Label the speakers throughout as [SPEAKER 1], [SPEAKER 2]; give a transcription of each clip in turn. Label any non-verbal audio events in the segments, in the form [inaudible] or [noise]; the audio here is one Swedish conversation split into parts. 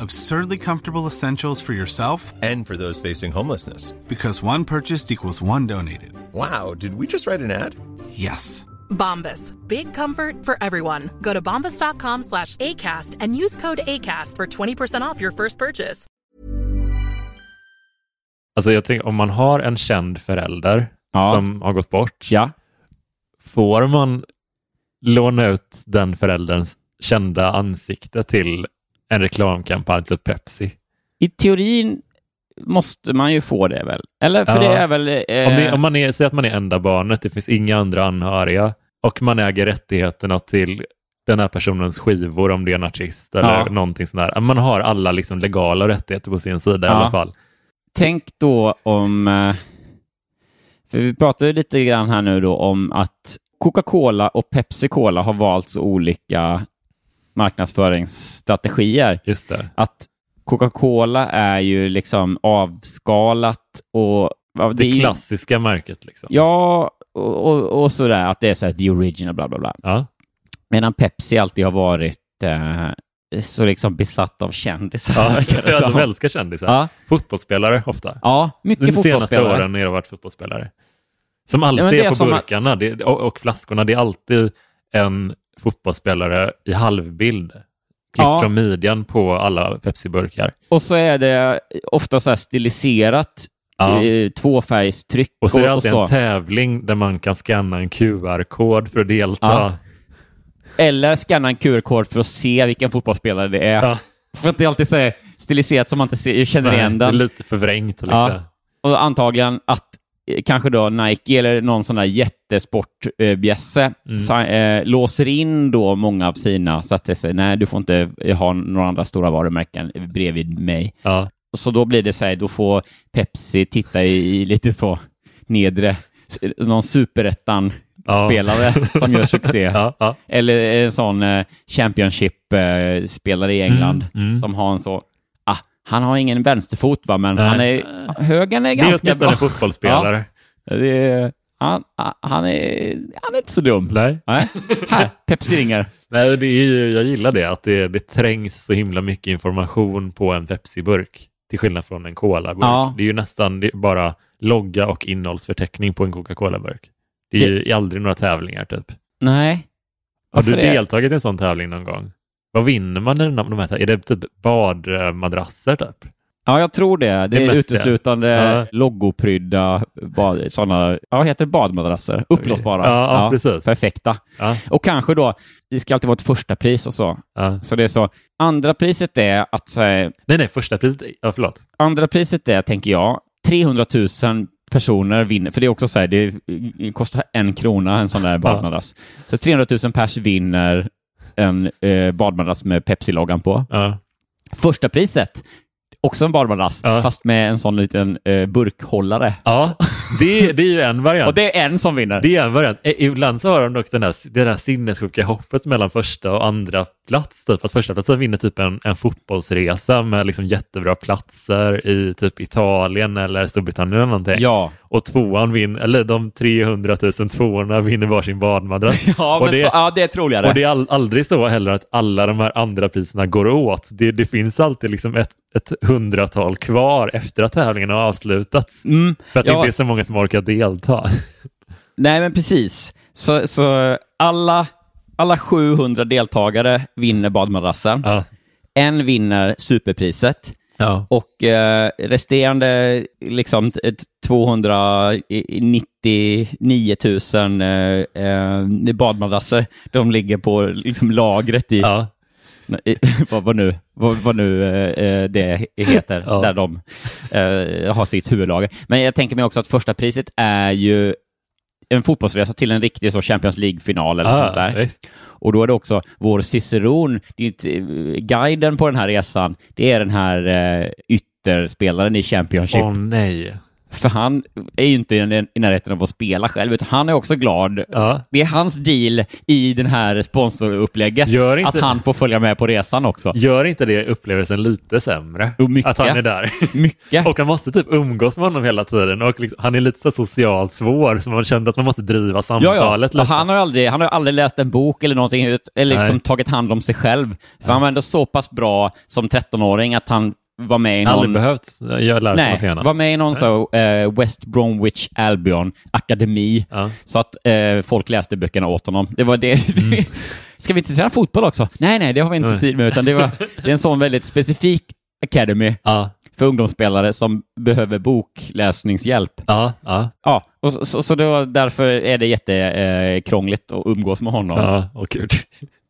[SPEAKER 1] Absurdly comfortable essentials for yourself
[SPEAKER 2] And for those facing homelessness.
[SPEAKER 1] because one purchased equals one donated.
[SPEAKER 2] Wow, did we just write an ad?
[SPEAKER 1] Yes.
[SPEAKER 3] Bombas. Big comfort for everyone. Go to bombas.com slash ACAST and use code ACAST for 20% off your first purchase.
[SPEAKER 4] Alltså jag tänker, om man har en känd förälder
[SPEAKER 5] Ja.
[SPEAKER 4] som har gått bort,
[SPEAKER 5] Ja.
[SPEAKER 4] får man låna ut den förälderns kända ansikte till en reklamkampanj till Pepsi?
[SPEAKER 5] I teorin måste man ju få det väl? Eller? För
[SPEAKER 4] Ja.
[SPEAKER 5] det är väl... Eh,
[SPEAKER 4] Om, det, om man är, säg att man är enda barnet, det finns inga andra anhöriga och man äger rättigheterna till den här personens skivor om det är en artist eller
[SPEAKER 5] Ja.
[SPEAKER 4] någonting sånt där. Man har alla liksom legala rättigheter på sin sida i
[SPEAKER 5] Ja.
[SPEAKER 4] alla fall.
[SPEAKER 5] Tänk då om... eh, För vi pratar ju lite grann här nu då om att Coca-Cola och Pepsi-Cola har valt så olika marknadsföringsstrategier.
[SPEAKER 4] Just det.
[SPEAKER 5] Att Coca-Cola är ju liksom avskalat och... ja,
[SPEAKER 4] Det,
[SPEAKER 5] är ju-
[SPEAKER 4] klassiska märket liksom.
[SPEAKER 5] Ja, och, och, och sådär. Att det är så här the original, bla bla bla.
[SPEAKER 4] Ja.
[SPEAKER 5] Medan Pepsi alltid har varit eh, så liksom besatt av kändisar. [laughs]
[SPEAKER 4] Ja,
[SPEAKER 5] verkar det
[SPEAKER 4] de
[SPEAKER 5] som.
[SPEAKER 4] älskar kändisar.
[SPEAKER 5] ja.
[SPEAKER 4] Fotbollsspelare ofta.
[SPEAKER 5] ja, mycket
[SPEAKER 4] De senaste
[SPEAKER 5] fotbollsspelare.
[SPEAKER 4] åren har det varit fotbollsspelare. Som alltid
[SPEAKER 5] Ja, men det
[SPEAKER 4] är
[SPEAKER 5] är
[SPEAKER 4] på
[SPEAKER 5] som att-
[SPEAKER 4] burkarna det, och, och flaskorna. Det är alltid en fotbollsspelare i halvbild. Klippt
[SPEAKER 5] Ja.
[SPEAKER 4] från midjan på alla Pepsi-burkar.
[SPEAKER 5] Och så är det ofta så här stiliserat
[SPEAKER 4] Ja.
[SPEAKER 5] eh, tvåfärgstryck.
[SPEAKER 4] Och så är det alltid
[SPEAKER 5] och
[SPEAKER 4] en tävling där man kan scanna en QR-kod för att delta.
[SPEAKER 5] Ja. Eller scanna en QR-kod för att se vilken fotbollsspelare det är.
[SPEAKER 4] Ja.
[SPEAKER 5] För att det är alltid så här stiliserat som man inte ser, känner
[SPEAKER 4] Nej,
[SPEAKER 5] igen
[SPEAKER 4] det är
[SPEAKER 5] den.
[SPEAKER 4] lite förvrängt. Liksom.
[SPEAKER 5] Ja. Och antagligen att eh, kanske då Nike eller någon sån där jättesportbjässe
[SPEAKER 4] Mm.
[SPEAKER 5] eh, låser in då många av sina så att det säger nej, du får inte eh, ha några andra stora varumärken bredvid mig.
[SPEAKER 4] Ja.
[SPEAKER 5] Så då blir det så här, då får Pepsi titta i, i lite så nedre, någon
[SPEAKER 4] Ja.
[SPEAKER 5] superettan-spelare som gör succé.
[SPEAKER 4] [laughs] Ja, ja.
[SPEAKER 5] Eller en sån eh, Championship-spelare i England
[SPEAKER 4] Mm, mm.
[SPEAKER 5] som har en så... Ah, han har ingen vänsterfot, va? men
[SPEAKER 4] Nej.
[SPEAKER 5] han är, högern är
[SPEAKER 4] Det är
[SPEAKER 5] ganska
[SPEAKER 4] åtminstone
[SPEAKER 5] bra.
[SPEAKER 4] en fotbollsspelare.
[SPEAKER 5] Det är, han, ah, han, är, han är inte så dum.
[SPEAKER 4] Nej.
[SPEAKER 5] Nej. Här, Pepsi ringer.
[SPEAKER 4] Nej, det är, ju- jag gillar det, att det, det trängs så himla mycket information på en Pepsi-burk, till skillnad från en Cola-burk.
[SPEAKER 5] Ja.
[SPEAKER 4] Det är ju nästan det är bara logga och innehållsförteckning på en Coca-Cola-burk. Det är
[SPEAKER 5] Det-
[SPEAKER 4] ju aldrig några tävlingar, typ.
[SPEAKER 5] Nej.
[SPEAKER 4] Har du
[SPEAKER 5] Varför det?
[SPEAKER 4] deltagit i en sån tävling någon gång? Vad vinner man i den- de här? Är det typ badmadrasser, typ?
[SPEAKER 5] Ja, jag tror det. Det,
[SPEAKER 4] Det är
[SPEAKER 5] är
[SPEAKER 4] bäst,
[SPEAKER 5] uteslutande
[SPEAKER 4] ja.
[SPEAKER 5] logoprydda bad, sådana, ja, vad heter det? badmadrasser. Uppblåsbara.
[SPEAKER 4] Ja, ja, precis.
[SPEAKER 5] Perfekta.
[SPEAKER 4] Ja.
[SPEAKER 5] Och kanske då, det ska alltid vara ett första pris och så.
[SPEAKER 4] Ja.
[SPEAKER 5] Så det är så. Andra priset är att eh,
[SPEAKER 4] Nej, nej, första priset. är- Ja, förlåt.
[SPEAKER 5] Andra priset är, tänker jag, 300 000 personer vinner, för det är också så här, det kostar en krona en sån där badmadrass. Så 300 000 pers vinner en eh, badmadrass med Pepsi-loggan på.
[SPEAKER 4] Ja.
[SPEAKER 5] Första priset, också en badmadrass,
[SPEAKER 4] Ja.
[SPEAKER 5] fast med en sån liten eh, burkhållare.
[SPEAKER 4] ja, det, det är ju en variant.
[SPEAKER 5] Och det är en som vinner.
[SPEAKER 4] Eh, Det är en variant. I- Ibland så har de dock den där, det där sinnessjuka hoppet mellan första och andra plats typ. Att första platsen vinner typ en, en fotbollsresa med liksom jättebra platser i typ Italien eller Storbritannien eller någonting.
[SPEAKER 5] Ja.
[SPEAKER 4] Och tvåan vinner, eller de 300 000 tvåorna vinner varsin badmadrass.
[SPEAKER 5] [laughs] Ja,
[SPEAKER 4] och
[SPEAKER 5] men
[SPEAKER 4] det,
[SPEAKER 5] så, ja, det är troligare.
[SPEAKER 4] och det är all, aldrig så heller att alla de här andra priserna går åt. Det, det finns alltid liksom ett, ett hundratal kvar efter att tävlingen har avslutats.
[SPEAKER 5] Mm.
[SPEAKER 4] För att det
[SPEAKER 5] Ja.
[SPEAKER 4] inte är så många som orkar delta. [laughs]
[SPEAKER 5] Nej, men precis. Så, så alla, alla 700 deltagare vinner badmadrassen.
[SPEAKER 4] Ja.
[SPEAKER 5] En vinner superpriset.
[SPEAKER 4] Ja.
[SPEAKER 5] Och eh, resterande liksom t- ett 299 000 eh, eh, badmadrasser, de ligger på liksom, lagret i,
[SPEAKER 4] Ja.
[SPEAKER 5] i [laughs] vad, vad nu, vad, vad nu eh, eh, det heter,
[SPEAKER 4] Ja.
[SPEAKER 5] där de eh, har sitt huvudlager. Men jag tänker mig också att första priset är ju en fotbollsresa till en riktig så Champions League-final eller sånt där.
[SPEAKER 4] Ah, visst.
[SPEAKER 5] Och då är det också vår ciceron, ditt, eh, guiden på den här resan, det är den här eh, ytterspelaren i Championship.
[SPEAKER 4] Åh nej.
[SPEAKER 5] För han är ju inte i i närheten av att spela själv, utan han är också glad.
[SPEAKER 4] Ja.
[SPEAKER 5] Det är hans deal i den här sponsorupplägget,
[SPEAKER 4] Gör inte-
[SPEAKER 5] att han får följa med på resan också.
[SPEAKER 4] Gör inte det upplevelsen lite sämre?
[SPEAKER 5] Jo, mycket.
[SPEAKER 4] Att han är där. [laughs]
[SPEAKER 5] Mycket.
[SPEAKER 4] Och han måste typ umgås med honom hela tiden. Och liksom, han är lite så här socialt svår, så man kände att man måste driva
[SPEAKER 5] Ja, ja.
[SPEAKER 4] samtalet
[SPEAKER 5] Och
[SPEAKER 4] lite.
[SPEAKER 5] Han, har ju aldrig, han har ju aldrig läst en bok eller någonting, ut, eller liksom
[SPEAKER 4] Nej.
[SPEAKER 5] tagit hand om sig själv. För han var ändå så pass bra som 13-åring att han eh, var med i
[SPEAKER 4] Aldrig
[SPEAKER 5] någon
[SPEAKER 4] behövt göra lära sig någonting
[SPEAKER 5] Nej,
[SPEAKER 4] annat.
[SPEAKER 5] var med i någon så, eh, West Bromwich Albion Akademi,
[SPEAKER 4] Ja.
[SPEAKER 5] så att eh, folk läste böckerna åt honom. Det var det. [laughs] Ska vi inte träna fotboll också? Nej, nej, det har vi inte
[SPEAKER 4] Mm. Nej.
[SPEAKER 5] tid med, utan det, var, det är en sån väldigt specifik academy
[SPEAKER 4] Ja,
[SPEAKER 5] för ungdomsspelare som behöver bokläsningshjälp.
[SPEAKER 4] ja, ja.
[SPEAKER 5] Ja, och så, så, så det var därför är det jättekrångligt eh, krångligt att umgås med honom.
[SPEAKER 4] ja. Åh, gud.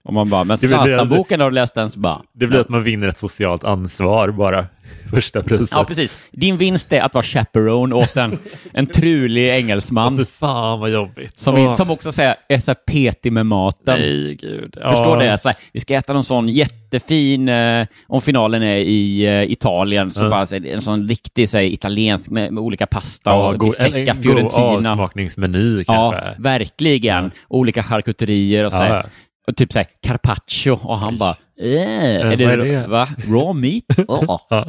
[SPEAKER 5] Och man bara, men
[SPEAKER 4] Det blir-
[SPEAKER 5] Zlatan-boken har du läst den? Så bara,
[SPEAKER 4] Det blir att man vinner ett socialt ansvar bara. Första priset.
[SPEAKER 5] Ja, precis. Din vinst är att vara chaperone åt en, en trulig engelsman.
[SPEAKER 4] Fy fan vad jobbigt.
[SPEAKER 5] Som,
[SPEAKER 4] Åh,
[SPEAKER 5] som också säger, är så här petig med maten.
[SPEAKER 4] Nej, gud. Ja.
[SPEAKER 5] Förstår det? Så här, vi ska äta någon sån jättefin, eh, om finalen är i eh, Italien, så bara, så här, en sån riktig så här, italiensk med, med olika pasta
[SPEAKER 4] Ja,
[SPEAKER 5] och
[SPEAKER 4] god, en,
[SPEAKER 5] bistecca,
[SPEAKER 4] en god
[SPEAKER 5] fiorentina.
[SPEAKER 4] avsmakningsmeny
[SPEAKER 5] Ja,
[SPEAKER 4] kanske.
[SPEAKER 5] verkligen. Olika charkuterier och så
[SPEAKER 4] Ja,
[SPEAKER 5] här.
[SPEAKER 4] ja.
[SPEAKER 5] Och typ så här, carpaccio. Och han bara, eh, är
[SPEAKER 4] vad
[SPEAKER 5] det,
[SPEAKER 4] är det?"
[SPEAKER 5] Va?
[SPEAKER 4] [laughs]
[SPEAKER 5] Raw meat? Åh.
[SPEAKER 4] Ja.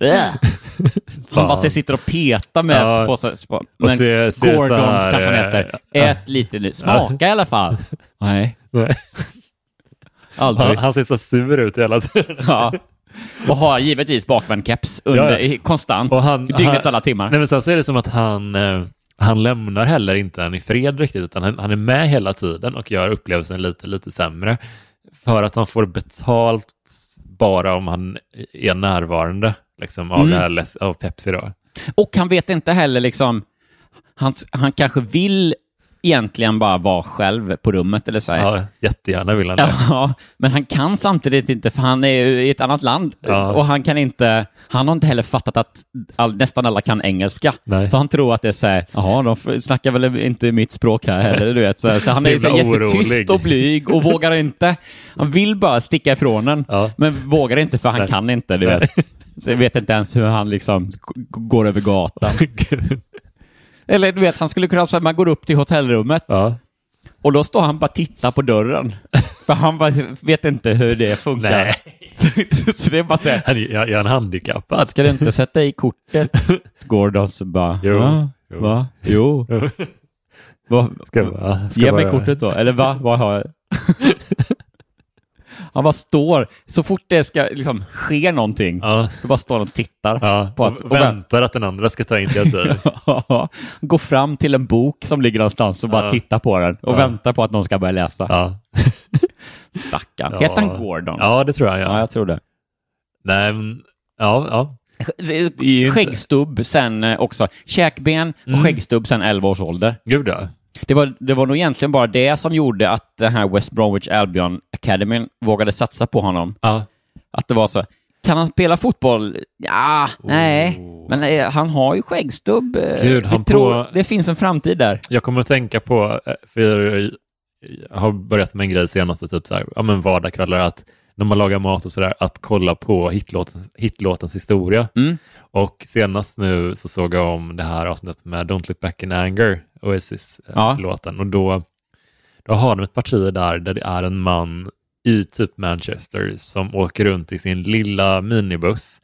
[SPEAKER 5] Eh. Han bara så här, sitter och petar med
[SPEAKER 4] Ja.
[SPEAKER 5] på, så, på, men
[SPEAKER 4] ser- ser
[SPEAKER 5] Gordon
[SPEAKER 4] så här,
[SPEAKER 5] kanske han
[SPEAKER 4] eh,
[SPEAKER 5] heter.
[SPEAKER 4] ja.
[SPEAKER 5] Ät lite nu. Smaka i
[SPEAKER 4] [laughs]
[SPEAKER 5] alla fall. Nej,
[SPEAKER 4] Nej. Han,
[SPEAKER 5] aldrig.
[SPEAKER 4] han ser så sur ut hela tiden.
[SPEAKER 5] Ja. Och har givetvis bakvänd-keps
[SPEAKER 4] Ja,
[SPEAKER 5] under,
[SPEAKER 4] ja.
[SPEAKER 5] konstant,
[SPEAKER 4] Och han-
[SPEAKER 5] dygnets
[SPEAKER 4] han-
[SPEAKER 5] alla timmar.
[SPEAKER 4] Nej, men sen så är det som att han, eh, han lämnar heller inte en i fred riktigt, utan han, han är med hela tiden och gör upplevelsen lite, lite sämre. För att han får betalt bara om han är närvarande liksom, av,
[SPEAKER 5] Mm.
[SPEAKER 4] det här, läs- av Pepsi. Då.
[SPEAKER 5] Och han vet inte heller liksom, han, han kanske vill egentligen bara vara själv på rummet eller så. här.
[SPEAKER 4] Ja, jättegärna vill han det.
[SPEAKER 5] [laughs] Ja, men han kan samtidigt inte för han är ju i ett annat land
[SPEAKER 4] Ja.
[SPEAKER 5] och han kan inte, han har inte heller fattat att all, nästan alla kan engelska.
[SPEAKER 4] Nej.
[SPEAKER 5] Så han tror att det är så här, jaha, de f- snackar väl inte mitt språk här heller, du vet. Så, här, så han
[SPEAKER 4] Så
[SPEAKER 5] är så
[SPEAKER 4] himla
[SPEAKER 5] jättetyst
[SPEAKER 4] orolig.
[SPEAKER 5] och blyg och vågar inte. Han vill bara sticka ifrån den,
[SPEAKER 4] Ja.
[SPEAKER 5] men vågar inte för han
[SPEAKER 4] Nej.
[SPEAKER 5] kan inte, du
[SPEAKER 4] Nej.
[SPEAKER 5] vet. Så jag vet inte ens hur han liksom g- g- går över gatan. [laughs] Eller du vet, han skulle kunna säga, man går upp till hotellrummet
[SPEAKER 4] Ja.
[SPEAKER 5] och då står han bara och tittar
[SPEAKER 4] [laughs]
[SPEAKER 5] på dörren. För han bara, vet inte hur det funkar.
[SPEAKER 4] Nej.
[SPEAKER 5] Så, [laughs] så, så det är bara
[SPEAKER 4] [laughs]
[SPEAKER 5] så här,
[SPEAKER 4] Han är, jag är han handikappad?
[SPEAKER 5] ska du inte sätta
[SPEAKER 4] [laughs]
[SPEAKER 5] i kortet? Gordon så bara,
[SPEAKER 4] Jo,
[SPEAKER 5] va?
[SPEAKER 4] jo.
[SPEAKER 5] Va? Jo. Va?
[SPEAKER 4] Ska, bara- ska
[SPEAKER 5] Ge mig
[SPEAKER 4] bara-
[SPEAKER 5] kortet då, eller va? Vad har jag? [laughs] Han bara står, så fort det ska liksom ske någonting,
[SPEAKER 4] Ja,
[SPEAKER 5] då bara står han och tittar.
[SPEAKER 4] ja.
[SPEAKER 5] På att-
[SPEAKER 4] och väntar att den andra ska ta initiativ.
[SPEAKER 5] [laughs] Han går fram till en bok som ligger någonstans och bara
[SPEAKER 4] Ja.
[SPEAKER 5] tittar på den och
[SPEAKER 4] Ja.
[SPEAKER 5] väntar på att någon ska börja läsa.
[SPEAKER 4] Ja.
[SPEAKER 5] Stackarn.
[SPEAKER 4] Ja.
[SPEAKER 5] Heter han Gordon?
[SPEAKER 4] Ja, det tror jag.
[SPEAKER 5] Ja,
[SPEAKER 4] Ja.
[SPEAKER 5] jag tror det.
[SPEAKER 4] Nej, men, ja, ja. ju inte- Mm.
[SPEAKER 5] Skäggstubb sen eh, också. Käkben och skäggstubb sen 11 års ålder.
[SPEAKER 4] Gud ja.
[SPEAKER 5] Det var, det var nog egentligen bara det som gjorde att den här West Bromwich Albion Academy vågade satsa på honom.
[SPEAKER 4] ja.
[SPEAKER 5] Att det var så. Kan han spela fotboll?
[SPEAKER 4] Oh.
[SPEAKER 5] Ja, nej. Men eh, han har ju skäggstubb. eh,
[SPEAKER 4] Gud,
[SPEAKER 5] vi
[SPEAKER 4] han
[SPEAKER 5] tror
[SPEAKER 4] på-
[SPEAKER 5] Det finns en framtid där.
[SPEAKER 4] Jag kommer att tänka på, eh, för jag har börjat med en grej senaste, typ så här, ja men vardagskvällar, att när man lagar mat och sådär, att kolla på hitlåtens, hitlåtens historia.
[SPEAKER 5] Mm.
[SPEAKER 4] Och senast nu så såg jag om det här avsnittet med Don't look back in anger,
[SPEAKER 5] Ja.
[SPEAKER 4] Oasis-låten. Och eh, då, Då har de ett parti där, där det är en man i typ Manchester som åker runt i sin lilla minibuss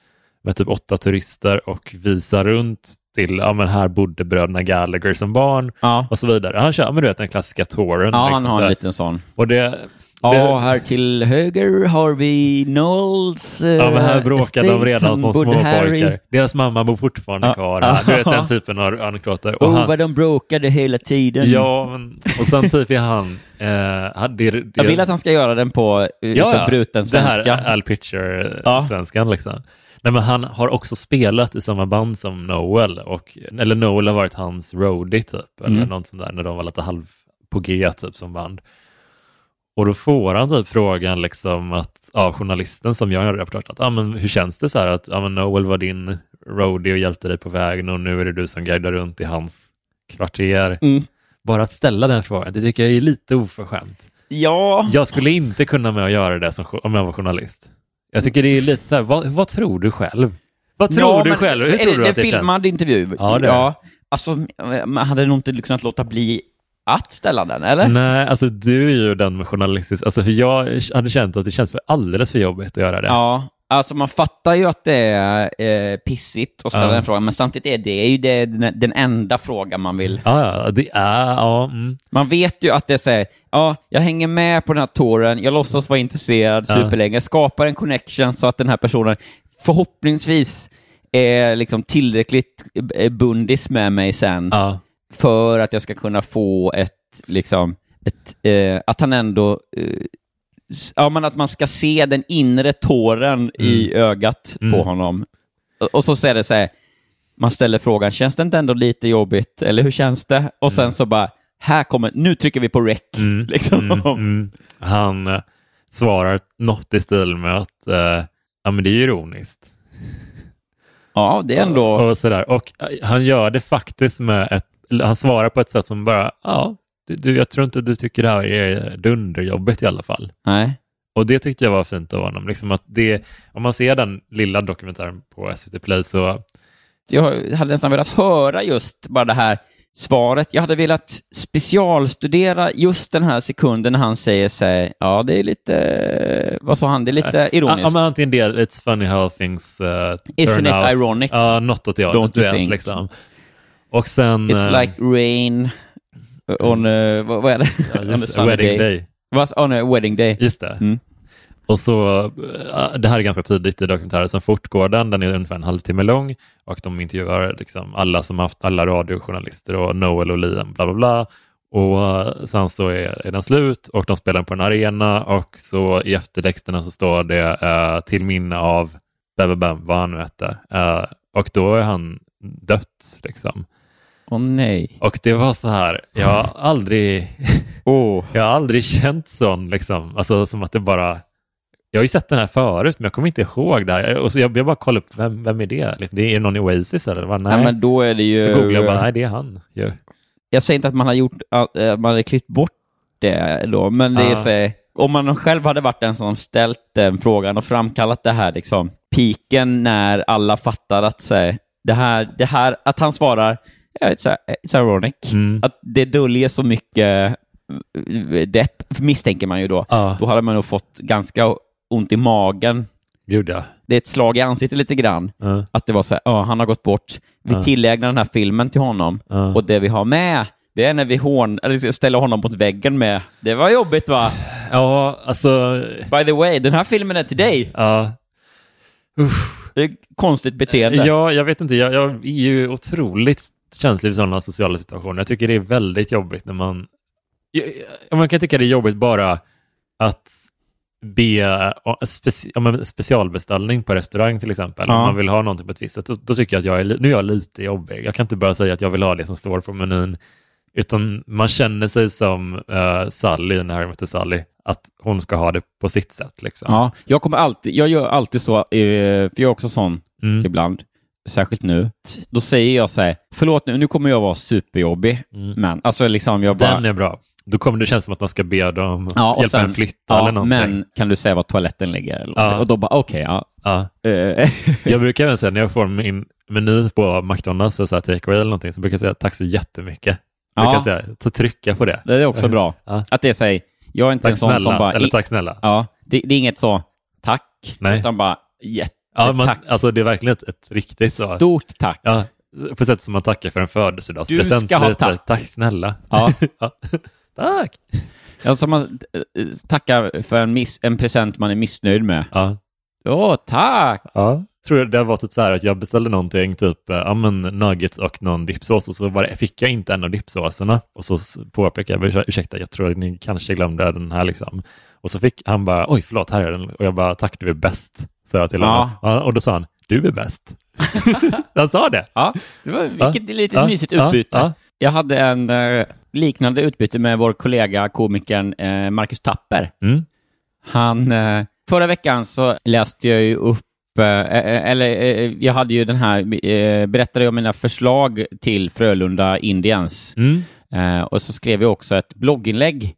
[SPEAKER 4] med typ åtta turister och visar runt till, ja men här bodde bröderna Gallagher som barn
[SPEAKER 5] Ja,
[SPEAKER 4] och så vidare. Han kör, ja, men du vet den klassiska touren.
[SPEAKER 5] ja
[SPEAKER 4] liksom,
[SPEAKER 5] han
[SPEAKER 4] så
[SPEAKER 5] har
[SPEAKER 4] här.
[SPEAKER 5] en liten sån.
[SPEAKER 4] Och det,
[SPEAKER 5] Ja,
[SPEAKER 4] det-
[SPEAKER 5] här till höger har vi Knowles. eh,
[SPEAKER 4] Ja, men här bråkade de
[SPEAKER 5] estate.
[SPEAKER 4] redan som
[SPEAKER 5] bodde här i-
[SPEAKER 4] småpojkar. Deras mamma bor fortfarande
[SPEAKER 5] [laughs] Ja.
[SPEAKER 4] kvar här. Du vet den typen av anekdoter. Och
[SPEAKER 5] Oh,
[SPEAKER 4] han,
[SPEAKER 5] vad de bråkade hela tiden.
[SPEAKER 4] ja, men, och sen typ är han... Eh, han det, det,
[SPEAKER 5] Jag vill att han ska göra den på eh,
[SPEAKER 4] Ja,
[SPEAKER 5] så
[SPEAKER 4] ja.
[SPEAKER 5] bruten svenska.
[SPEAKER 4] Det här Al Pitcher-svenskan. Liksom. Nej, men han har också spelat i samma band som Noel. Och, eller Noel har varit hans roadie, typ. Eller
[SPEAKER 5] Mm.
[SPEAKER 4] något sånt där, när de var lite halv på G, typ, som band. Och då får han typ frågan liksom att ja, journalisten som gör en reportage, att ah, men hur känns det så här att ja, men Noel var din roadie och hjälpte dig på vägen och nu är det du som guidar runt i hans kvarter.
[SPEAKER 5] Mm.
[SPEAKER 4] Bara att ställa den frågan, det tycker jag är lite oförskämt.
[SPEAKER 5] Ja,
[SPEAKER 4] Jag skulle inte kunna med att göra det som, om jag var journalist. Jag tycker det är lite så här, vad, vad tror du själv? Vad tror
[SPEAKER 5] Ja,
[SPEAKER 4] du
[SPEAKER 5] men
[SPEAKER 4] själv?
[SPEAKER 5] är
[SPEAKER 4] Hur tror
[SPEAKER 5] det,
[SPEAKER 4] du att
[SPEAKER 5] det
[SPEAKER 4] det
[SPEAKER 5] är
[SPEAKER 4] känns?
[SPEAKER 5] filmad intervju?
[SPEAKER 4] Ja, det är
[SPEAKER 5] ja. Alltså, man hade nog inte kunnat låta bli att ställa den, eller?
[SPEAKER 4] Nej, alltså du är ju den med journalistisk... Alltså för jag hade känt att det känns för alldeles för jobbigt att göra det.
[SPEAKER 5] Ja, alltså man fattar ju att det är eh, pissigt att ställa
[SPEAKER 4] Ja.
[SPEAKER 5] den frågan, men samtidigt är det ju det, den, den enda frågan man vill...
[SPEAKER 4] Ja, ja, det är... Ja, mm.
[SPEAKER 5] Man vet ju att det är så här, ja, jag hänger med på den här touren, jag låtsas vara intresserad
[SPEAKER 4] Ja.
[SPEAKER 5] superlänge, skapar en connection så att den här personen förhoppningsvis är liksom tillräckligt eh, bundis med mig sen
[SPEAKER 4] ja.
[SPEAKER 5] för att jag ska kunna få ett, liksom, ett eh, att han ändå, eh, s- ja men att man ska se den inre tåren i ögat på
[SPEAKER 4] Mm.
[SPEAKER 5] honom. Och, och så säger det så här, man ställer frågan, känns det inte ändå lite jobbigt, eller hur känns det? Och sen så bara, här kommer, nu trycker vi på rec.
[SPEAKER 4] Mm,
[SPEAKER 5] [laughs] Liksom.
[SPEAKER 4] mm, mm. Han eh, svarar något i stil med att eh, ja, men det är ju ironiskt.
[SPEAKER 5] Ja, det är ändå,
[SPEAKER 4] Och, sådär. och eh, han gör det faktiskt med ett... eller Han svarar på ett sätt som bara, ja, du- du, jag tror inte du tycker det här är dunderjobbigt i alla fall.
[SPEAKER 5] nej.
[SPEAKER 4] Och det tyckte jag var fint av honom. Liksom att det, om man ser den lilla dokumentären på SVT Play så...
[SPEAKER 5] jag hade nästan velat höra just bara det här svaret. Jag hade velat specialstudera just den här sekunden när han säger sig, ja det är lite, vad sa han, det är lite ironiskt.
[SPEAKER 4] Ja, men antingen det, it's funny how things uh, turn
[SPEAKER 5] Isn't
[SPEAKER 4] out.
[SPEAKER 5] it ironic?
[SPEAKER 4] Ja, något åt det
[SPEAKER 5] Don't
[SPEAKER 4] hållet. du
[SPEAKER 5] you
[SPEAKER 4] vet,
[SPEAKER 5] think?
[SPEAKER 4] Liksom. Och sen...
[SPEAKER 5] It's
[SPEAKER 4] eh,
[SPEAKER 5] like rain on, eh, vad, vad är det?
[SPEAKER 4] ja,
[SPEAKER 5] [laughs] on a
[SPEAKER 4] just, det,
[SPEAKER 5] sunny
[SPEAKER 4] wedding day.
[SPEAKER 5] Vad- On a wedding day.
[SPEAKER 4] Just det.
[SPEAKER 5] Mm.
[SPEAKER 4] Och så, eh, det här är ganska tidigt i dokumentären, sen fortgår den, den är ungefär en halvtimme lång och de intervjuar liksom alla som haft, alla radiojournalister och Noel och Liam, bla bla bla. Och eh, sen så är, är den slut och de spelar på en arena och så i eftertexterna så står det eh, till minne av bam, bam, bam, vad han nu hette. Eh, och då är han dött liksom.
[SPEAKER 5] Åh nej.
[SPEAKER 4] Och det var så här, jag har
[SPEAKER 5] [laughs]
[SPEAKER 4] aldrig
[SPEAKER 5] Åh.
[SPEAKER 4] [laughs] jag har aldrig känt sån, liksom. alltså, som att det bara... Jag har ju sett den här förut, men jag kommer inte ihåg det här. Jag- Och så jag, jag bara kollade upp, vem, vem är det? Liksom, Det är någon i Oasis eller? Vad? Nej.
[SPEAKER 5] Nej, men då är det ju...
[SPEAKER 4] Så googlade jag bara, nej det är han. ju.
[SPEAKER 5] jag säger inte att man har gjort, att eh, man har klippt bort det då, men det är
[SPEAKER 4] Ja.
[SPEAKER 5] så, här, om man själv hade varit den som ställt den frågan och framkallat det här liksom, piken när alla fattar att så, här, det här, det här, att han svarar "Yeah, it's, a- it's ironic.
[SPEAKER 4] Mm.
[SPEAKER 5] Att det döljer så mycket eh, depp, misstänker man ju då.
[SPEAKER 4] Ja.
[SPEAKER 5] Då hade man nog fått ganska ont i magen.
[SPEAKER 4] Gjorde jag.
[SPEAKER 5] Det är ett slag i ansiktet lite grann.
[SPEAKER 4] Ja.
[SPEAKER 5] Att det var så här, ja, han har gått bort. Vi tillägnar den här filmen till honom.
[SPEAKER 4] Ja.
[SPEAKER 5] Och det vi har med, det är när vi hån, eller ställer honom mot väggen med. Det var jobbigt va?
[SPEAKER 4] Ja, alltså...
[SPEAKER 5] By the way, den här filmen är till dig.
[SPEAKER 4] Ja.
[SPEAKER 5] Det är konstigt beteende.
[SPEAKER 4] Ja, jag vet inte. Jag, jag är ju otroligt känslig för sådana sociala situationer. Jag tycker det är väldigt jobbigt när man... Jag, jag- man kan tycka det är jobbigt bara att be eh, speci, ja, men specialbeställning på restaurang till exempel.
[SPEAKER 5] Ja.
[SPEAKER 4] Om man vill ha någonting på ett visst sätt, då, då tycker jag att jag är, li- nu är jag lite jobbig. Jag kan inte bara säga att jag vill ha det som står på menyn. Utan man känner sig som uh, Sally, när jag mötte Sally, att hon ska ha det på sitt sätt. Liksom.
[SPEAKER 5] Ja, jag kommer alltid, jag gör alltid så, eh, för jag är också sån
[SPEAKER 4] Mm.
[SPEAKER 5] ibland, särskilt nu. Då säger jag så här, förlåt nu, nu kommer jag vara superjobbig, men alltså liksom jag bara...
[SPEAKER 4] Mm. Den är bra. Då kommer det kännas som att man ska be dem
[SPEAKER 5] Ja, och
[SPEAKER 4] hjälpa
[SPEAKER 5] sen-
[SPEAKER 4] en flytta
[SPEAKER 5] ja,
[SPEAKER 4] eller någonting.
[SPEAKER 5] Men kan du säga var toaletten ligger? Eller
[SPEAKER 4] Ja.
[SPEAKER 5] något? Och då bara, okej,
[SPEAKER 4] Ja.
[SPEAKER 5] ja. Eh, [laughs]
[SPEAKER 4] Jag brukar även säga när jag får min meny på McDonalds, så så här take away eller någonting, så brukar jag säga tack så jättemycket.
[SPEAKER 5] Ja.
[SPEAKER 4] brukar jag säga. Så trycka på det.
[SPEAKER 5] Det är också bra.
[SPEAKER 4] Ja.
[SPEAKER 5] Att det säger, jag är inte en
[SPEAKER 4] Tack
[SPEAKER 5] sån
[SPEAKER 4] snälla.
[SPEAKER 5] som bara...
[SPEAKER 4] Eller tack snälla.
[SPEAKER 5] Ja, det, det är inget så, tack,
[SPEAKER 4] Nej.
[SPEAKER 5] utan bara jätte,
[SPEAKER 4] Ja, man,
[SPEAKER 5] tack.
[SPEAKER 4] alltså det är verkligen ett, ett riktigt så.
[SPEAKER 5] Stort tack.
[SPEAKER 4] Ja, på sätt som man tackar för en födelsedagspresent.
[SPEAKER 5] Du ska ha
[SPEAKER 4] lite.
[SPEAKER 5] tack.
[SPEAKER 4] Tack snälla.
[SPEAKER 5] [laughs] Ja.
[SPEAKER 4] [laughs] Ja. Tack.
[SPEAKER 5] Alltså man eh, tackar för en, miss, en present man är missnöjd med.
[SPEAKER 4] Ja.
[SPEAKER 5] Åh, tack!
[SPEAKER 4] Ja. Tror jag det var typ så här att jag beställde någonting, typ eh, ja, men nuggets och någon dipsås och så var det, fick jag inte en av dipsåserna. Och så s- påpekade jag, "Ursä- ursäkta, jag tror att ni kanske glömde den här liksom. Och så fick han bara, oj förlåt, här är den. Och jag bara, tack du är bäst, sa jag till
[SPEAKER 5] Ja.
[SPEAKER 4] honom. Ja, och då sa han, du är bäst. han sa det.
[SPEAKER 5] Ja, det var vilket litet
[SPEAKER 4] ja,
[SPEAKER 5] mysigt
[SPEAKER 4] ja,
[SPEAKER 5] utbyte.
[SPEAKER 4] ja.
[SPEAKER 5] Jag hade en eh, liknande utbyte med vår kollega komikern eh, Marcus Tapper.
[SPEAKER 4] Mm.
[SPEAKER 5] Han, eh, förra veckan så läste jag ju upp eh, eh, eller eh, jag hade ju den här, eh, berättade jag om mina förslag till Frölunda Indians.
[SPEAKER 4] Mm.
[SPEAKER 5] Eh, och så skrev jag också ett blogginlägg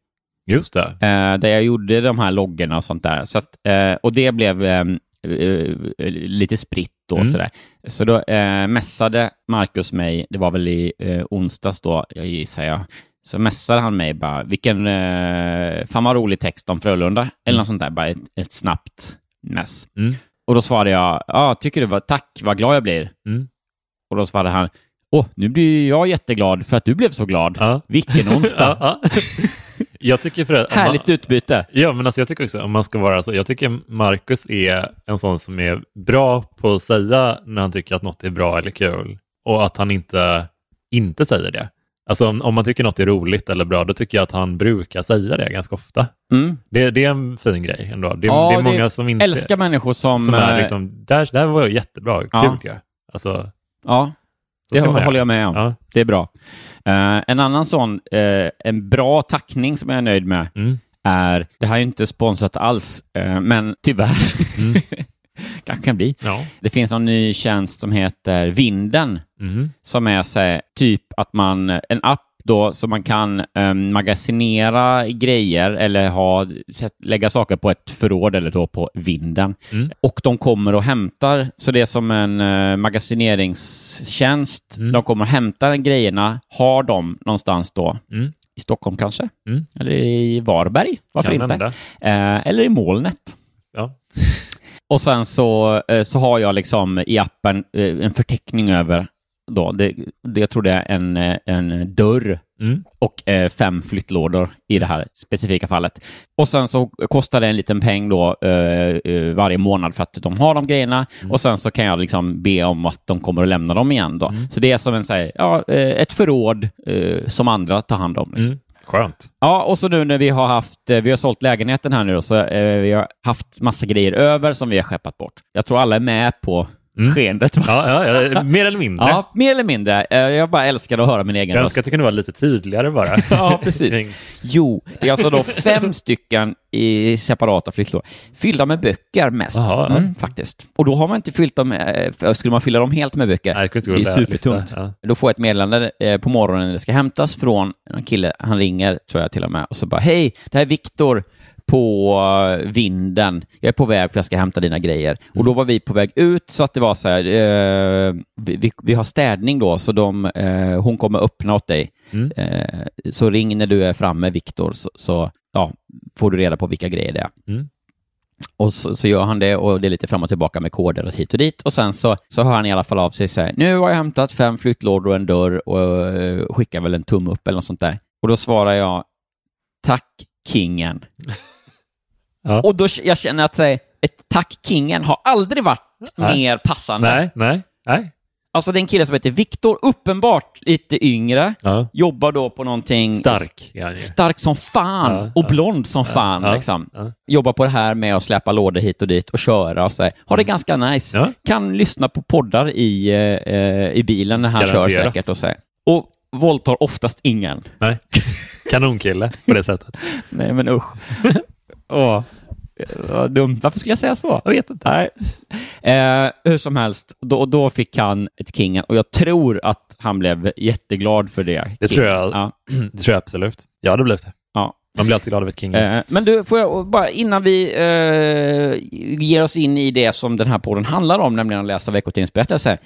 [SPEAKER 4] Just det.
[SPEAKER 5] eh, där jag gjorde de här loggorna och sånt där. Så att, eh, och det blev eh, eh, lite spritt då.
[SPEAKER 4] Mm.
[SPEAKER 5] Sådär. Så då eh, messade Marcus mig, det var väl i eh, onsdags då, jag gissar jag, så messade han mig bara, vilken eh, fan vad rolig text om Frölunda, eller något sånt där, bara ett, ett snabbt mess.
[SPEAKER 4] Mm.
[SPEAKER 5] Och då svarade jag, ja, tycker du, var, tack, vad glad jag blir.
[SPEAKER 4] Mm.
[SPEAKER 5] Och då svarade han, åh, nu blir jag jätteglad för att du blev så glad.
[SPEAKER 4] Ja.
[SPEAKER 5] Vilken
[SPEAKER 4] [laughs]
[SPEAKER 5] onsdag.
[SPEAKER 4] Ja, ja. Jag tycker för att...
[SPEAKER 5] Härligt utbyte.
[SPEAKER 4] Ja, men alltså jag tycker också, om man ska vara så, jag tycker Marcus är en sån som är bra på att säga när han tycker att något är bra eller kul och att han inte, inte säger det. Alltså om, om man tycker något är roligt eller bra, då tycker jag att han brukar säga det ganska ofta.
[SPEAKER 5] Mm.
[SPEAKER 4] Det, det är en fin grej ändå. Det,
[SPEAKER 5] Ja,
[SPEAKER 4] det är
[SPEAKER 5] det-
[SPEAKER 4] många som inte...
[SPEAKER 5] älskar människor som...
[SPEAKER 4] som är
[SPEAKER 5] eh,
[SPEAKER 4] liksom, där, där var jag jättebra, kul
[SPEAKER 5] Ja.
[SPEAKER 4] ja. Alltså,
[SPEAKER 5] ja,
[SPEAKER 4] så
[SPEAKER 5] det
[SPEAKER 4] ska man
[SPEAKER 5] håller
[SPEAKER 4] göra.
[SPEAKER 5] jag med om.
[SPEAKER 4] Ja.
[SPEAKER 5] Det är bra. Eh, en annan sån, eh, en bra tackning som jag är nöjd med
[SPEAKER 4] Mm.
[SPEAKER 5] är, det här är ju inte sponsrat alls, eh, men tyvärr. Kanske [laughs] kan bli.
[SPEAKER 4] Mm. Ja.
[SPEAKER 5] Det finns en ny tjänst som heter Vinden,
[SPEAKER 4] Mm.
[SPEAKER 5] som är så här, typ att man, en app då som man kan eh, magasinera grejer eller ha, sätt- lägga saker på ett förråd eller då på vinden.
[SPEAKER 4] Mm.
[SPEAKER 5] Och de kommer och hämtar, så det är som en eh, magasineringstjänst.
[SPEAKER 4] Mm.
[SPEAKER 5] De kommer och hämtar grejerna, har dem någonstans då.
[SPEAKER 4] Mm.
[SPEAKER 5] I Stockholm kanske?
[SPEAKER 4] Mm.
[SPEAKER 5] Eller i Varberg? Varför
[SPEAKER 4] Kan
[SPEAKER 5] inte?
[SPEAKER 4] hända.
[SPEAKER 5] Eh, eller i molnet.
[SPEAKER 4] Ja.
[SPEAKER 5] Och sen så, eh, så har jag liksom i appen eh, en förteckning över, då, det, det jag tror det är en, eh, en dörr
[SPEAKER 4] Mm.
[SPEAKER 5] och eh, fem flyttlådor i det här specifika fallet. Och sen så kostar det en liten peng då eh, eh, varje månad för att de har de grejerna
[SPEAKER 4] Mm.
[SPEAKER 5] och sen så kan jag liksom be om att de kommer och lämnar dem igen då.
[SPEAKER 4] Mm.
[SPEAKER 5] Så det är som en, så här, ja, eh, ett förråd eh, som andra tar hand om. Liksom.
[SPEAKER 4] Mm. Skönt.
[SPEAKER 5] Ja, och så nu när vi har haft, eh, vi har sålt lägenheten här nu då, så eh, vi har haft massa grejer över som vi har skeppat bort. Jag tror alla är med på skeendet. Va?
[SPEAKER 4] Mm. Ja, ja, ja, mer eller mindre.
[SPEAKER 5] Ja, mer eller mindre. Eh, Jag bara älskar att höra min egen
[SPEAKER 4] Jag
[SPEAKER 5] röst.
[SPEAKER 4] önskar att det kunde vara lite tydligare bara.
[SPEAKER 5] Ja, precis.
[SPEAKER 4] [laughs] Kring-
[SPEAKER 5] Jo, det är alltså då fem stycken i separata flyttlådor, fyllda med böcker mest,
[SPEAKER 4] Jaha, ja.
[SPEAKER 5] mm, faktiskt. Och då har man inte fyllt dem, eh, för skulle man fylla dem helt med böcker,
[SPEAKER 4] Nej, det kunde
[SPEAKER 5] det
[SPEAKER 4] inte gå
[SPEAKER 5] är
[SPEAKER 4] att lyfta,
[SPEAKER 5] supertungt.
[SPEAKER 4] ja.
[SPEAKER 5] Då får jag ett meddelande eh, på morgonen när det ska hämtas från en kille, han ringer tror jag till och med, och så bara hej, det här är Viktor på eh, vinden. Jag är på väg för jag ska hämta dina grejer.
[SPEAKER 4] Mm.
[SPEAKER 5] Och då var vi på väg ut så att det var så här, eh, vi, vi, vi har städning då, så de, eh, hon kommer öppna åt dig.
[SPEAKER 4] Mm.
[SPEAKER 5] Eh, så ring när du är framme, Viktor, så, så ja, får du reda på vilka grejer det är.
[SPEAKER 4] Mm.
[SPEAKER 5] Och så, så gör han det och det är lite fram och tillbaka med koder och hit och dit. Och sen så, så hör han i alla fall av sig så här, nu har jag hämtat fem flyttlådor och en dörr och eh, skickar väl en tumme upp eller något sånt där. Och då svarar jag, tack kingen.
[SPEAKER 4] [laughs] Ja.
[SPEAKER 5] Och då k- jag känner att så här, ett tack kingen har aldrig varit
[SPEAKER 4] Nej.
[SPEAKER 5] mer passande.
[SPEAKER 4] Nej, nej, nej.
[SPEAKER 5] Alltså det är en kille som heter Viktor, uppenbart lite yngre,
[SPEAKER 4] Ja.
[SPEAKER 5] jobbar då på någonting
[SPEAKER 4] Stark Mm. är han ju.
[SPEAKER 5] stark som fan
[SPEAKER 4] Ja,
[SPEAKER 5] och
[SPEAKER 4] ja.
[SPEAKER 5] blond som fan.
[SPEAKER 4] ja,
[SPEAKER 5] liksom.
[SPEAKER 4] ja.
[SPEAKER 5] Jobbar på det här med att släpa lådor hit och dit och köra och så här. Har det ganska nice.
[SPEAKER 4] Mm. Ja.
[SPEAKER 5] Kan lyssna på poddar i, eh, eh, i bilen när han kör
[SPEAKER 4] Garanterat.
[SPEAKER 5] säkert och så här. Och våldtar oftast ingen.
[SPEAKER 4] Nej. Kanonkille på det sättet.
[SPEAKER 5] Nej men usch. [laughs] Åh, vad dumt. Varför skulle jag säga så? Jag vet inte. Nej. Eh, hur som helst, då, då fick han ett kingen och jag tror att han blev jätteglad för det.
[SPEAKER 4] Det tror jag.
[SPEAKER 5] Ja.
[SPEAKER 4] Det tror jag absolut. Ja, det blev det.
[SPEAKER 5] ja.
[SPEAKER 4] Man blir alltid glad över ett king.
[SPEAKER 5] Eh, Men du, får jag bara innan vi
[SPEAKER 4] Mm.
[SPEAKER 5] eh, ger oss in i det som den här podden handlar om, nämligen att läsa veckotidningsberättelser.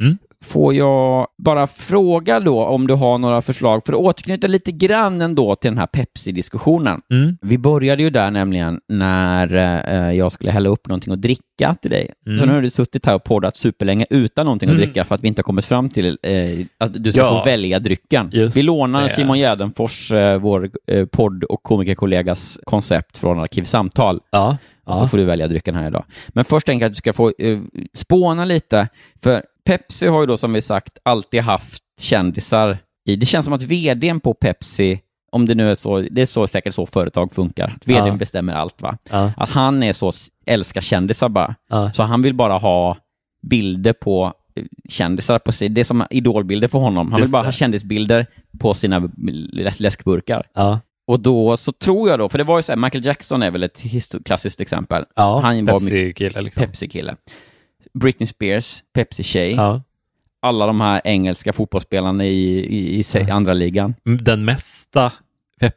[SPEAKER 5] Får jag bara fråga då om du har några förslag för att återknyta lite grann ändå till den här Pepsi-diskussionen.
[SPEAKER 4] Mm.
[SPEAKER 5] Vi började ju där nämligen när eh, jag skulle hälla upp någonting att dricka till dig.
[SPEAKER 4] Mm.
[SPEAKER 5] Så nu har du suttit här och poddat superlänge utan någonting att
[SPEAKER 4] Mm.
[SPEAKER 5] dricka för att vi inte har kommit fram till eh, att du ska
[SPEAKER 4] Ja.
[SPEAKER 5] få välja drycken.
[SPEAKER 4] Just
[SPEAKER 5] vi lånar
[SPEAKER 4] det.
[SPEAKER 5] Simon Gärdenfors, eh, vår eh, podd och komikerkollegas koncept från Arkivsamtal.
[SPEAKER 4] Ja.
[SPEAKER 5] Och så får du välja drycken här idag. Men först tänker jag att du ska få eh, spåna lite, för Pepsi har ju då som vi sagt alltid haft kändisar i. Det känns som att vdn på Pepsi, om det nu är så, det är så säkert så företag funkar, att vdn
[SPEAKER 4] Ja.
[SPEAKER 5] bestämmer allt va?
[SPEAKER 4] Ja.
[SPEAKER 5] Att han är så, älskar kändisar bara.
[SPEAKER 4] Ja.
[SPEAKER 5] Så han vill bara ha bilder på eh, kändisar på sig. Det är som idolbilder för honom. Han
[SPEAKER 4] Just
[SPEAKER 5] vill bara
[SPEAKER 4] det.
[SPEAKER 5] ha kändisbilder på sina läs- läskburkar.
[SPEAKER 4] Ja.
[SPEAKER 5] Och då så tror jag då, för det var ju så här, Michael Jackson är väl ett histo- klassiskt exempel.
[SPEAKER 4] ja.
[SPEAKER 5] han var mycket
[SPEAKER 4] Pepsi-kille liksom.
[SPEAKER 5] Pepsi-kille. Britney Spears, Pepsi-tjej.
[SPEAKER 4] Ja.
[SPEAKER 5] Alla de här engelska fotbollsspelarna i, i, i se- andra ligan.
[SPEAKER 4] Den mesta Pe-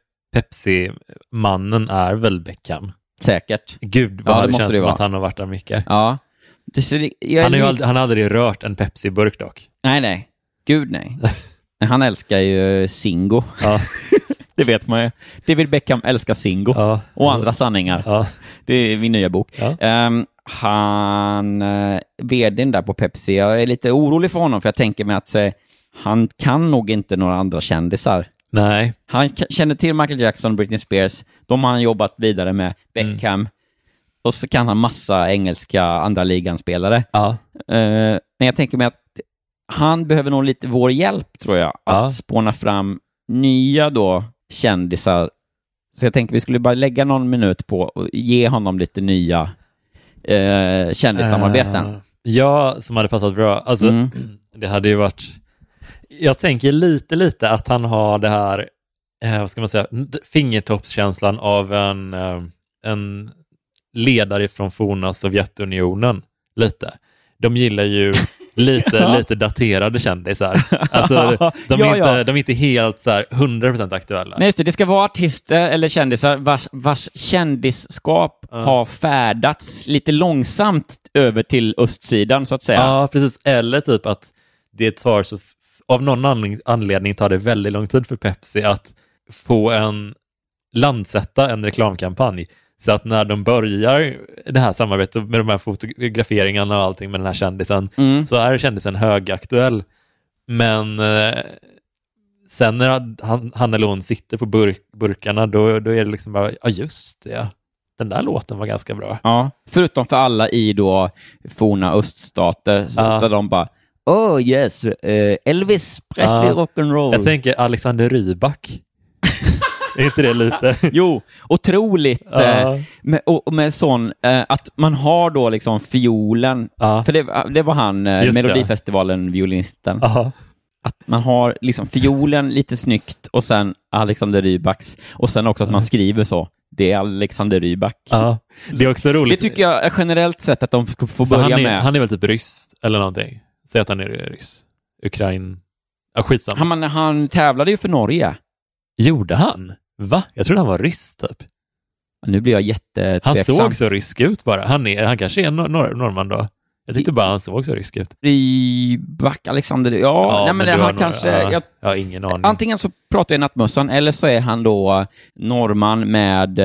[SPEAKER 4] Pepsi-mannen är väl Beckham.
[SPEAKER 5] Säkert.
[SPEAKER 4] Gud,
[SPEAKER 5] Ja,
[SPEAKER 4] vad
[SPEAKER 5] det
[SPEAKER 4] det
[SPEAKER 5] måste
[SPEAKER 4] känns
[SPEAKER 5] det
[SPEAKER 4] som
[SPEAKER 5] vara.
[SPEAKER 4] att han har varit där mycket.
[SPEAKER 5] Ja. Det, så det, jag är
[SPEAKER 4] Han, har ju
[SPEAKER 5] li-
[SPEAKER 4] aldrig, han har aldrig rört en Pepsi-burk dock.
[SPEAKER 5] Nej, nej.
[SPEAKER 4] [laughs]
[SPEAKER 5] Gud nej. Han älskar ju Singo.
[SPEAKER 4] Ja.
[SPEAKER 5] [laughs] Det vet man ju. David Beckham älskar Singo.
[SPEAKER 4] Ja.
[SPEAKER 5] Och andra sanningar.
[SPEAKER 4] Ja.
[SPEAKER 5] Det är min nya bok.
[SPEAKER 4] Ja.
[SPEAKER 5] Ehm, han, uh, vdn där på Pepsi, jag är lite orolig för honom för jag tänker mig att eh, han kan nog inte några andra kändisar.
[SPEAKER 4] Nej.
[SPEAKER 5] Han k- känner till Michael Jackson och Britney Spears. De har han jobbat vidare med, Beckham. Och så kan han massa engelska andra ligan-spelare.
[SPEAKER 4] Ja.
[SPEAKER 5] Eh, men jag tänker mig att han behöver nog lite vår hjälp, tror jag, att
[SPEAKER 4] Ja.
[SPEAKER 5] spåna fram nya då kändisar. Så jag tänker vi skulle bara lägga någon minut på och ge honom lite nya eh, kändissamarbeten.
[SPEAKER 4] Eh, ja, som hade passat bra. Alltså,
[SPEAKER 5] Mm.
[SPEAKER 4] det hade ju varit... Jag tänker lite, lite att han har det här, eh, vad ska man säga, n- fingertoppskänslan av en, eh, en ledare från forna Sovjetunionen. Lite. De gillar
[SPEAKER 5] [laughs]
[SPEAKER 4] ju lite, lite daterade kändisar. Alltså, de, är
[SPEAKER 5] [laughs] Ja,
[SPEAKER 4] inte,
[SPEAKER 5] ja.
[SPEAKER 4] de är inte helt så här 100% aktuella.
[SPEAKER 5] Nej, just det. Det ska vara artister eller kändisar vars, vars kändisskap har färdats lite långsamt över till östsidan, så att säga.
[SPEAKER 4] Ja, precis. Eller typ att det tar så, f- av någon anledning, anledning tar det väldigt lång tid för Pepsi att få en, landsätta en reklamkampanj. Så att när de börjar det här samarbetet med de här fotograferingarna och allting med den här kändisen,
[SPEAKER 5] Mm.
[SPEAKER 4] så är kändisen högaktuell. Men eh, sen när han, han eller hon sitter på burk, burkarna, då, då är det liksom bara, ja just det, den där låten var ganska bra.
[SPEAKER 5] Ja. Förutom för alla i då forna öststater, så
[SPEAKER 4] Ja.
[SPEAKER 5] där de bara Oh yes, eh, Elvis Presley
[SPEAKER 4] Ja.
[SPEAKER 5] rock'n'roll.
[SPEAKER 4] Jag tänker Alexander Rybak. [laughs] är inte det lite...
[SPEAKER 5] Jo, otroligt.
[SPEAKER 4] Ja.
[SPEAKER 5] Eh, med, och, och med sån, eh, att man har då liksom fiolen,
[SPEAKER 4] Ja.
[SPEAKER 5] för det, det var han, eh,
[SPEAKER 4] Just det.
[SPEAKER 5] Melodifestivalen-violinisten.
[SPEAKER 4] Ja.
[SPEAKER 5] Man har liksom fiolen lite snyggt och sen Alexander Rybaks och sen också att man skriver så. Det är Alexander Rybak.
[SPEAKER 4] Ja. Det är också
[SPEAKER 5] Det
[SPEAKER 4] roligt.
[SPEAKER 5] tycker jag är generellt sett att de ska få
[SPEAKER 4] För
[SPEAKER 5] börja
[SPEAKER 4] han, är,
[SPEAKER 5] med.
[SPEAKER 4] han är väl typ ryss eller någonting. Säg att han är ryss. Ukrain... Ja, skitsamma.
[SPEAKER 5] Han, han tävlade ju för Norge.
[SPEAKER 4] Gjorde han? Va? Jag trodde han var ryss typ.
[SPEAKER 5] Nu blir jag jättetveksam.
[SPEAKER 4] Han såg så rysk ut bara. Han, är, han kanske är nor- nor- norrman då. Jag tyckte bara han såg så rysk ut.
[SPEAKER 5] Rybak, Alexander... Ja, nej, men
[SPEAKER 4] du
[SPEAKER 5] han
[SPEAKER 4] har nog-
[SPEAKER 5] kanske...
[SPEAKER 4] Ja,
[SPEAKER 5] Jag,
[SPEAKER 4] jag... har ingen aning.
[SPEAKER 5] antingen så pratar jag i nattmössan eller så är han då norrman med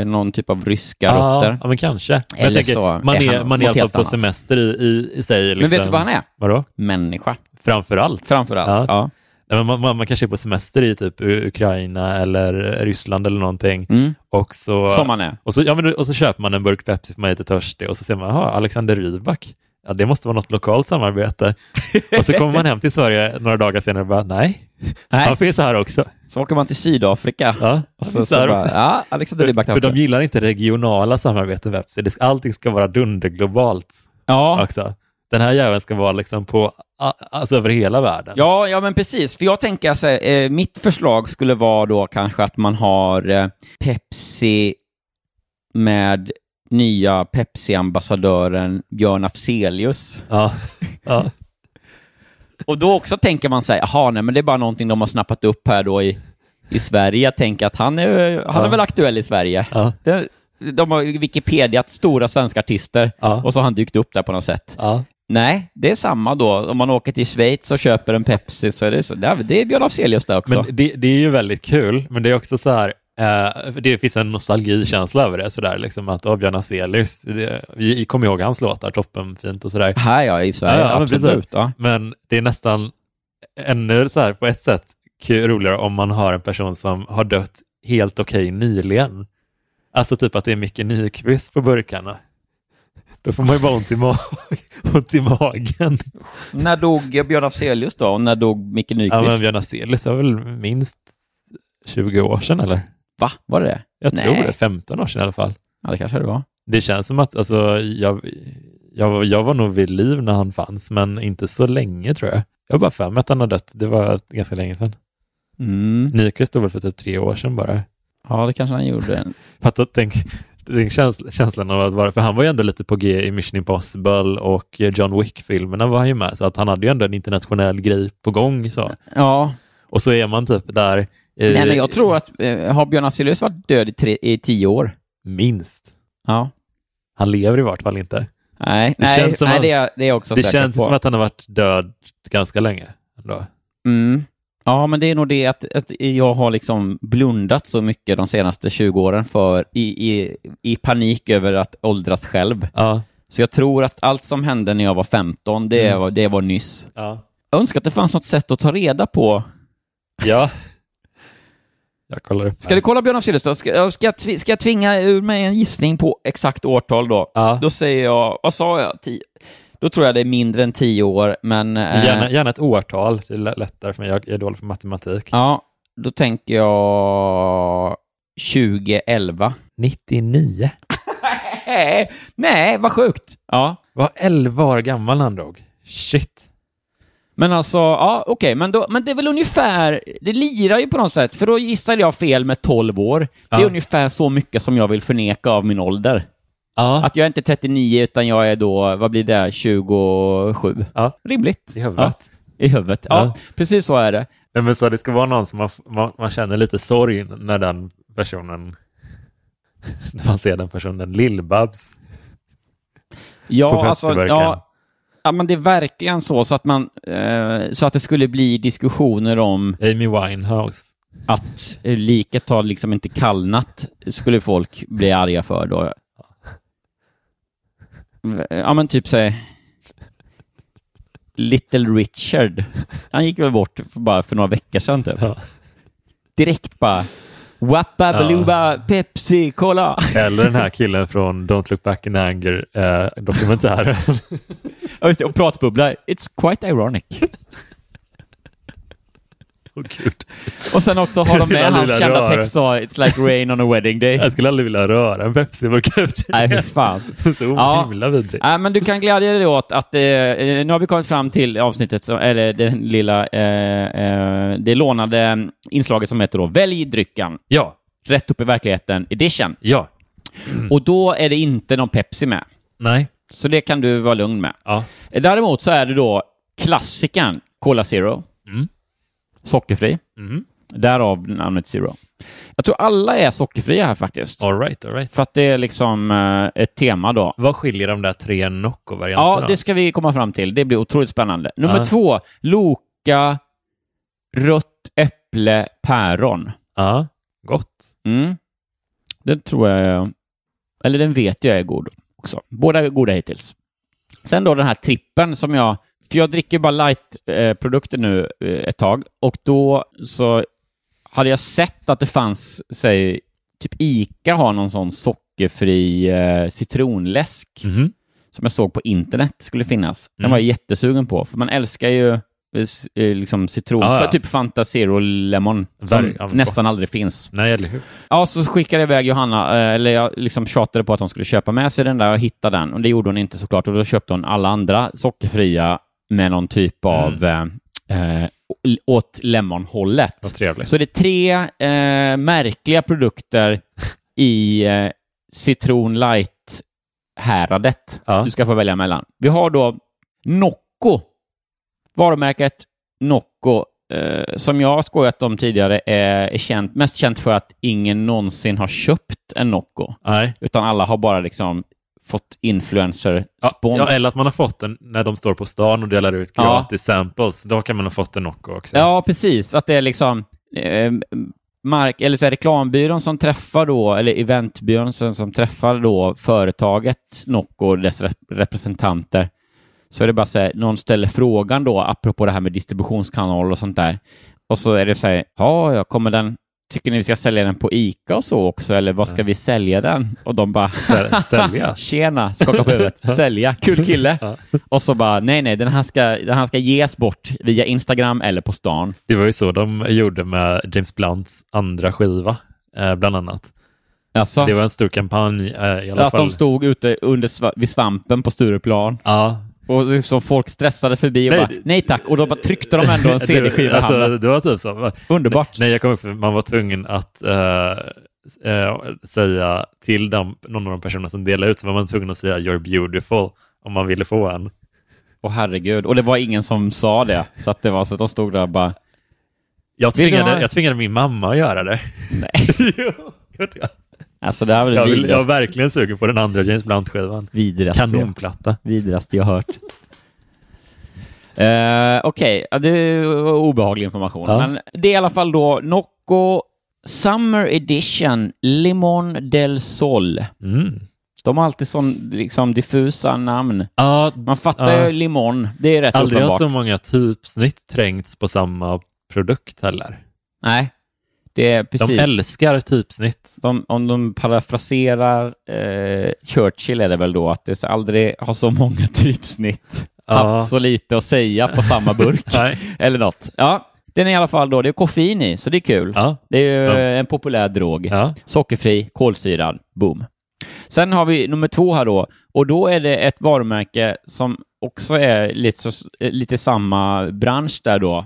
[SPEAKER 5] eh, någon typ av ryska
[SPEAKER 4] ja,
[SPEAKER 5] rötter.
[SPEAKER 4] ja, men kanske. Men jag
[SPEAKER 5] Eller
[SPEAKER 4] tänker,
[SPEAKER 5] så
[SPEAKER 4] man
[SPEAKER 5] är
[SPEAKER 4] är,
[SPEAKER 5] han
[SPEAKER 4] man är i alla
[SPEAKER 5] något
[SPEAKER 4] fall
[SPEAKER 5] helt
[SPEAKER 4] på
[SPEAKER 5] annat.
[SPEAKER 4] semester i, i, i sig. Liksom.
[SPEAKER 5] Men vet du vad han är?
[SPEAKER 4] Vadå?
[SPEAKER 5] Människa,
[SPEAKER 4] Framför allt.
[SPEAKER 5] framför allt. Ja.
[SPEAKER 4] Nej, men man, man, man kanske är på semester i typ U- Ukraina eller Ryssland eller någonting.
[SPEAKER 5] Mm.
[SPEAKER 4] Och så,
[SPEAKER 5] Som han är.
[SPEAKER 4] och, så, ja, men, och så köper man en burk Pepsi för man är lite törstig och så ser man, jaha, Alexander Rybak. Ja, det måste vara något lokalt samarbete. och så kommer man hem till Sverige några dagar senare och bara, nej,
[SPEAKER 5] Nej,
[SPEAKER 4] han finns här också.
[SPEAKER 5] så åker man till Sydafrika.
[SPEAKER 4] Ja,
[SPEAKER 5] Och
[SPEAKER 4] han
[SPEAKER 5] så,
[SPEAKER 4] finns
[SPEAKER 5] så
[SPEAKER 4] här
[SPEAKER 5] bara,
[SPEAKER 4] också.
[SPEAKER 5] ja, Alexander Rybak
[SPEAKER 4] För
[SPEAKER 5] också.
[SPEAKER 4] de gillar inte regionala samarbeten med Pepsi. Det ska, allting ska vara dunderglobalt
[SPEAKER 5] Ja.
[SPEAKER 4] också. Den här jäveln ska vara liksom på, a- alltså över hela världen.
[SPEAKER 5] Ja, ja men precis. För jag tänker så här, eh, mitt förslag skulle vara då kanske att man har eh, Pepsi med nya Pepsi-ambassadören Björn Afzelius.
[SPEAKER 4] Ja. Ja.
[SPEAKER 5] Och då också tänker man sig, jaha, nej men det är bara någonting de har snappat upp här då i, i Sverige. Jag tänker att han är, han är
[SPEAKER 4] Ja.
[SPEAKER 5] väl aktuell i Sverige.
[SPEAKER 4] Ja.
[SPEAKER 5] Det, de har ju Wikipediat stora svenska artister
[SPEAKER 4] Ja.
[SPEAKER 5] och så har han dykt upp där på något sätt.
[SPEAKER 4] Ja.
[SPEAKER 5] Nej, det är samma då. Om man åker till Schweiz och köper en Pepsi så är det så. Det är, det är Björn Afzelius där också.
[SPEAKER 4] Men det, det är ju väldigt kul, men det är också så här, eh, för det finns en nostalgikänsla över det, sådär, liksom att oh, Björn Afzelius, det- vi kommer ihåg hans låtar, toppenfint och sådär.
[SPEAKER 5] Här ja, i Sverige.
[SPEAKER 4] Ja, ja, men
[SPEAKER 5] absolut.
[SPEAKER 4] precis.
[SPEAKER 5] Ja.
[SPEAKER 4] Men det är nästan ännu så här, på ett sätt kul, roligare om man har en person som har dött helt okej nyligen. Alltså typ att det är mycket Nyqvist på burkarna. Då får man ju bara ont i, ma- [laughs] ont i magen.
[SPEAKER 5] När dog Björn Afzelius då? Och när dog Micke Nyqvist?
[SPEAKER 4] Ja, men Björn Afzelius var väl minst 20 år sedan eller?
[SPEAKER 5] Va? Var det det?
[SPEAKER 4] Jag
[SPEAKER 5] Nej.
[SPEAKER 4] tror det, 15 år sedan i alla fall.
[SPEAKER 5] Ja, det kanske det var.
[SPEAKER 4] Det känns som att alltså, jag, jag, var- jag var nog vid liv när han fanns, men inte så länge tror jag. Jag har bara för mig att han har dött. Det var ganska länge sedan.
[SPEAKER 5] Mm.
[SPEAKER 4] Nyqvist dog väl för typ tre år sedan bara.
[SPEAKER 5] Ja, det kanske han gjorde.
[SPEAKER 4] Fattat, tänk, tänk käns- känslan av att vara, för han var ju ändå lite på G i Mission Impossible och John Wick-filmerna var han ju med, så att han hade ju ändå en internationell grej på gång. Så.
[SPEAKER 5] ja.
[SPEAKER 4] Och så är man typ där i,
[SPEAKER 5] Nej, men jag tror att... Eh, har Björn Afzelius varit död i, tre, i tio år?
[SPEAKER 4] minst.
[SPEAKER 5] Ja.
[SPEAKER 4] Han lever i vart fall inte.
[SPEAKER 5] Nej,
[SPEAKER 4] Det
[SPEAKER 5] nej,
[SPEAKER 4] känns som
[SPEAKER 5] nej
[SPEAKER 4] att-
[SPEAKER 5] det, är, jag- det är jag också
[SPEAKER 4] Det
[SPEAKER 5] säker
[SPEAKER 4] känns
[SPEAKER 5] på.
[SPEAKER 4] som att han har varit död ganska länge. Ändå.
[SPEAKER 5] Mm. Ja, men det är nog det att, att jag har liksom blundat så mycket de senaste 20 åren för i, i, i panik över att åldras själv.
[SPEAKER 4] Ja,
[SPEAKER 5] Så jag tror att allt som hände när jag var 15, det,
[SPEAKER 4] Mm.
[SPEAKER 5] var, det var nyss.
[SPEAKER 4] ja.
[SPEAKER 5] Jag önskar att det fanns något sätt att ta reda på.
[SPEAKER 4] Ja. [laughs] Jag kollar upp.
[SPEAKER 5] Ska du kolla Björn af Sillestad? Ska, jag- ska, jag tvi- ska jag tvinga ur mig en gissning på exakt årtal då?
[SPEAKER 4] Ja.
[SPEAKER 5] Då säger jag, vad sa jag? Tio. Då tror jag det är mindre än 10 år, men... eh,
[SPEAKER 4] Gärna, gärna ett årtal. Det är lä- lättare för mig. Jag är dålig på matematik.
[SPEAKER 5] Ja, då tänker jag 2011.
[SPEAKER 4] 99.
[SPEAKER 5] Nej, nej, vad sjukt. Ja.
[SPEAKER 4] Var 11 år gammal när han dog. Shit.
[SPEAKER 5] Men alltså, ja, okej, men, då- men det är väl ungefär, det lirar ju på något sätt, för då gissade jag fel med 12 år. Det är
[SPEAKER 4] Ja.
[SPEAKER 5] ungefär så mycket som jag vill förneka av min ålder.
[SPEAKER 4] Ja.
[SPEAKER 5] Att jag är inte 39, utan jag är då, vad blir det, 27?
[SPEAKER 4] Ja.
[SPEAKER 5] Rimligt.
[SPEAKER 4] I huvudet.
[SPEAKER 5] I huvudet, ja.
[SPEAKER 4] Ja.
[SPEAKER 5] Precis så är det.
[SPEAKER 4] Nej, men så det ska vara någon som man, f- man, man känner lite sorg när den personen [laughs] när man ser den personen, Lill-Babs. På
[SPEAKER 5] Ja, alltså,
[SPEAKER 4] Pepsi-burken.
[SPEAKER 5] ja, ja, men det är verkligen så, så att, man, eh, så att det skulle bli diskussioner om
[SPEAKER 4] Amy Winehouse.
[SPEAKER 5] att eh, liket har liksom inte kallnat, skulle folk bli arga för då. Ja, men typ säg Little Richard. Han gick väl bort för bara för några veckor sedan typ.
[SPEAKER 4] Ja.
[SPEAKER 5] Direkt bara Wappa Baluba Pepsi Cola.
[SPEAKER 4] Eller den här killen från Don't look back in eh, anger-dokumentären.
[SPEAKER 5] Ja, just det, Och pratbubbla. It's quite ironic.
[SPEAKER 4] [laughs] Åh gud.
[SPEAKER 5] Och sen också har
[SPEAKER 4] [laughs]
[SPEAKER 5] de
[SPEAKER 4] Lilla,
[SPEAKER 5] med hans
[SPEAKER 4] lilla
[SPEAKER 5] kända
[SPEAKER 4] rör.
[SPEAKER 5] text så It's like rain on a
[SPEAKER 4] [laughs]
[SPEAKER 5] wedding day.
[SPEAKER 4] Jag skulle aldrig vilja röra en Pepsi-burk efter
[SPEAKER 5] Nej, fy
[SPEAKER 4] det.
[SPEAKER 5] fan.
[SPEAKER 4] Så
[SPEAKER 5] Ja.
[SPEAKER 4] himla vidrigt.
[SPEAKER 5] Nej, men du kan glädja dig åt att eh, eh, nu har vi kommit fram till avsnittet, som, eller den lilla, eh, eh, det lånade inslaget som heter då Välj drycken,
[SPEAKER 4] Ja,
[SPEAKER 5] rätt upp i verkligheten edition.
[SPEAKER 4] ja. Mm.
[SPEAKER 5] Och då är det inte någon Pepsi med,
[SPEAKER 4] Nej.
[SPEAKER 5] så det kan du vara lugn med.
[SPEAKER 4] Ja.
[SPEAKER 5] Eh, Däremot så är det då klassikern Cola Zero,
[SPEAKER 4] Mm.
[SPEAKER 5] sockerfri,
[SPEAKER 4] Mm.
[SPEAKER 5] därav namnet Zero. Jag tror alla är sockerfria här faktiskt,
[SPEAKER 4] All right, all right.
[SPEAKER 5] för att det är liksom eh, ett tema då.
[SPEAKER 4] Vad skiljer de där tre Nocco-varianterna?
[SPEAKER 5] Ja, det ska vi komma fram till. Det blir otroligt spännande. Nummer
[SPEAKER 4] Ja.
[SPEAKER 5] två, Loka, rött äpple, päron.
[SPEAKER 4] Ja, gott.
[SPEAKER 5] Mm. Den tror jag, eller den vet jag är god också. Båda är goda hittills. Sen då den här trippen som jag, för jag dricker bara light-produkter nu eh, ett tag och då så hade jag sett att det fanns, säg, typ Ica har någon sån sockerfri eh, citronläsk
[SPEAKER 4] Mhm.
[SPEAKER 5] som jag såg på internet skulle finnas. Den
[SPEAKER 4] Mm.
[SPEAKER 5] var jag jättesugen på, för man älskar ju eh, s- eh, liksom citron,
[SPEAKER 4] Ah, Ja, ja.
[SPEAKER 5] För typ Fanta Zero Lemon, som
[SPEAKER 4] Verkligen, ja, men
[SPEAKER 5] nästan
[SPEAKER 4] gott.
[SPEAKER 5] aldrig finns.
[SPEAKER 4] Nej, eller hur?
[SPEAKER 5] Ja, så skickade jag iväg Johanna, eh, eller jag liksom tjatade på att hon skulle köpa med sig den där och hitta den. Och det gjorde hon inte såklart. Och då köpte hon alla andra sockerfria med någon typ av
[SPEAKER 4] Mm.
[SPEAKER 5] eh, eh, åt
[SPEAKER 4] Vad
[SPEAKER 5] lemonhållet.
[SPEAKER 4] trevligt.
[SPEAKER 5] Så det är tre eh, märkliga produkter i eh, citron light-häradet
[SPEAKER 4] Ja.
[SPEAKER 5] du ska få välja mellan. Vi har då Nocco, varumärket Nocco, eh, som jag har skojat om tidigare, är, är känt, mest känt för att ingen någonsin har köpt en Nocco,
[SPEAKER 4] Nej.
[SPEAKER 5] utan alla har bara liksom fått influencer-spons.
[SPEAKER 4] Ja, ja, eller att man har fått den när de står på stan och delar ut
[SPEAKER 5] Ja.
[SPEAKER 4] gratis samples. Då kan man ha fått en Nocco också.
[SPEAKER 5] Ja, precis. Att det är liksom eh, mark, eller så här, reklambyrån som träffar då, eller eventbyrån som, som träffar då företaget Nocco och dess rep- representanter. Så är det bara så här, någon ställer frågan då, apropå det här med distributionskanal och sånt där. Och så är det så här, ja, ja, kommer den Tycker ni vi ska sälja den på Ica och så också, eller vad ska vi sälja den? Och de bara,
[SPEAKER 4] Sä- sälja.
[SPEAKER 5] [laughs] tjena, skaka på huvudet, sälja, kul kille.
[SPEAKER 4] Ja.
[SPEAKER 5] Och så bara, nej, nej, den här ska, den här ska ges bort via Instagram eller på stan.
[SPEAKER 4] Det var ju så de gjorde med James Blunts andra skiva, eh, bland annat.
[SPEAKER 5] Alltså,
[SPEAKER 4] Det var en stor kampanj eh, i alla
[SPEAKER 5] att
[SPEAKER 4] fall.
[SPEAKER 5] de stod ute under sva- vid svampen på Stureplan
[SPEAKER 4] Ja.
[SPEAKER 5] och liksom folk stressade förbi och
[SPEAKER 4] Nej,
[SPEAKER 5] bara
[SPEAKER 4] det-
[SPEAKER 5] nej tack och då bara tryckte de ändå
[SPEAKER 4] [laughs]
[SPEAKER 5] en
[SPEAKER 4] Det-
[SPEAKER 5] CD-skiva i handen.
[SPEAKER 4] alltså, Det var typ så.
[SPEAKER 5] Underbart.
[SPEAKER 4] Nej, jag kommer ihåg, för man var tvungen att eh, s- eh, säga till dem, någon av de personerna som delade ut, så var man tvungen att säga “You're beautiful” om man ville få en.
[SPEAKER 5] Åh herregud. Och det var ingen som sa det. Så att det var så att de stod där och bara
[SPEAKER 4] Jag
[SPEAKER 5] Vill du
[SPEAKER 4] tvingade,
[SPEAKER 5] ha-
[SPEAKER 4] jag tvingade min mamma att göra det. Nej. [laughs] jo, gjorde jag.
[SPEAKER 5] alltså det här var det
[SPEAKER 4] Jag, vill, jag är
[SPEAKER 5] vidrigaste,
[SPEAKER 4] verkligen sugen på den andra James Blunt-skivan.
[SPEAKER 5] vidrigaste, jag,
[SPEAKER 4] Kanonplatta.
[SPEAKER 5] vidrigaste jag hört. Eh, Okej, ja, det var obehaglig information.
[SPEAKER 4] Ja.
[SPEAKER 5] Men det är i alla fall då Nocco Summer Edition Limon del Sol.
[SPEAKER 4] Mm.
[SPEAKER 5] De har alltid sån liksom diffusa namn.
[SPEAKER 4] Ja,
[SPEAKER 5] Man fattar
[SPEAKER 4] Ja.
[SPEAKER 5] ju limon. Det är rätt
[SPEAKER 4] aldrig har
[SPEAKER 5] uppenbart.
[SPEAKER 4] så många typsnitt trängts på samma produkt heller.
[SPEAKER 5] Nej, det är precis.
[SPEAKER 4] De älskar typsnitt.
[SPEAKER 5] De- om de parafraserar eh, Churchill är det väl då att det så- aldrig har så många [laughs] typsnitt
[SPEAKER 4] Ja.
[SPEAKER 5] haft så lite att säga på samma burk.
[SPEAKER 4] [laughs] Nej.
[SPEAKER 5] Eller något. Ja, den är i alla fall då, det är koffein i, så det är kul.
[SPEAKER 4] Ja.
[SPEAKER 5] Det är ju
[SPEAKER 4] Nice.
[SPEAKER 5] eh, en populär drog.
[SPEAKER 4] Ja.
[SPEAKER 5] Sockerfri, kolsyrad, boom. Sen har vi nummer två här då, och då är det ett varumärke som också är lite, så- lite samma bransch där då.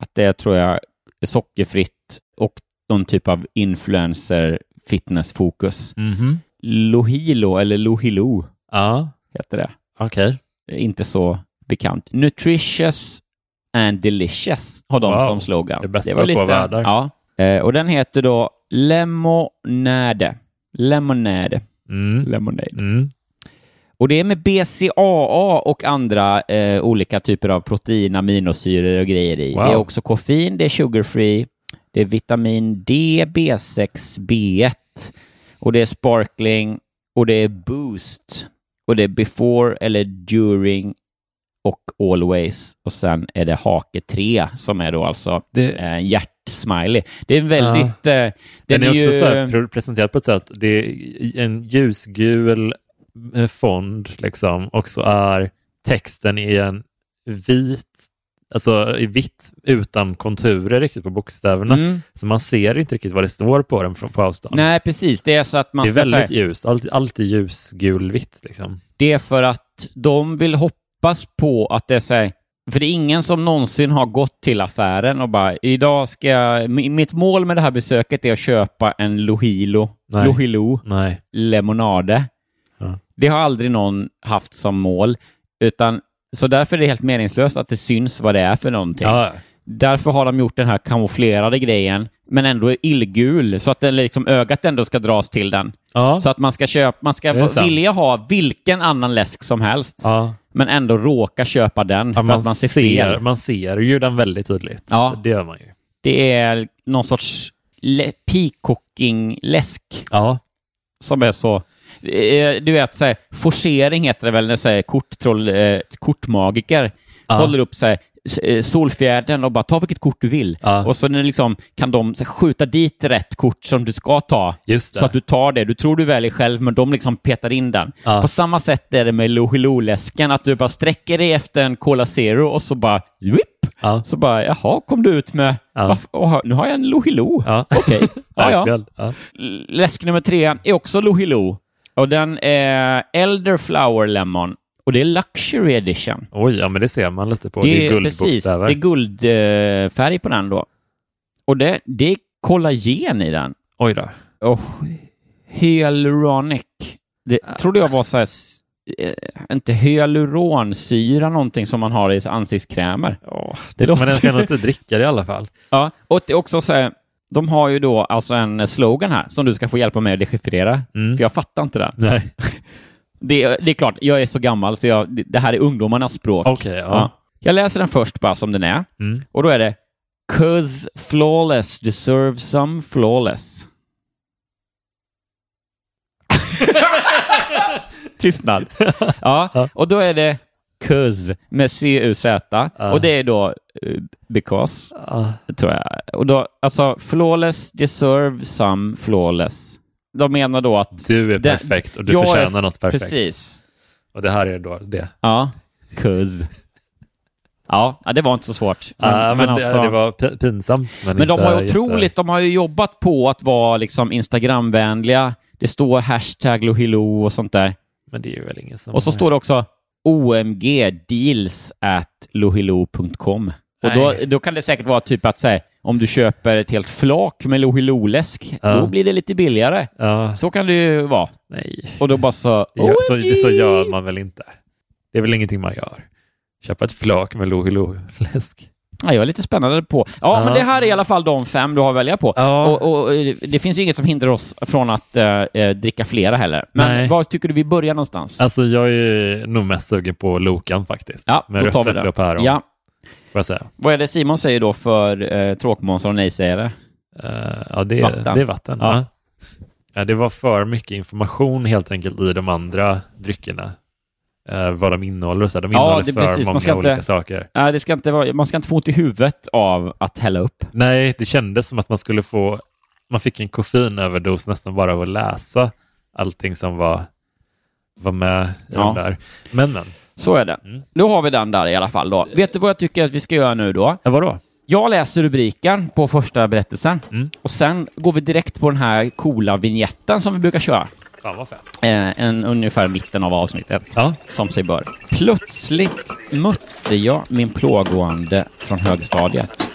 [SPEAKER 5] Att det är, tror jag är sockerfritt och någon typ av influencer fitnessfokus.
[SPEAKER 4] Mhm.
[SPEAKER 5] Lohilo, eller Lohilo
[SPEAKER 4] Ja,
[SPEAKER 5] heter det.
[SPEAKER 4] okej.
[SPEAKER 5] Det är Eh, Inte så bekant. Nutritious and delicious har de
[SPEAKER 4] Wow.
[SPEAKER 5] som slogan.
[SPEAKER 4] Det bästa av två världar.
[SPEAKER 5] Ja. Eh, och den heter då Lemonade. Lemonade.
[SPEAKER 4] Mm.
[SPEAKER 5] Lemonade.
[SPEAKER 4] Mm.
[SPEAKER 5] Och det är med BCAA och andra eh, olika typer av protein, aminosyror och grejer i.
[SPEAKER 4] Wow.
[SPEAKER 5] Det är också koffein, det är sugarfree, det är vitamin D, B6, B1 och det är sparkling och det är boost och det är before eller during och always och sen är det hake 3 som är då alltså
[SPEAKER 4] Det-
[SPEAKER 5] eh, hjärtsmiley. Det är en väldigt... Eh,
[SPEAKER 4] Den, är, också
[SPEAKER 5] ju-
[SPEAKER 4] så här pre- presenterad på ett sätt. Det är en ljusgul eh, fond liksom. Och så är texten i en vit, alltså i vitt utan konturer riktigt på bokstäverna.
[SPEAKER 5] Mm.
[SPEAKER 4] Så man ser inte riktigt vad det står på den från på avstånd.
[SPEAKER 5] Nej, precis. Det är så att man
[SPEAKER 4] det är
[SPEAKER 5] ska så här-
[SPEAKER 4] väldigt ljust. Allt, allt är ljusgulvitt liksom.
[SPEAKER 5] Det är för att de vill hoppas på att det är så här, för det är ingen som någonsin har gått till affären och bara idag ska jag, mi- mitt mål med det här besöket är att köpa en Lohilo,
[SPEAKER 4] Nej.
[SPEAKER 5] Lohilo
[SPEAKER 4] Nej.
[SPEAKER 5] lemonade.
[SPEAKER 4] Ja.
[SPEAKER 5] Det har aldrig någon haft som mål, utan så därför är det helt meningslöst att det syns vad det är för någonting.
[SPEAKER 4] Ja,
[SPEAKER 5] Därför har de gjort den här kamouflerade grejen, men ändå är illgul, så att den liksom ögat ändå ska dras till den.
[SPEAKER 4] ja.
[SPEAKER 5] Så att man ska, köpa, man ska
[SPEAKER 4] Det är sant.
[SPEAKER 5] vilja ha vilken annan läsk som helst,
[SPEAKER 4] ja.
[SPEAKER 5] men ändå råka köpa den
[SPEAKER 4] ja
[SPEAKER 5] för att man ser, fel.
[SPEAKER 4] man ser ju den väldigt tydligt.
[SPEAKER 5] Ja.
[SPEAKER 4] Det gör man ju.
[SPEAKER 5] Det är någon sorts le- peacocking-läsk
[SPEAKER 4] Ja.
[SPEAKER 5] som är så... eh, Du vet, så här, forcering heter det väl när så här, korttroll, eh, kortmagiker håller upp så här, s- eh, solfjädern och bara ta vilket kort du vill.
[SPEAKER 4] Ja.
[SPEAKER 5] Och så när liksom, kan de så här, skjuta dit rätt kort som du ska ta.
[SPEAKER 4] Just det.
[SPEAKER 5] Så att du tar det. Du tror du väljer själv, men de liksom petar in den.
[SPEAKER 4] Ja.
[SPEAKER 5] På samma sätt är det med Lohiloo-läsken, att du bara sträcker dig efter en Cola Zero och så bara whip,
[SPEAKER 4] Ja.
[SPEAKER 5] så bara jaha, kom du ut med,
[SPEAKER 4] Ja.
[SPEAKER 5] varför- åh, nu har jag en Lohiloo.
[SPEAKER 4] Ja. [laughs]
[SPEAKER 5] Okej. Ja, ja.
[SPEAKER 4] Verkligen. Ja.
[SPEAKER 5] Läsk nummer tre är också Lohiloo. Och den är Elderflower Lemon. Och det är Luxury Edition.
[SPEAKER 4] Oj, ja men det ser man lite på. Det, är
[SPEAKER 5] precis, det
[SPEAKER 4] guldbokstäver.
[SPEAKER 5] är guldfärg på den då. Och det, det är kollagen i den.
[SPEAKER 4] Oj då.
[SPEAKER 5] Och hyaluronic. Det
[SPEAKER 4] Ah.
[SPEAKER 5] trodde jag var så här, s- eh, inte hyaluronsyra någonting som man har i ansiktskrämer.
[SPEAKER 4] det ska
[SPEAKER 5] låter-
[SPEAKER 4] man ändå inte dricka det i alla fall.
[SPEAKER 5] Ja, och det är också så här, de har ju då alltså en slogan här som du ska få hjälpa mig att dechiffrera,
[SPEAKER 4] Mm.
[SPEAKER 5] för jag fattar inte den.
[SPEAKER 4] Nej.
[SPEAKER 5] [laughs] Det, det är klart, jag är så gammal så jag, det- det här är ungdomarnas språk.
[SPEAKER 4] Okej, ja.
[SPEAKER 5] Jag läser den först bara som den är.
[SPEAKER 4] Mm.
[SPEAKER 5] Och då är det Cause flawless deserves
[SPEAKER 4] [laughs]
[SPEAKER 5] some flawless.
[SPEAKER 4] [laughs]
[SPEAKER 5] Tystnad. Ja, och då är det Cause med C-U-Z. Och det är då eh, because, tror jag. Och då, alltså, flawless deserve some flawless. De menar då att...
[SPEAKER 4] Du är
[SPEAKER 5] den-
[SPEAKER 4] perfekt och du
[SPEAKER 5] jag är-
[SPEAKER 4] förtjänar något perfekt.
[SPEAKER 5] Precis.
[SPEAKER 4] Och det här är då det.
[SPEAKER 5] Ja, cause. Ja, ja, det var inte så svårt.
[SPEAKER 4] Men, men, det,
[SPEAKER 5] alltså-
[SPEAKER 4] det var pi- pinsamt. Men,
[SPEAKER 5] Men de
[SPEAKER 4] inte
[SPEAKER 5] har ju otroligt,
[SPEAKER 4] Jätte...
[SPEAKER 5] de har ju jobbat på att vara liksom Instagramvänliga. Det står hashtag Lohilo och sånt där.
[SPEAKER 4] Men det är ju väl ingen som...
[SPEAKER 5] Och så står det också OMG deals at lohilo.com. Och då,
[SPEAKER 4] Nej.
[SPEAKER 5] då kan det säkert vara typ att säga om du köper ett helt flak med Lohilo-läsk,
[SPEAKER 4] Ja.
[SPEAKER 5] då blir det lite billigare.
[SPEAKER 4] Ja,
[SPEAKER 5] Så kan det ju vara.
[SPEAKER 4] nej.
[SPEAKER 5] Och då bara så...
[SPEAKER 4] Det gör, så,
[SPEAKER 5] OMG!
[SPEAKER 4] det, så gör man väl inte? Det är väl ingenting man gör? Köpa ett flak med Lohiloh-läsk.
[SPEAKER 5] Ja, jag är lite spännande på. Ja,
[SPEAKER 4] Ja.
[SPEAKER 5] men det här är i alla fall de fem du har att välja på.
[SPEAKER 4] Ja.
[SPEAKER 5] Och, och, eh, det finns ju inget som hindrar oss från att eh, eh, dricka flera heller. Men
[SPEAKER 4] Nej.
[SPEAKER 5] var tycker du vi börjar någonstans?
[SPEAKER 4] Alltså jag är nog mest sugen på Lokan faktiskt.
[SPEAKER 5] Ja,
[SPEAKER 4] med
[SPEAKER 5] då tar vi
[SPEAKER 4] rött äpple
[SPEAKER 5] det.
[SPEAKER 4] och päron.
[SPEAKER 5] Ja.
[SPEAKER 4] Får jag säga.
[SPEAKER 5] Vad är det Simon säger då för eh, tråkmånsar och nej-sägare?
[SPEAKER 4] Eh, ja, det är
[SPEAKER 5] Vatten.
[SPEAKER 4] vatten. Det, är vatten
[SPEAKER 5] Ja.
[SPEAKER 4] ja. Ja, det var för mycket information helt enkelt i de andra dryckerna. Eh, vad de innehåller och så. här. De
[SPEAKER 5] Ja,
[SPEAKER 4] innehåller
[SPEAKER 5] det-
[SPEAKER 4] för
[SPEAKER 5] precis. Man
[SPEAKER 4] många
[SPEAKER 5] ska inte-
[SPEAKER 4] olika saker.
[SPEAKER 5] Nej, det ska inte vara, man ska inte få ont i huvudet av att hälla upp.
[SPEAKER 4] Nej, det kändes som att man skulle få... Man fick en koffeinöverdos nästan bara av att läsa allting som var, var med i
[SPEAKER 5] Ja.
[SPEAKER 4] de där. Men, men.
[SPEAKER 5] Så är det.
[SPEAKER 4] Mm.
[SPEAKER 5] Nu har vi den där i alla fall då. Vet du vad jag tycker att vi ska göra nu då?
[SPEAKER 4] Ja, vadå?
[SPEAKER 5] Jag läser rubriken på första berättelsen
[SPEAKER 4] Mm.
[SPEAKER 5] och sen går vi direkt på den här coola vignetten som vi brukar köra.
[SPEAKER 4] Fan vad fett.
[SPEAKER 5] Eh, en, ungefär mitten av avsnittet.
[SPEAKER 4] Ja.
[SPEAKER 5] Som sig bör. Plötsligt mötte jag min plågoande från högstadiet.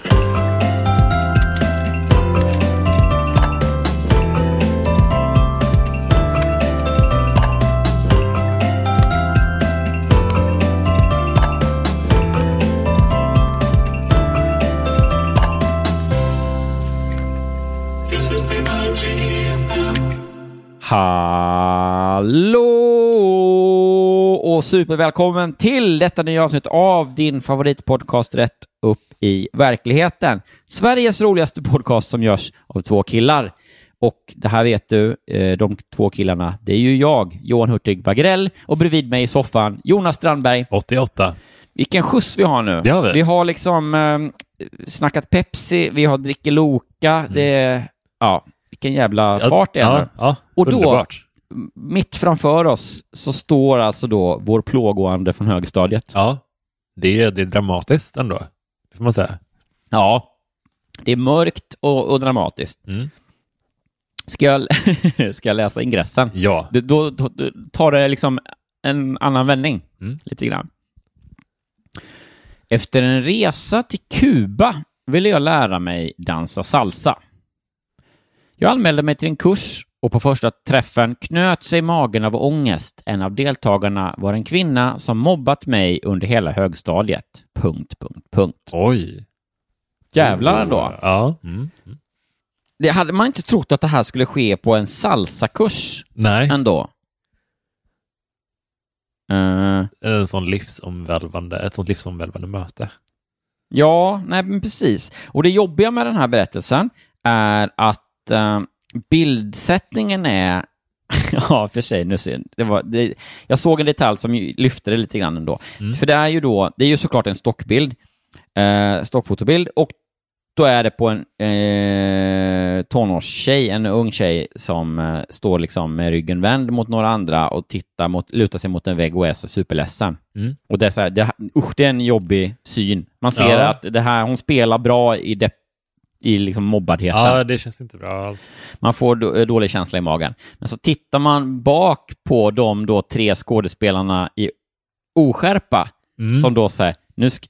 [SPEAKER 5] Hallå och supervälkommen till detta nya avsnitt av din favoritpodcast Rätt upp i verkligheten. Sveriges roligaste podcast som görs av två killar. Och det här vet du, eh, de två killarna, det är ju jag, Johan Hurtig Bagrell och bredvid mig i soffan, Jonas Strandberg.
[SPEAKER 4] 88.
[SPEAKER 5] Vilken skjuts vi har nu.
[SPEAKER 4] Det har vi.
[SPEAKER 5] har liksom eh, snackat Pepsi, vi har dricker Loka, det är, ja, vilken jävla fart det är nu.
[SPEAKER 4] Mm. ja, ja,
[SPEAKER 5] Och då-
[SPEAKER 4] underbart.
[SPEAKER 5] Mitt framför oss så står alltså då vår plågoande från högstadiet.
[SPEAKER 4] Ja, det är, det är dramatiskt ändå. Det får man säga.
[SPEAKER 5] Ja. Det är mörkt och, och dramatiskt.
[SPEAKER 4] Mm.
[SPEAKER 5] Ska jag, [laughs] ska jag läsa ingressen?
[SPEAKER 4] Ja.
[SPEAKER 5] Det, då, då då tar det liksom en annan vändning,
[SPEAKER 4] Mm.
[SPEAKER 5] lite grann. Efter en resa till Kuba ville jag lära mig dansa salsa. Jag anmälde mig till en kurs och på första träffen knöt sig magen av ångest. En av deltagarna var en kvinna som mobbat mig under hela högstadiet. Punkt, punkt, punkt.
[SPEAKER 4] Oj.
[SPEAKER 5] Jävlar ändå.
[SPEAKER 4] Ja. Mm.
[SPEAKER 5] Det hade man inte trott att det här skulle ske på en salsakurs
[SPEAKER 4] Nej,
[SPEAKER 5] ändå. Eh,
[SPEAKER 4] en sån livsomvälvande, ett sånt livsomvälvande möte.
[SPEAKER 5] Ja, nej men precis. Och det jobbiga med den här berättelsen är att eh, bildsättningen är... [laughs] ja, för sig, nu ser det var, det, Jag såg en detalj som ju lyfte det lite grann ändå.
[SPEAKER 4] Mm.
[SPEAKER 5] För det är ju då, det är ju såklart en stockbild, eh, stockfotobild, och då är det på en eh, tonårstjej, en ung tjej som eh, står liksom med ryggen vänd mot några andra och tittar mot, lutar sig mot en vägg och är så superledsen.
[SPEAKER 4] Mm.
[SPEAKER 5] Och det är så här, det, usch, det är en jobbig syn. Man ser
[SPEAKER 4] Ja.
[SPEAKER 5] att det här, hon spelar bra i, depp, i liksom mobbadheten.
[SPEAKER 4] Ja, det känns inte bra alls.
[SPEAKER 5] Man får då, eh, dålig känsla i magen. Men så tittar man bak på de då tre skådespelarna i oskärpa
[SPEAKER 4] Mm.
[SPEAKER 5] som då säger, nu, sk-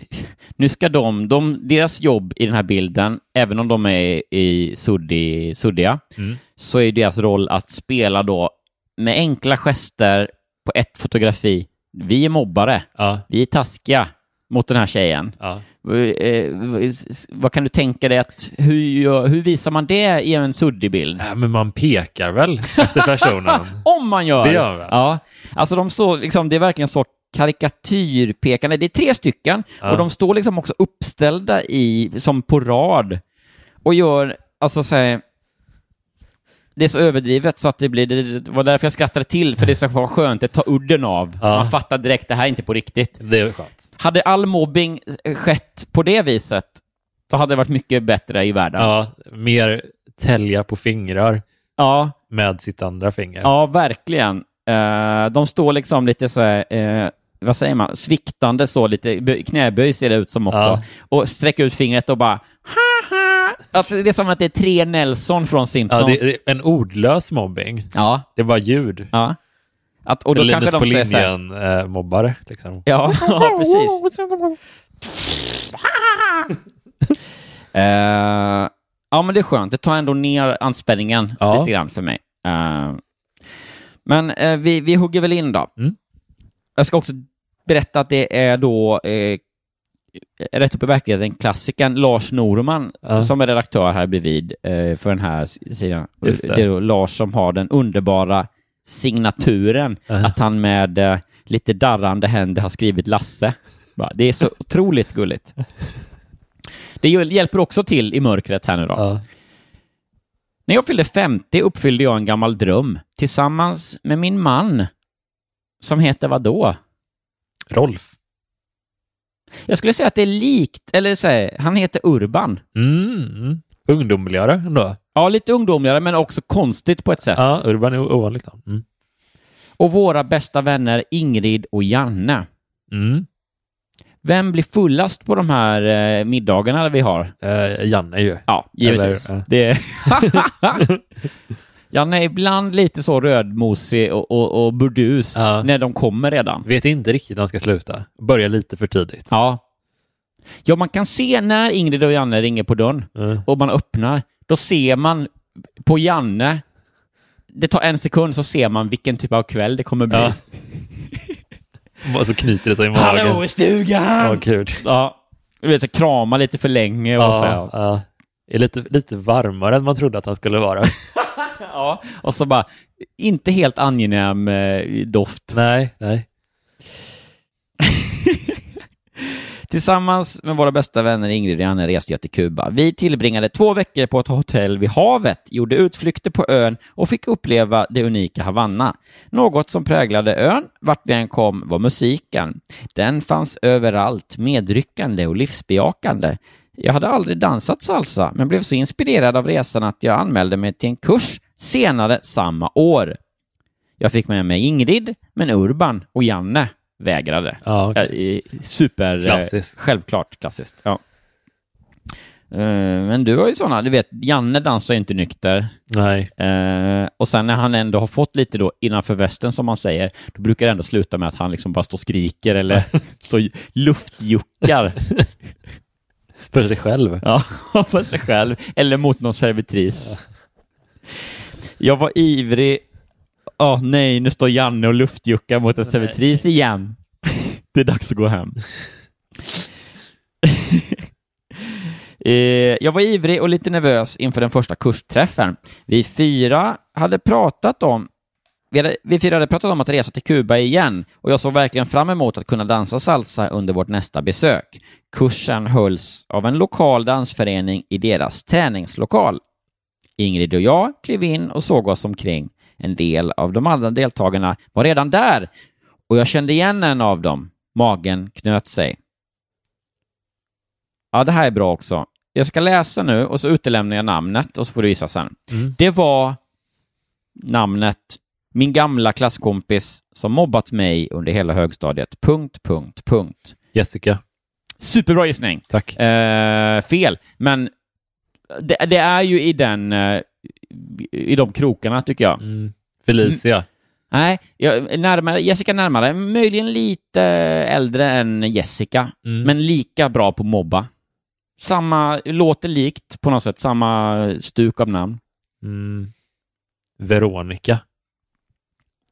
[SPEAKER 5] [laughs] nu ska de, de, deras jobb i den här bilden, även om de är i suddig, suddiga,
[SPEAKER 4] Mm.
[SPEAKER 5] så är deras roll att spela då med enkla gester på ett fotografi. Vi är mobbare,
[SPEAKER 4] Ja,
[SPEAKER 5] vi är taskiga, mot den här tjejen.
[SPEAKER 4] Ja.
[SPEAKER 5] Eh, vad kan du tänka dig att, hur, gör- hur visar man det i en suddig bild?
[SPEAKER 4] Äh, men man pekar väl efter personen?
[SPEAKER 5] Om man gör!
[SPEAKER 4] Det gör man.
[SPEAKER 5] Ja. Alltså de står liksom, det är verkligen så karikatyrpekande. Det är tre stycken
[SPEAKER 4] Ja.
[SPEAKER 5] och de står liksom också uppställda i, som på rad och gör, alltså så här, det är så överdrivet så att det blir, det var därför jag skrattade till, för det är så skönt att ta udden av.
[SPEAKER 4] Ja.
[SPEAKER 5] Man fattar direkt, det här är inte på riktigt.
[SPEAKER 4] [laughs] Det är skönt.
[SPEAKER 5] Hade all mobbing eh, skett på det viset så hade det varit mycket bättre i världen.
[SPEAKER 4] Ja, mer tälja på fingrar
[SPEAKER 5] ja.
[SPEAKER 4] med sitt andra finger.
[SPEAKER 5] Ja, verkligen. Eh, de står liksom lite så här, eh, vad säger man, sviktande så, lite bö- knäböj ser det ut som också.
[SPEAKER 4] Ja.
[SPEAKER 5] Och sträcker ut fingret och bara Haha! Alltså det är som att det är tre Nelson från
[SPEAKER 4] Ja,
[SPEAKER 5] Simpsons.
[SPEAKER 4] det är en ordlös mobbing.
[SPEAKER 5] ja.
[SPEAKER 4] Det var ljud.
[SPEAKER 5] ja. Att, och då
[SPEAKER 4] Linus
[SPEAKER 5] kanske
[SPEAKER 4] på
[SPEAKER 5] de säger så här,
[SPEAKER 4] linjen-mobbare. liksom.
[SPEAKER 5] Ja, [laughs] ja precis. [laughs] Eh, ja, men det är skönt. Det tar ändå ner anspänningen
[SPEAKER 4] Ja.
[SPEAKER 5] lite grann för mig. Eh, men eh, vi, vi hugger väl in då.
[SPEAKER 4] Mm.
[SPEAKER 5] Jag ska också berätta att det är då eh, rätt upp i verkligheten klassikern Lars Norman
[SPEAKER 4] Ja.
[SPEAKER 5] som är redaktör här bredvid eh, för den här s- sidan.
[SPEAKER 4] Just det.
[SPEAKER 5] det är då Lars som har den underbara signaturen
[SPEAKER 4] Uh-huh.
[SPEAKER 5] att han med eh, lite darrande händer har skrivit Lasse. Bara, Det är så otroligt gulligt. Det ju- hjälper också till i mörkret här nu då.
[SPEAKER 4] Ja.
[SPEAKER 5] När jag fyllde 50 uppfyllde jag en gammal dröm tillsammans med min man som heter vadå?
[SPEAKER 4] Rolf.
[SPEAKER 5] Jag skulle säga att det är likt, eller så här, han heter Urban.
[SPEAKER 4] Mm. Ungdomligare ändå.
[SPEAKER 5] Ja, lite ungdomligare men också konstigt på ett sätt.
[SPEAKER 4] Ja, Urban är o- ovanligt. Då. Mm.
[SPEAKER 5] Och våra bästa vänner Ingrid och Janne.
[SPEAKER 4] Mm.
[SPEAKER 5] Vem blir fullast på de här eh, middagarna vi har?
[SPEAKER 4] Eh, Janne ju.
[SPEAKER 5] Ja, givetvis.
[SPEAKER 4] Eller, ja.
[SPEAKER 5] Det... [laughs] Janne är ibland lite så rödmosig och, och, och burdus
[SPEAKER 4] Ja.
[SPEAKER 5] när de kommer redan.
[SPEAKER 4] Vet inte riktigt när han ska sluta. Börjar lite för tidigt.
[SPEAKER 5] Ja. ja, man kan se när Ingrid och Janne ringer på dörren
[SPEAKER 4] Mm.
[SPEAKER 5] och man öppnar. Då ser man på Janne, det tar en sekund så ser man vilken typ av kväll det kommer bli.
[SPEAKER 4] Ja. Och så knyter det sig i magen.
[SPEAKER 5] Hallå i stugan!
[SPEAKER 4] Ja, gud.
[SPEAKER 5] Ja, du vet, så krama lite för länge och så.
[SPEAKER 4] Ja,
[SPEAKER 5] här.
[SPEAKER 4] ja. Är lite, lite varmare än man trodde att han skulle
[SPEAKER 5] [laughs]
[SPEAKER 4] vara.
[SPEAKER 5] Ja, och så bara, inte helt angenäm eh, doft.
[SPEAKER 4] nej, nej.
[SPEAKER 5] Tillsammans med våra bästa vänner Ingrid och Janne reste jag till Kuba. Vi tillbringade två veckor på ett hotell vid havet, gjorde utflykter på ön och fick uppleva det unika Havanna. Något som präglade ön, vart vi än kom, var musiken. Den fanns överallt, medryckande och livsbejakande. Jag hade aldrig dansat salsa, men blev så inspirerad av resan att jag anmälde mig till en kurs senare samma år. Jag fick med mig Ingrid, men Urban och Janne vägrade.
[SPEAKER 4] Ja, okej.
[SPEAKER 5] Eh, Super... eh,
[SPEAKER 4] Klassiskt.
[SPEAKER 5] Självklart klassiskt. Ja. Eh, Men du har ju sådana, du vet, Janne dansar ju inte nykter.
[SPEAKER 4] nej.
[SPEAKER 5] Eh, och sen när han ändå har fått lite då innanför västen som man säger, då brukar det ändå sluta med att han liksom bara står och skriker eller står och luftjuckar.
[SPEAKER 4] För sig själv.
[SPEAKER 5] Ja, [laughs] för sig själv eller mot någon servitris. Jag var ivrig. Åh nej, nu står Janne och luftjuckar mot en servitris igen. [laughs] Det är dags att gå hem. [laughs] Eh, Jag var ivrig och lite nervös inför den första kursträffen. Vi fyra hade pratat om vi, hade, vi fyra hade pratat om att resa till Kuba igen och jag såg verkligen fram emot att kunna dansa salsa under vårt nästa besök. Kursen hölls av en lokal dansförening i deras träningslokal. Ingrid och jag klev in och såg oss omkring. En del av de andra deltagarna var redan där och jag kände igen en av dem. Magen knöt sig. Ja, det här är bra också. Jag ska läsa nu och så utelämnar jag namnet och så får du gissa sen.
[SPEAKER 4] Mm.
[SPEAKER 5] Det var namnet min gamla klasskompis som mobbat mig under hela högstadiet. Punkt, punkt, punkt.
[SPEAKER 4] Jessica.
[SPEAKER 5] Superbra gissning.
[SPEAKER 4] Tack.
[SPEAKER 5] Eh, fel, men det, det är ju i den eh, i de krokarna tycker jag.
[SPEAKER 4] Mm. Felicia.
[SPEAKER 5] Nej, jag, närmare, Jessica närmare, möjligen lite äldre än Jessica,
[SPEAKER 4] Mm.
[SPEAKER 5] men lika bra på mobba. Samma, låter likt på något sätt, samma stuk av namn.
[SPEAKER 4] Mm. Veronica.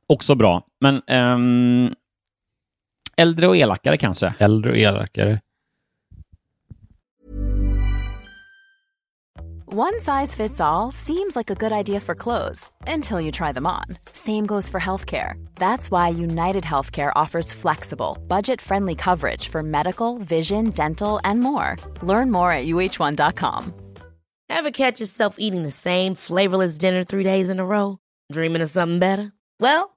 [SPEAKER 5] Också bra, men ehm, Äldre och elakare kanske.
[SPEAKER 4] Äldre och elakare.
[SPEAKER 6] One size fits all seems like a good idea for clothes until you try them on. Same goes for healthcare. That's why United Healthcare offers flexible, budget friendly coverage for medical, vision, dental, and more. Learn more at uh1.com.
[SPEAKER 7] Ever catch yourself eating the same flavorless dinner three days in a row? Dreaming of something better? Well,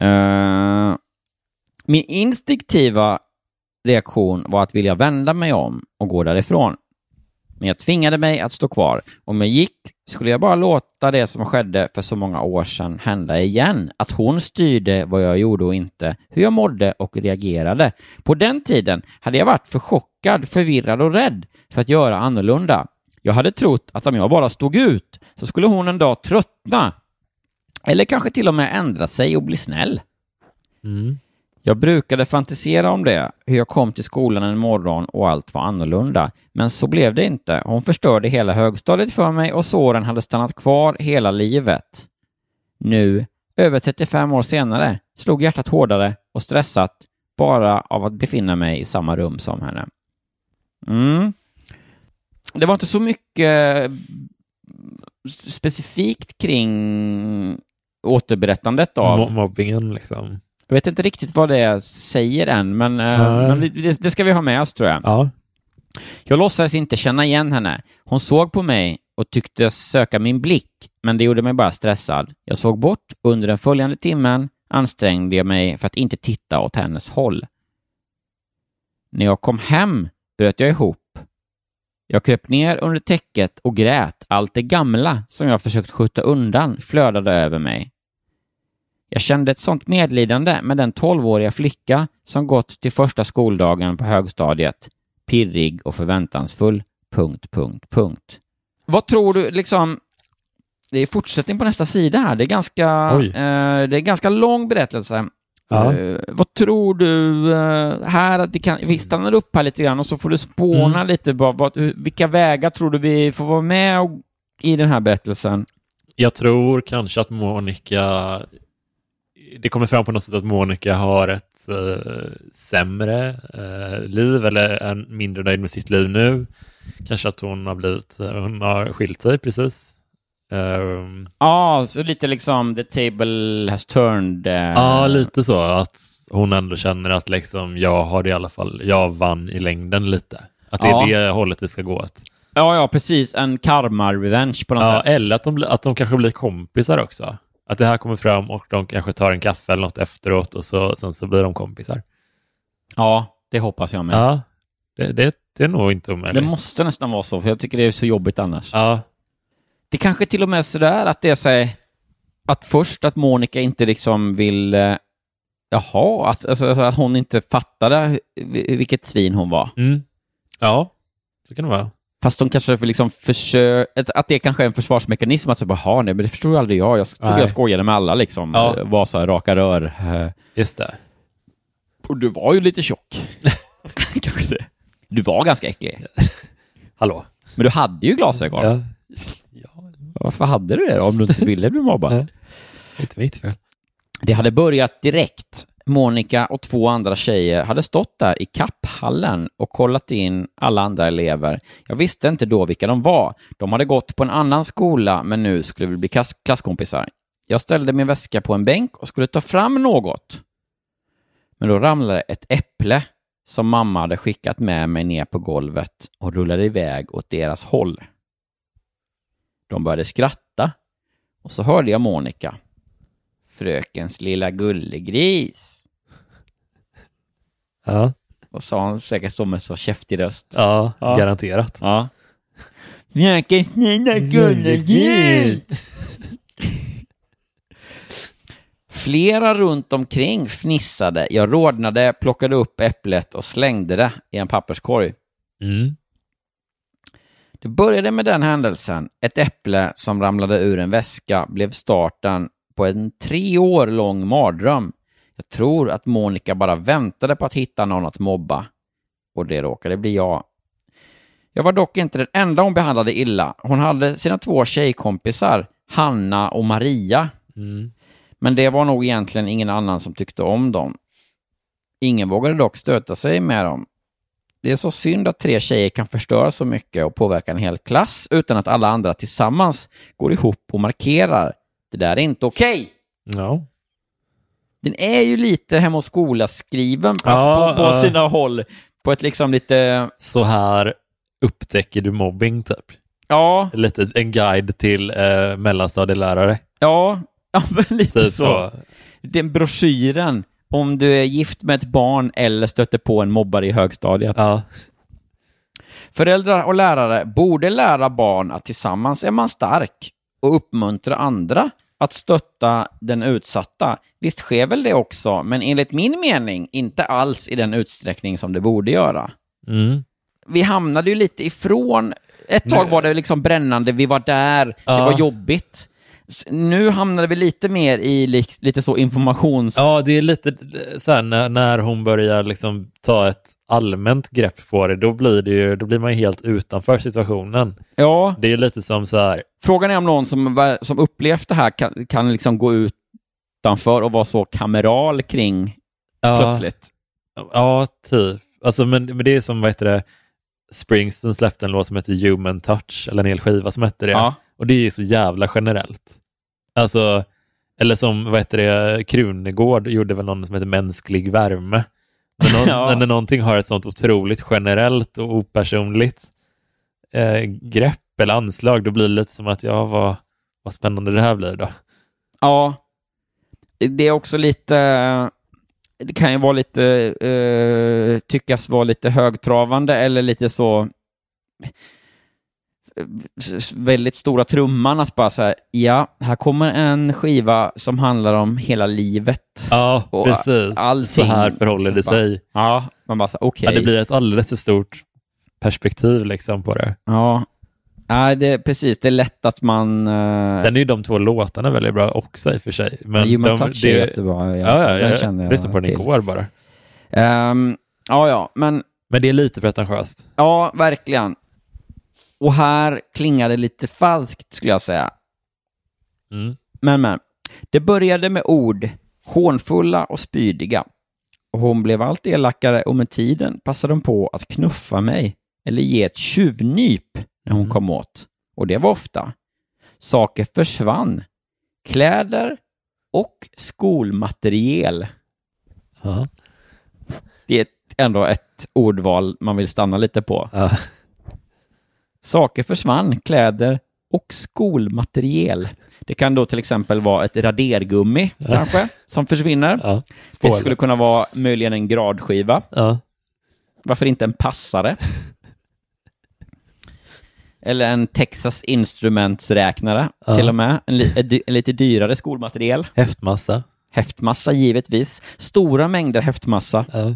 [SPEAKER 5] Eh, min instinktiva reaktion var att vilja vända mig om och gå därifrån. Men jag tvingade mig att stå kvar. Om jag gick skulle jag bara låta det som skedde för så många år sedan hända igen. Att hon styrde vad jag gjorde och inte, hur jag mådde och reagerade. På den tiden hade jag varit för chockad, förvirrad och rädd för att göra annorlunda. Jag hade trott att om jag bara stod ut så skulle hon en dag tröttna. Eller kanske till och med ändra sig och bli snäll. Jag brukade fantisera om det, hur jag kom till skolan en morgon och allt var annorlunda. Men så blev det inte. Hon förstörde hela högstadiet för mig och såren hade stannat kvar hela livet. Nu, över 35 år senare, slog hjärtat hårdare och stressat bara av att befinna mig i samma rum som henne. Mm. Det var inte så mycket eh, specifikt kring återberättandet av
[SPEAKER 4] Mo- Mobbingen liksom.
[SPEAKER 5] jag vet inte riktigt vad det säger än, men, eh,
[SPEAKER 4] Nej.
[SPEAKER 5] men vi- det, det ska vi ha med oss tror jag.
[SPEAKER 4] Ja.
[SPEAKER 5] Jag låtsades inte känna igen henne. Hon såg på mig och tyckte söka min blick, men det gjorde mig bara stressad. Jag såg bort och under den följande timmen ansträngde jag mig för att inte titta åt hennes håll. När jag kom hem bröt jag ihop. Jag kröp ner under täcket och grät. Allt det gamla som jag försökt skjuta undan flödade över mig. Jag kände ett sånt medlidande med den tolvåriga flicka som gått till första skoldagen på högstadiet. Pirrig och förväntansfull. Punkt, punkt, punkt. Vad tror du liksom... Det är fortsättning på nästa sida här. Det är ganska,
[SPEAKER 4] Oj.
[SPEAKER 5] eh, det är ganska lång berättelse.
[SPEAKER 4] Ja.
[SPEAKER 5] Eh, vad tror du eh, här att vi kan... Vi stannar upp här lite grann och så får du spåna
[SPEAKER 4] Mm.
[SPEAKER 5] lite. Bara, vad, hur, vilka vägar tror du vi får vara med och, i den här berättelsen?
[SPEAKER 4] Jag tror kanske att Monica... Det kommer fram på något sätt att Monica har ett eh, sämre eh, liv eller är mindre nöjd med sitt liv nu. Kanske att hon har blivit... Hon har skilt sig precis. Ehm,
[SPEAKER 5] Ja, så lite liksom the table has turned. eh,
[SPEAKER 4] Ja, lite så. Att hon ändå känner att liksom, jag har i alla fall, jag vann i längden lite. Att det är
[SPEAKER 5] Ja.
[SPEAKER 4] det hållet vi ska gå åt.
[SPEAKER 5] ja, ja, precis. En karma-revenge på något
[SPEAKER 4] Ja,
[SPEAKER 5] sätt.
[SPEAKER 4] eller att de, bli- att de kanske blir kompisar också. Att det här kommer fram och de kanske tar en kaffe eller något efteråt och så, sen så blir de kompisar.
[SPEAKER 5] Ja, det hoppas jag med.
[SPEAKER 4] Ja, det, det, Mm. det är nog inte
[SPEAKER 5] det
[SPEAKER 4] omöjligt.
[SPEAKER 5] måste nästan vara så, för jag tycker det är så jobbigt annars.
[SPEAKER 4] Ja,
[SPEAKER 5] Det kanske till och med är sådär att det är så här, att först att Monica inte liksom vill, eh, jaha, att, alltså, alltså, att hon inte fattade hu- vilket svin hon var.
[SPEAKER 4] mm. ja det kan det vara.
[SPEAKER 5] Fast de kanske för liksom försöker, att, att det kanske är en försvarsmekanism, att så bara, jaha, nej, men det förstod ju aldrig jag, jag trodde
[SPEAKER 4] Nej.
[SPEAKER 5] jag skojade med alla liksom,
[SPEAKER 4] Ja.
[SPEAKER 5] Eh, var så här raka rör. Eh,
[SPEAKER 4] Just det.
[SPEAKER 5] Och du var ju lite tjock.
[SPEAKER 4] [laughs]
[SPEAKER 5] kanske det. Du var ganska äcklig.
[SPEAKER 4] Hallå?
[SPEAKER 5] Men du hade ju glasögon.
[SPEAKER 4] Ja, [laughs]
[SPEAKER 5] Varför hade du det om du inte ville bli mobbad?
[SPEAKER 4] Ja. inte mitt fel.
[SPEAKER 5] Det hade börjat direkt. Monica och två andra tjejer hade stått där i kapphallen och kollat in alla andra elever. Jag visste inte då vilka de var. De hade gått på en annan skola, men nu skulle vi bli klass- klasskompisar. Jag ställde min väska på en bänk och skulle ta fram något. Men då ramlade ett äpple som mamma hade skickat med mig ner på golvet och rullade iväg åt deras håll. De började skratta och så hörde jag Monica frökens lilla gullegris.
[SPEAKER 4] Ja,
[SPEAKER 5] Och sa hon säkert så med så käftig röst.
[SPEAKER 4] ja,
[SPEAKER 5] Ja.
[SPEAKER 4] garanterat.
[SPEAKER 5] Ja. Frökens lilla gullegris! Flera runt omkring fnissade. Jag rodnade, plockade upp äpplet och slängde det i en papperskorg.
[SPEAKER 4] Mm.
[SPEAKER 5] Det började med den händelsen. Ett äpple som ramlade ur en väska blev starten på en tre år lång mardröm. Jag tror att Monica bara väntade på att hitta någon att mobba. Och det råkade bli jag. Jag var dock inte den enda hon behandlade illa. Hon hade sina två tjejkompisar, Hanna och Maria.
[SPEAKER 4] Mm.
[SPEAKER 5] Men det var nog egentligen ingen annan som tyckte om dem. Ingen vågade dock stöta sig med dem. Det är så synd att tre tjejer kan förstöra så mycket och påverka en hel klass utan att alla andra tillsammans går ihop och markerar. Det där är inte okej!
[SPEAKER 4] Ja.
[SPEAKER 5] Den är ju lite Hem och skola-skriven alltså
[SPEAKER 4] Ja,
[SPEAKER 5] på, på
[SPEAKER 4] ja.
[SPEAKER 5] sina håll. På ett liksom lite...
[SPEAKER 4] Så här upptäcker du mobbing, typ.
[SPEAKER 5] Ja,
[SPEAKER 4] Lite en guide till eh, mellanstadielärare.
[SPEAKER 5] ja, ja [laughs] men lite
[SPEAKER 4] Typ
[SPEAKER 5] så.
[SPEAKER 4] så.
[SPEAKER 5] Den broschyren om du är gift med ett barn eller stöter på en mobbare i högstadiet.
[SPEAKER 4] Ja.
[SPEAKER 5] Föräldrar och lärare borde lära barn att tillsammans är man stark och uppmuntra andra att stötta den utsatta. Visst sker väl det också, men enligt min mening inte alls i den utsträckning som det borde göra.
[SPEAKER 4] Mm.
[SPEAKER 5] Vi hamnade ju lite ifrån, ett tag var det liksom brännande, vi var där, det
[SPEAKER 4] Ja.
[SPEAKER 5] var jobbigt. S- Nu hamnade vi lite mer i lik- lite så informations...
[SPEAKER 4] Ja, det är lite eh, så här när, när hon börjar liksom ta ett allmänt grepp på det, då blir, det ju, då blir man ju helt utanför situationen.
[SPEAKER 5] ja.
[SPEAKER 4] Det är lite som så här,
[SPEAKER 5] Frågan är om någon som, var- som upplevt det här kan, kan liksom gå utanför och vara så kameral kring
[SPEAKER 4] ja,
[SPEAKER 5] plötsligt.
[SPEAKER 4] Ja, typ. Alltså, men, men det är som, vad heter det, Springsteen släppte en låt som heter Human Touch, eller en hel skiva som hette det.
[SPEAKER 5] Ja.
[SPEAKER 4] Och det är ju så jävla generellt. Alltså, eller som, vad heter det, Krunegård gjorde väl någon som heter Mänsklig värme. När, [laughs] någon,
[SPEAKER 5] Ja.
[SPEAKER 4] när någonting har ett sånt otroligt generellt och opersonligt eh, grepp eller anslag, då blir det lite som att, ja, vad, vad spännande det här blir då.
[SPEAKER 5] ja. Det är också lite... Det kan ju vara lite... Eh, tyckas vara lite högtravande eller lite så... s- Väldigt stora trumman att bara så här, ja, här kommer en skiva som handlar om hela livet.
[SPEAKER 4] Ja,
[SPEAKER 5] Och
[SPEAKER 4] precis.
[SPEAKER 5] allting-
[SPEAKER 4] Så här förhåller det sig.
[SPEAKER 5] Ja, man bara så här, okej.
[SPEAKER 4] Ja, det blir ett alldeles för stort perspektiv liksom på det.
[SPEAKER 5] Ja. Nej, det, precis. Det är lätt att man... eh,
[SPEAKER 4] Sen är ju de två låtarna väldigt bra också i och för sig. Men
[SPEAKER 5] Human
[SPEAKER 4] de,
[SPEAKER 5] Touch
[SPEAKER 4] det-
[SPEAKER 5] är jättebra. i alla fall.
[SPEAKER 4] Ja, ja,
[SPEAKER 5] Den
[SPEAKER 4] jag,
[SPEAKER 5] känner
[SPEAKER 4] jag
[SPEAKER 5] jag
[SPEAKER 4] lyssnade på den
[SPEAKER 5] till.
[SPEAKER 4] igår bara.
[SPEAKER 5] Ehm, ja, ja, men
[SPEAKER 4] Men det är lite pretentiöst.
[SPEAKER 5] ja, verkligen. Och här klingar det lite falskt skulle jag säga.
[SPEAKER 4] Mm.
[SPEAKER 5] Men, men. Det började med ord, hånfulla och spydiga. Och hon blev allt elakare och med tiden passade hon på att knuffa mig eller ge ett tjuvnyp när hon kom åt. Och det var ofta. saker försvann. Kläder och skolmateriel.
[SPEAKER 4] Ja.
[SPEAKER 5] Det är ett- ändå ett ordval man vill stanna lite på.
[SPEAKER 4] Ja.
[SPEAKER 5] Saker försvann, kläder och skolmateriel. Det kan då till exempel vara ett radergummi kanske, som försvinner.
[SPEAKER 4] Ja.
[SPEAKER 5] Det
[SPEAKER 4] Spoiler.
[SPEAKER 5] skulle kunna vara möjligen en gradskiva.
[SPEAKER 4] Ja.
[SPEAKER 5] Varför inte en passare? Eller en Texas Instruments-räknare
[SPEAKER 4] Ja.
[SPEAKER 5] till och med. En, li- en dy- en lite dyrare skolmateriel.
[SPEAKER 4] Häftmassa.
[SPEAKER 5] Häftmassa givetvis. Stora mängder häftmassa.
[SPEAKER 4] Ja.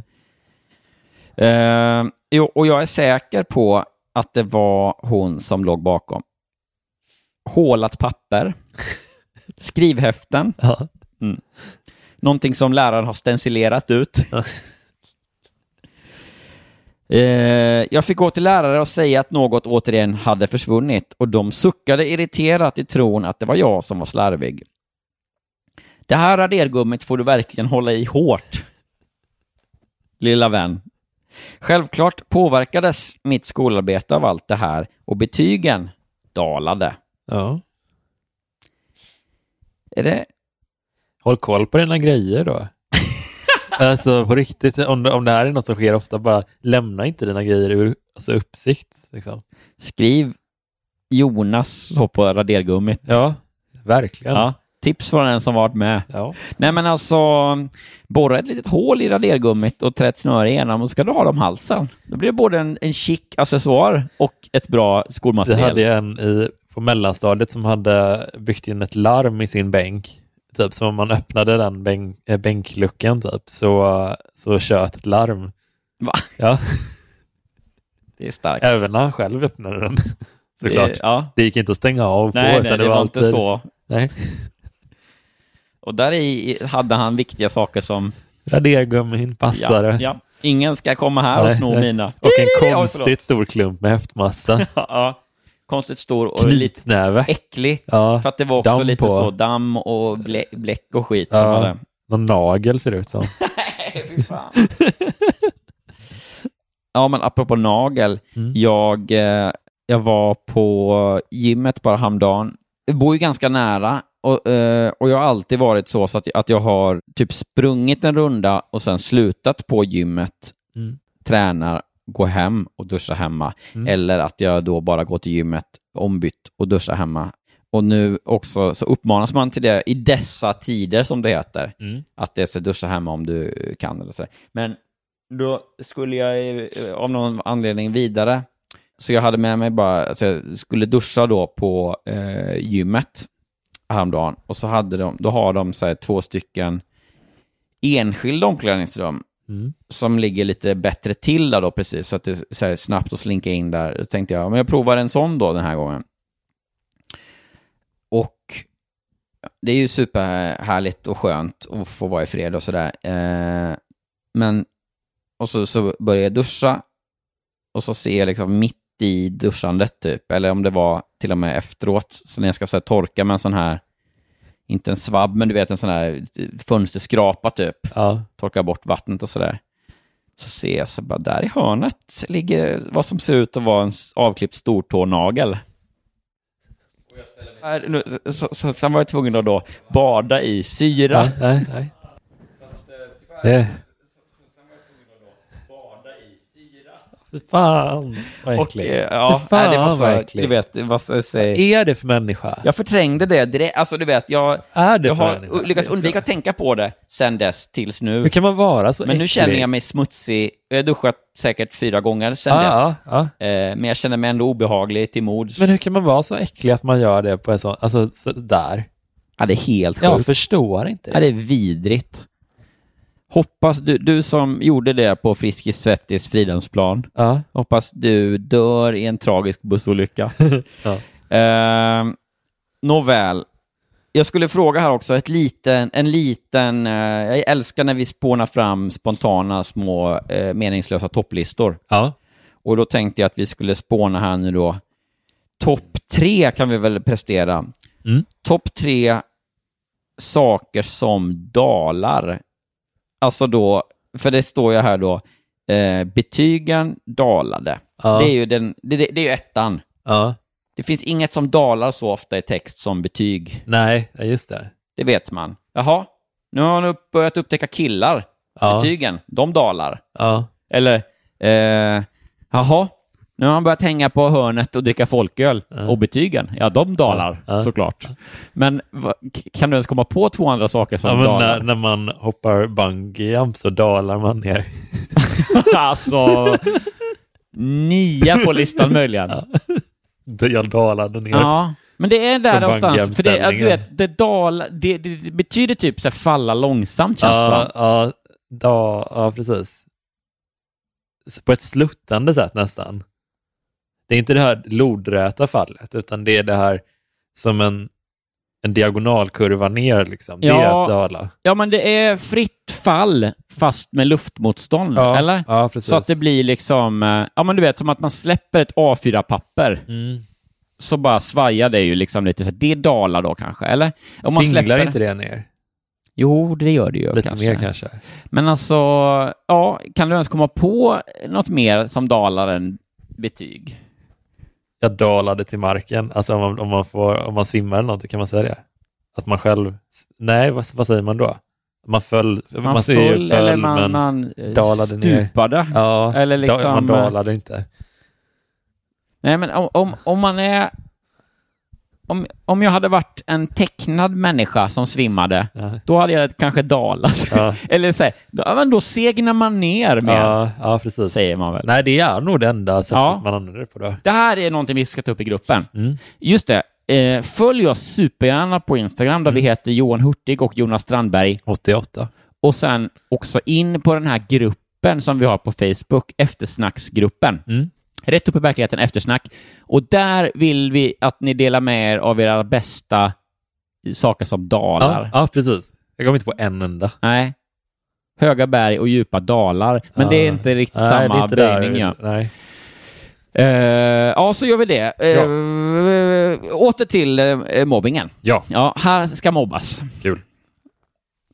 [SPEAKER 5] Eh, jo, och jag är säker på att det var hon som låg bakom. Hålat papper. Skrivhäften. Mm.
[SPEAKER 4] Ja.
[SPEAKER 5] Någonting som läraren har stencilerat ut. Eh, Jag fick gå till lärare och säga att något återigen hade försvunnit och de suckade irriterat i tron att det var jag som var slarvig. Det här radergummit får du verkligen hålla i hårt, lilla vän. Självklart påverkades mitt skolarbete av allt det här och betygen dalade.
[SPEAKER 4] ja.
[SPEAKER 5] Är det
[SPEAKER 4] Håll koll på dina grejer [laughs] då. alltså på riktigt, om, det- om det här är något som sker ofta, bara lämna inte dina grejer ur alltså, uppsikt. Liksom.
[SPEAKER 5] skriv Jonas så på radergummit?
[SPEAKER 4] Ja, verkligen.
[SPEAKER 5] Ja. Tips från en som varit med.
[SPEAKER 4] Ja.
[SPEAKER 5] Nej men alltså, borra ett litet hål i radergummit och trä ett snöre igenom och så ska du ha dem i halsen. Då blir det både en, en chic accessoar och ett bra
[SPEAKER 4] Vi
[SPEAKER 5] skolmaterial.
[SPEAKER 4] hade en i, på mellanstadiet som hade byggt in ett larm i sin bänk. Typ som om man öppnade den bänk, eh, bänkluckan typ, så, så tjöt ett larm.
[SPEAKER 5] Va?
[SPEAKER 4] Ja,
[SPEAKER 5] Det är starkt.
[SPEAKER 4] även när han själv öppnade den. [laughs] Såklart.
[SPEAKER 5] Det- Ja.
[SPEAKER 4] Det gick inte att stänga av på.
[SPEAKER 5] Nej,
[SPEAKER 4] utan
[SPEAKER 5] nej, det var inte
[SPEAKER 4] alltid-
[SPEAKER 5] så.
[SPEAKER 4] Nej.
[SPEAKER 5] Och där i hade han viktiga saker som...
[SPEAKER 4] Radergummin, passare.
[SPEAKER 5] Ja, ja. Ingen ska komma här och
[SPEAKER 4] Nej,
[SPEAKER 5] sno
[SPEAKER 4] nej.
[SPEAKER 5] mina.
[SPEAKER 4] Och en
[SPEAKER 5] Oj,
[SPEAKER 4] konstigt stor klump med häftmassa.
[SPEAKER 5] förlåt. [laughs] ja, konstigt stor och lite
[SPEAKER 4] Knytnäve.
[SPEAKER 5] äcklig.
[SPEAKER 4] Ja,
[SPEAKER 5] För att det var också
[SPEAKER 4] damm
[SPEAKER 5] lite
[SPEAKER 4] på.
[SPEAKER 5] så damm och blä, bläck och skit. Som var
[SPEAKER 4] Ja,
[SPEAKER 5] det.
[SPEAKER 4] någon nagel ser det ut som.
[SPEAKER 5] [laughs] Ja, men apropå nagel.
[SPEAKER 4] Mm.
[SPEAKER 5] Jag, eh, jag var på gymmet bara häromdagen. Jag bor ju ganska nära och, eh, och jag har alltid varit så, så att, att jag har typ sprungit en runda och sen slutat på gymmet,
[SPEAKER 4] Mm.
[SPEAKER 5] tränar, går hem och duschar hemma.
[SPEAKER 4] Mm.
[SPEAKER 5] Eller att jag då bara går till gymmet, ombytt och duschar hemma. Och nu också så uppmanas man till det i dessa tider som det heter
[SPEAKER 4] Mm.
[SPEAKER 5] att det är så duscha hemma om du kan eller så. Men då skulle jag eh, av någon anledning vidare. Så jag hade med mig bara att jag skulle duscha då på eh, gymmet häromdagen. Och så hade de, då har de så här två stycken enskilda omklädningsrum
[SPEAKER 4] Mm.
[SPEAKER 5] som ligger lite bättre till där då precis. Så att det är så här snabbt att slinka in där. Då tänkte jag, men jag provar en sån då den här gången. Och det är ju superhärligt och skönt att få vara i fred och sådär. Eh, men, och så, så börjar jag duscha och så ser jag liksom mitt i duschandet typ, eller om det var till och med efteråt, så när jag ska så här, torka med en sån här, inte en svabb, men du vet en sån här eh, fönsterskrapa typ, [laughs]
[SPEAKER 4] Ja.
[SPEAKER 5] torka bort vattnet och sådär. Så ser jag så bara, där i hörnet ligger vad som ser ut att vara en s- avklippt stortånagel. Här, nu, så, så, sen var jag tvungen att då bada i syra.
[SPEAKER 4] Nej, nej, nej. Det... Fy fan vad
[SPEAKER 5] Och,
[SPEAKER 4] äckligt.
[SPEAKER 5] eh, ja,
[SPEAKER 4] Fy fan
[SPEAKER 5] nej, det var
[SPEAKER 4] vad
[SPEAKER 5] så,
[SPEAKER 4] äckligt.
[SPEAKER 5] du vet, vad ska jag säga?
[SPEAKER 4] Är det för människa?
[SPEAKER 5] Jag förträngde det direkt, alltså du vet, jag,
[SPEAKER 4] Är det
[SPEAKER 5] jag
[SPEAKER 4] för
[SPEAKER 5] har
[SPEAKER 4] människa?
[SPEAKER 5] u- lyckats
[SPEAKER 4] Det är så-
[SPEAKER 5] undvika att tänka på det sen dess tills nu.
[SPEAKER 4] Hur kan man vara så
[SPEAKER 5] Men nu
[SPEAKER 4] äcklig?
[SPEAKER 5] känner jag mig smutsig, jag har duschat säkert fyra gånger sen
[SPEAKER 4] Ja,
[SPEAKER 5] dess.
[SPEAKER 4] Ah, ja, ja.
[SPEAKER 5] Eh, men jag känner mig ändå obehaglig till mods.
[SPEAKER 4] Men hur kan man vara så äcklig att man gör det på en sån, alltså så där?
[SPEAKER 5] Ja, det är helt sjukt. Alltså-
[SPEAKER 4] Jag förstår inte det.
[SPEAKER 5] Ja, det är vidrigt. Hoppas du, du som gjorde det på Friskis Svettis Fridhemsplan,
[SPEAKER 4] Ja.
[SPEAKER 5] hoppas du dör i en tragisk bussolycka.
[SPEAKER 4] [laughs] Ja.
[SPEAKER 5] Ehm, nåväl, jag skulle fråga här också, ett liten, en liten, eh, jag älskar när vi spånar fram spontana små eh, meningslösa topplistor.
[SPEAKER 4] Ja.
[SPEAKER 5] Och då tänkte jag att vi skulle spåna här nu då. Topp tre kan vi väl prestera.
[SPEAKER 4] Mm.
[SPEAKER 5] Topp tre saker som dalar. Alltså då, för det står ju här då, eh, betygen dalade.
[SPEAKER 4] Ja.
[SPEAKER 5] Det är ju den, det, det, det är ju ettan.
[SPEAKER 4] ja.
[SPEAKER 5] Det finns inget som dalar så ofta i text som betyg.
[SPEAKER 4] Nej, ja, just det.
[SPEAKER 5] Det vet man. Jaha, nu har han upp, börjat upptäcka killar.
[SPEAKER 4] Ja.
[SPEAKER 5] Betygen, de dalar.
[SPEAKER 4] Ja.
[SPEAKER 5] Eller, eh, jaha, nu har han börjat hänga på hörnet och dricka folköl. Och betygen, ja de dalar
[SPEAKER 4] Ja. Ja.
[SPEAKER 5] såklart. Men va, k- kan du ens komma på två andra saker som
[SPEAKER 4] Ja, men
[SPEAKER 5] dalar?
[SPEAKER 4] när, när man hoppar bungyjump så dalar man ner. [laughs]
[SPEAKER 5] [laughs] alltså, nia på listan möjligen. Ja,
[SPEAKER 4] Jag dalade ner.
[SPEAKER 5] men det är där
[SPEAKER 4] Från
[SPEAKER 5] någonstans. För det, ja, du
[SPEAKER 4] bungyjump-ställningen.
[SPEAKER 5] vet, det, dal, det, det betyder typ så här, falla långsamt känns det som.
[SPEAKER 4] ja, ja, da, ja, precis. Så på ett sluttande sätt nästan. Det är inte det här lodräta fallet, utan det är det här som en, en diagonalkurva ner. Liksom. Det är
[SPEAKER 5] Ja. Mm.
[SPEAKER 4] att dala.
[SPEAKER 5] Ja, men det är fritt fall fast med luftmotstånd,
[SPEAKER 4] Ja,
[SPEAKER 5] eller?
[SPEAKER 4] Ja, precis.
[SPEAKER 5] Så att det blir liksom, eh, ja men du vet, som att man släpper ett A4-papper
[SPEAKER 4] Mm.
[SPEAKER 5] så bara svajar det ju liksom lite så här, det dalar då kanske, eller? Om man
[SPEAKER 4] Singlar
[SPEAKER 5] släpper-
[SPEAKER 4] inte det ner?
[SPEAKER 5] Jo, det gör det ju
[SPEAKER 4] Lite
[SPEAKER 5] kanske.
[SPEAKER 4] mer kanske.
[SPEAKER 5] Men alltså, ja, kan du ens komma på något mer som dalar än betyg?
[SPEAKER 4] Jag dalade till marken. Alltså om man, om man, får, om man svimmar eller någonting, kan man säga det? Att man själv... Nej, vad, vad säger man då? Man föll. Man, säger ju
[SPEAKER 5] föll eller
[SPEAKER 4] föll,
[SPEAKER 5] man,
[SPEAKER 4] men...
[SPEAKER 5] man eh,
[SPEAKER 4] dalade ner.
[SPEAKER 5] stupade?
[SPEAKER 4] ja,
[SPEAKER 5] eller
[SPEAKER 4] da-
[SPEAKER 5] liksom,
[SPEAKER 4] man dalade inte.
[SPEAKER 5] Nej, men om, om, om man är... Om, om jag hade varit en tecknad människa som svimmade,
[SPEAKER 4] Ja.
[SPEAKER 5] då hade jag kanske dalat.
[SPEAKER 4] Ja.
[SPEAKER 5] [laughs] Eller så här, då, ja, men då segnar man ner med,
[SPEAKER 4] Ja, ja, precis.
[SPEAKER 5] säger man väl.
[SPEAKER 4] Nej, det är nog det enda sättet
[SPEAKER 5] Ja.
[SPEAKER 4] man använder det på då.
[SPEAKER 5] Det här är någonting vi ska ta upp i gruppen.
[SPEAKER 4] Mm.
[SPEAKER 5] Just det, eh, följ oss supergärna på Instagram där
[SPEAKER 4] Mm.
[SPEAKER 5] vi heter Johan Hurtig och Jonas Strandberg
[SPEAKER 4] 88.
[SPEAKER 5] och sen också in på den här gruppen som vi har på Facebook, eftersnacksgruppen.
[SPEAKER 4] Mm.
[SPEAKER 5] Rätt upp i verkligheten, eftersnack. Och där vill vi att ni delar med er av era bästa saker som dalar.
[SPEAKER 4] Ja, ja, precis. Jag kom inte på en enda.
[SPEAKER 5] Nej. Höga berg och djupa dalar. Men det är
[SPEAKER 4] Ja.
[SPEAKER 5] inte riktigt
[SPEAKER 4] Nej, det är
[SPEAKER 5] samma
[SPEAKER 4] inte där.
[SPEAKER 5] böjning. Ja.
[SPEAKER 4] Nej.
[SPEAKER 5] Eh, ja, så gör vi det. Eh, Åter till eh, mobbingen.
[SPEAKER 4] Ja,
[SPEAKER 5] Ja, här ska mobbas.
[SPEAKER 4] kul.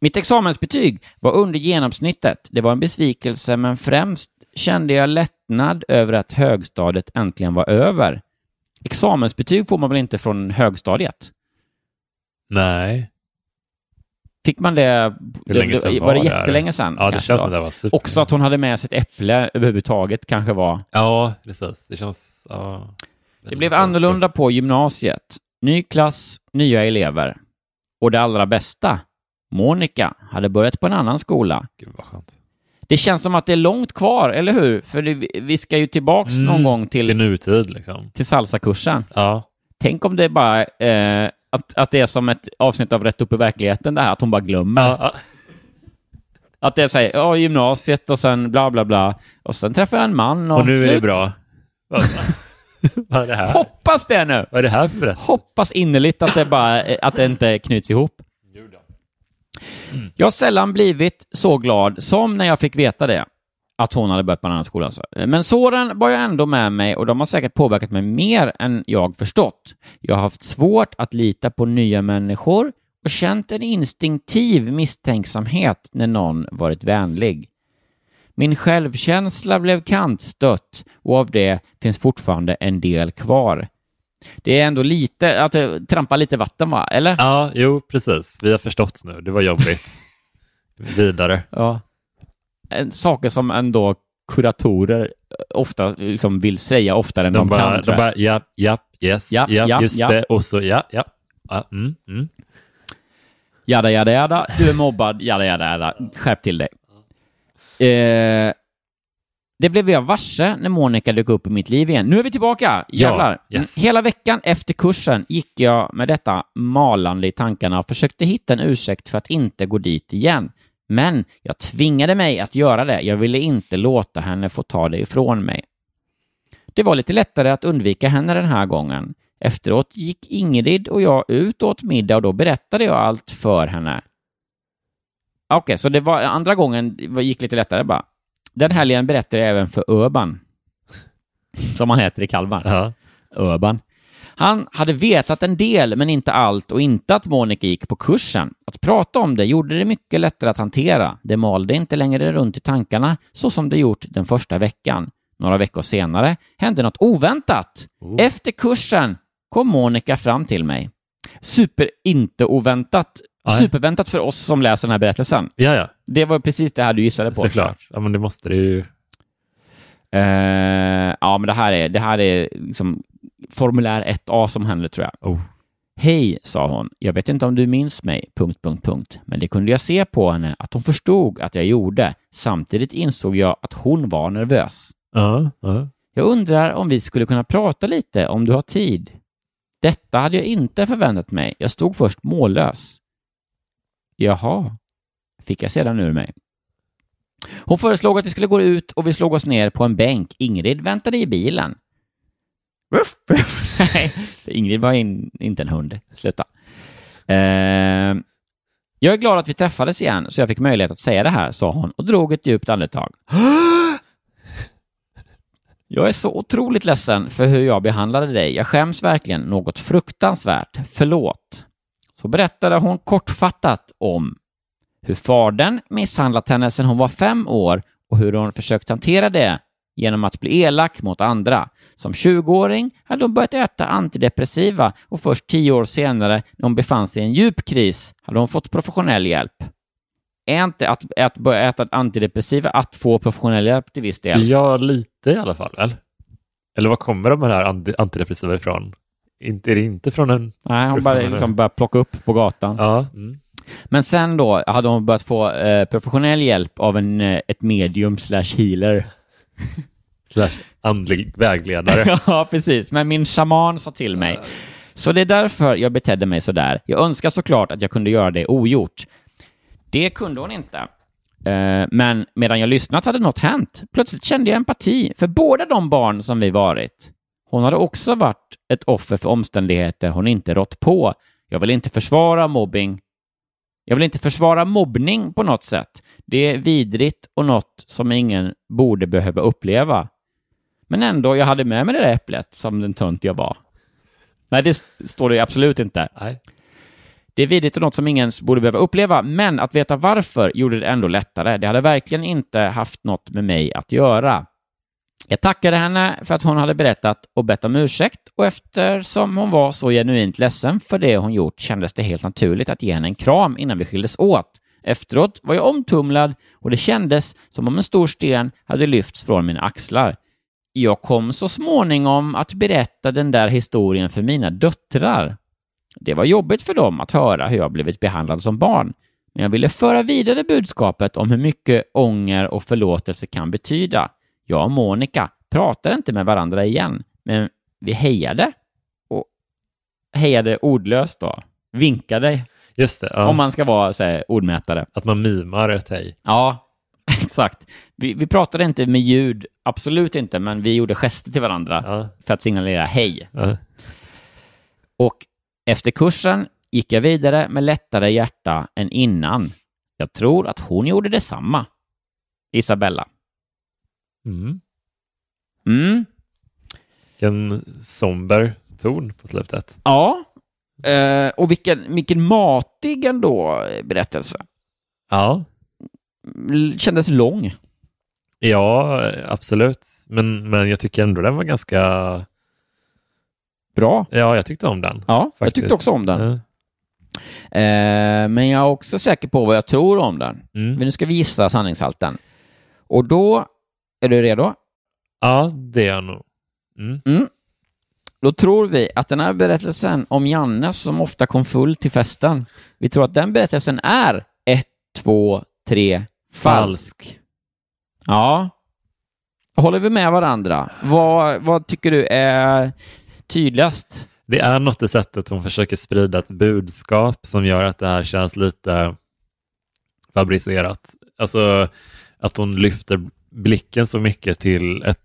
[SPEAKER 5] Mitt examensbetyg var under genomsnittet. Det var en besvikelse, men främst kände jag lättnad över att högstadiet äntligen var över. Examensbetyg får man väl inte från högstadiet?
[SPEAKER 4] Nej.
[SPEAKER 5] Fick man det...
[SPEAKER 4] Hur länge sedan
[SPEAKER 5] det,
[SPEAKER 4] var det?
[SPEAKER 5] jättelänge sedan?
[SPEAKER 4] Ja, det
[SPEAKER 5] kanske
[SPEAKER 4] känns
[SPEAKER 5] då?
[SPEAKER 4] som det var super.
[SPEAKER 5] Också att hon hade med sig ett äpple överhuvudtaget kanske var...
[SPEAKER 4] Ja, precis. Det känns... Ja.
[SPEAKER 5] Det blev annorlunda på gymnasiet. Ny klass, nya elever. Och det allra bästa, Monica hade börjat på en annan skola.
[SPEAKER 4] Gud, vad skönt.
[SPEAKER 5] Det känns som att det är långt kvar, eller hur? För det, vi ska ju tillbaks någon
[SPEAKER 4] Mm,
[SPEAKER 5] gång
[SPEAKER 4] Till
[SPEAKER 5] till,
[SPEAKER 4] nutid, liksom.
[SPEAKER 5] till salsakursen.
[SPEAKER 4] Ja.
[SPEAKER 5] Tänk om det bara... Eh, att, att det är som ett avsnitt av Rätt upp i verkligheten, det här, att hon bara glömmer.
[SPEAKER 4] Ja,
[SPEAKER 5] Att det är såhär, ja, gymnasiet och sen bla bla bla. Och sen träffar jag en man och...
[SPEAKER 4] Och nu är det
[SPEAKER 5] slut.
[SPEAKER 4] bra. Vad [laughs] vad är det här?
[SPEAKER 5] Hoppas det nu!
[SPEAKER 4] Vad är det här för berättelse?
[SPEAKER 5] Hoppas innerligt att det, bara, att det inte knyts ihop. Jag har sällan blivit så glad som när jag fick veta det. Att hon hade börjat på en annan skola. Alltså. Men såren var jag ändå med mig och de har säkert påverkat mig mer än jag förstått. Jag har haft svårt att lita på nya människor och känt en instinktiv misstänksamhet när någon varit vänlig. Min självkänsla blev kantstött och av det finns fortfarande en del kvar. Det är ändå lite, att det trampar lite vatten va? Eller?
[SPEAKER 4] Ja, jo, precis. Vi har förstått nu. Det var jobbigt. Vidare.
[SPEAKER 5] Ja. En- Saker som ändå kuratorer ofta liksom vill säga oftare än
[SPEAKER 4] De,
[SPEAKER 5] de,
[SPEAKER 4] bara,
[SPEAKER 5] kan. tror
[SPEAKER 4] de
[SPEAKER 5] jag.
[SPEAKER 4] bara, ja, ja, yes,
[SPEAKER 5] Ja,
[SPEAKER 4] ja,
[SPEAKER 5] ja,
[SPEAKER 4] just
[SPEAKER 5] ja.
[SPEAKER 4] det, och så ja, ja. ja mm, mm.
[SPEAKER 5] Jada, jada, jada. Du är mobbad. Jada, jada, jada. Skärp till dig. Eh, det blev jag varse när Monica dök upp i mitt liv igen. Nu är vi tillbaka! Jävlar!
[SPEAKER 4] yes.
[SPEAKER 5] Hela veckan efter kursen gick jag med detta malande i tankarna och försökte hitta en ursäkt för att inte gå dit igen. Men jag tvingade mig att göra det. Jag ville inte låta henne få ta det ifrån mig. Det var lite lättare att undvika henne den här gången. Efteråt gick Ingrid och jag ut och åt middag och då berättade jag allt för henne. Okej, så det var andra gången det gick lite lättare bara. Den helgen berättade jag även för Öban. Som han heter i Kalmar.
[SPEAKER 4] Ja.
[SPEAKER 5] Öban. Han hade vetat en del, men inte allt och inte att Monica gick på kursen. Att prata om det gjorde det mycket lättare att hantera. Det malde inte längre runt i tankarna, så som det gjort den
[SPEAKER 4] Oh.
[SPEAKER 5] första veckan. Några veckor senare hände något oväntat. Efter kursen kom Monica fram till mig. Super inte oväntat.
[SPEAKER 4] Nej.
[SPEAKER 5] Superväntat för oss som läser den här berättelsen.
[SPEAKER 4] Ja, ja.
[SPEAKER 5] Det var precis det här du gissade på.
[SPEAKER 4] Såklart. Ja, men det måste det ju.
[SPEAKER 5] Eh, ja, men det här är, det här är liksom formulär 1A som händer, tror jag.
[SPEAKER 4] Oh.
[SPEAKER 5] Hej, sa hon. Jag vet inte om du minns mig, punkt, punkt, punkt. Men det kunde jag se på henne att hon förstod att jag gjorde. Samtidigt insåg jag att hon var nervös.
[SPEAKER 4] Ja, ja.
[SPEAKER 5] Jag undrar om vi skulle kunna prata lite om du har tid. Detta hade jag inte förväntat mig. Jag stod först mållös. Jaha, fick jag sedan ur mig. Hon föreslog att vi skulle gå ut och vi slog oss ner på en bänk. Ingrid väntade i bilen. Ruff, ruff. [laughs] Nej, Ingrid var in, inte en hund. Sluta. Eh, jag är glad att vi träffades igen så jag fick möjlighet att säga det här, sa hon och drog ett djupt andetag. Jag är så otroligt ledsen för hur jag behandlade dig. Jag skäms verkligen något fruktansvärt. Förlåt. Så berättade hon kortfattat om hur fadern misshandlat henne sedan hon var fem år och hur hon försökt hantera det genom att bli elak mot andra. Som 20-åring hade hon börjat äta antidepressiva och först tio år senare, när hon befann sig i en djup kris, hade hon fått professionell hjälp. Är inte att, att börja äta antidepressiva att få professionell hjälp till viss del?
[SPEAKER 4] ja, lite i alla fall. Väl? Eller var kommer de här anti- antidepressiva ifrån? Inte, är det inte från en...
[SPEAKER 5] Nej, hon bara
[SPEAKER 4] Professionell.
[SPEAKER 5] liksom började plocka upp på gatan.
[SPEAKER 4] Ja, mm.
[SPEAKER 5] Men sen då hade hon börjat få eh, professionell hjälp av en, eh, ett medium slash healer.
[SPEAKER 4] slash andlig [laughs] vägledare.
[SPEAKER 5] [laughs] ja, precis. Men min shaman sa till mig. Så det är därför jag betedde mig sådär. Jag önskar såklart att jag kunde göra det ogjort. Det kunde hon inte. Eh, Men medan jag lyssnat hade något hänt. Plötsligt kände jag empati för båda de barn som vi varit. Hon hade också varit ett offer för omständigheter hon inte rått på. Jag vill inte försvara mobbing. Jag vill inte försvara mobbning på något sätt. Det är vidrigt och något som ingen borde behöva uppleva. Men ändå, jag hade med mig det där äpplet som den tönt jag var. Nej, det s- står det ju absolut inte.
[SPEAKER 4] Nej.
[SPEAKER 5] Det är vidrigt och något som ingen borde behöva uppleva, men att veta varför gjorde det ändå lättare. Det hade verkligen inte haft något med mig att göra. Jag tackade henne för att hon hade berättat och bett om ursäkt och eftersom hon var så genuint ledsen för det hon gjort kändes det helt naturligt att ge henne en kram innan vi skildes åt. Efteråt var jag omtumlad och det kändes som om en stor sten hade lyfts från mina axlar. Jag kom så småningom att berätta den där historien för mina döttrar. Det var jobbigt för dem att höra hur jag blivit behandlad som barn, men jag ville föra vidare budskapet om hur mycket ånger och förlåtelse kan betyda. Jag och Monica pratade inte med varandra igen, men vi hejade. Och hejade ordlöst då. Vinkade,
[SPEAKER 4] Just det, ja.
[SPEAKER 5] om man ska vara så här, ordmätare.
[SPEAKER 4] att man mimar ett hej.
[SPEAKER 5] Ja, [laughs] exakt. Vi, vi pratade inte med ljud, absolut inte, men vi gjorde gester till varandra
[SPEAKER 4] Ja,
[SPEAKER 5] för att signalera hej.
[SPEAKER 4] ja.
[SPEAKER 5] Och efter kursen gick jag vidare med lättare hjärta än innan. Jag tror att hon gjorde detsamma. Isabella.
[SPEAKER 4] Mm.
[SPEAKER 5] Mm,
[SPEAKER 4] Vilken somber ton på slutet.
[SPEAKER 5] ja. Eh, och vilken, vilken matig ändå eh, berättelse.
[SPEAKER 4] Ja.
[SPEAKER 5] L- Kändes lång.
[SPEAKER 4] Ja, absolut. Men, men jag tycker ändå den var ganska...
[SPEAKER 5] Bra.
[SPEAKER 4] Ja, jag tyckte om den.
[SPEAKER 5] Ja, jag
[SPEAKER 4] Faktiskt.
[SPEAKER 5] tyckte också om den.
[SPEAKER 4] Ja.
[SPEAKER 5] Eh, men jag är också säker på vad jag tror om den. Men
[SPEAKER 4] Mm.
[SPEAKER 5] nu ska vi gissa sanningshalten. Och då, är du redo?
[SPEAKER 4] ja, det är jag nog. Mm.
[SPEAKER 5] Då tror vi att den här berättelsen om Janne som ofta kom full till festen, vi tror att den berättelsen är ett, två, tre, falsk. Ja. Håller vi med varandra? Vad, vad tycker du är tydligast?
[SPEAKER 4] Det är något i sättet hon försöker sprida ett budskap som gör att det här känns lite fabricerat. Alltså att hon lyfter blicken så mycket till ett,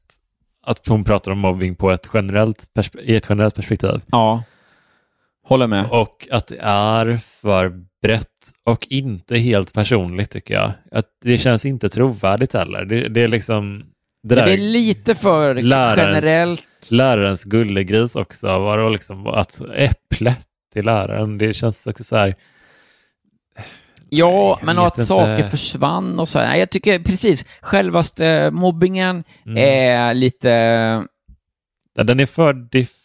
[SPEAKER 4] att hon pratar om mobbing på ett generellt perspe- i ett generellt perspektiv.
[SPEAKER 5] Ja. Håller med.
[SPEAKER 4] Och att det är för brett och inte helt personligt tycker jag. Att det känns inte trovärdigt heller. Det, det är liksom... Det där
[SPEAKER 5] Men det är lite för
[SPEAKER 4] Lärarens-
[SPEAKER 5] generellt.
[SPEAKER 4] lärarens gullegris också. Var det liksom att äpple till läraren, det känns också så här...
[SPEAKER 5] Ja,
[SPEAKER 4] Jag
[SPEAKER 5] men
[SPEAKER 4] vet
[SPEAKER 5] att
[SPEAKER 4] inte.
[SPEAKER 5] saker försvann och så. här. Nej, Jag
[SPEAKER 4] Mm.
[SPEAKER 5] tycker precis, självaste mobbingen är lite
[SPEAKER 4] Den är för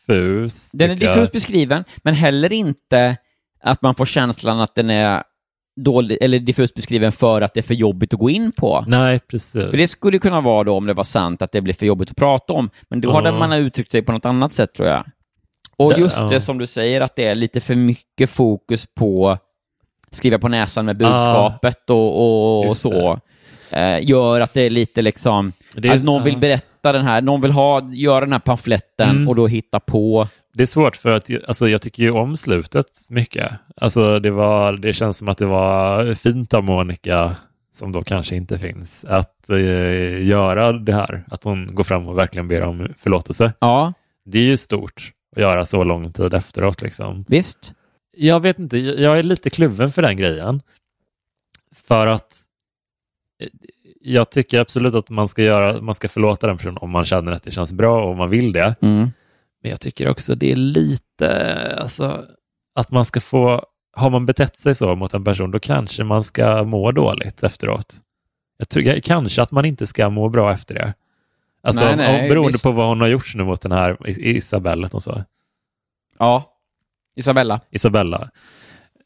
[SPEAKER 4] diffus.
[SPEAKER 5] Den är
[SPEAKER 4] tycker jag.
[SPEAKER 5] diffust beskriven, men heller inte att man får känslan att den är dålig, eller diffust beskriven för att det är för jobbigt att gå in på.
[SPEAKER 4] Nej, precis.
[SPEAKER 5] För det skulle kunna vara då om det var sant att det blir för jobbigt att prata om, men då har
[SPEAKER 4] Ja.
[SPEAKER 5] den man har uttryckt sig på något annat sätt tror jag. Och
[SPEAKER 4] Det-
[SPEAKER 5] just
[SPEAKER 4] ja.
[SPEAKER 5] det som du säger att det är lite för mycket fokus på skriva på näsan med budskapet och, och, och
[SPEAKER 4] Ah. Just
[SPEAKER 5] så. Eh, gör att det är lite liksom,
[SPEAKER 4] Det är-
[SPEAKER 5] att någon vill
[SPEAKER 4] ja.
[SPEAKER 5] berätta den här, någon vill ha, göra den här pamfletten
[SPEAKER 4] Mm.
[SPEAKER 5] och då hitta på.
[SPEAKER 4] Det är svårt för att ju- alltså, jag tycker ju om slutet mycket. Alltså, det, var, det känns som att det var fint av Monica, som då kanske inte finns, att eh, göra det här. Att hon går fram och verkligen ber om förlåtelse.
[SPEAKER 5] Ja,
[SPEAKER 4] Det är ju stort att göra så lång tid efteråt. Liksom.
[SPEAKER 5] visst.
[SPEAKER 4] Jag vet inte, jag är lite kluven för den grejen. För att eh, jag tycker absolut att man ska, göra, man ska förlåta den personen om man känner att det känns bra och om man vill det.
[SPEAKER 5] Mm.
[SPEAKER 4] Men jag tycker också det är lite, alltså, att man ska få, har man betett sig så mot en person, då kanske man ska må dåligt efteråt. Jag tycker kanske att man inte ska må bra efter det. Alltså,
[SPEAKER 5] Nej,
[SPEAKER 4] om-
[SPEAKER 5] nej,
[SPEAKER 4] om, beroende
[SPEAKER 5] visst.
[SPEAKER 4] på vad hon har gjort nu mot den här Is- Isabella, och så.
[SPEAKER 5] Ja. Isabella.
[SPEAKER 4] Isabella.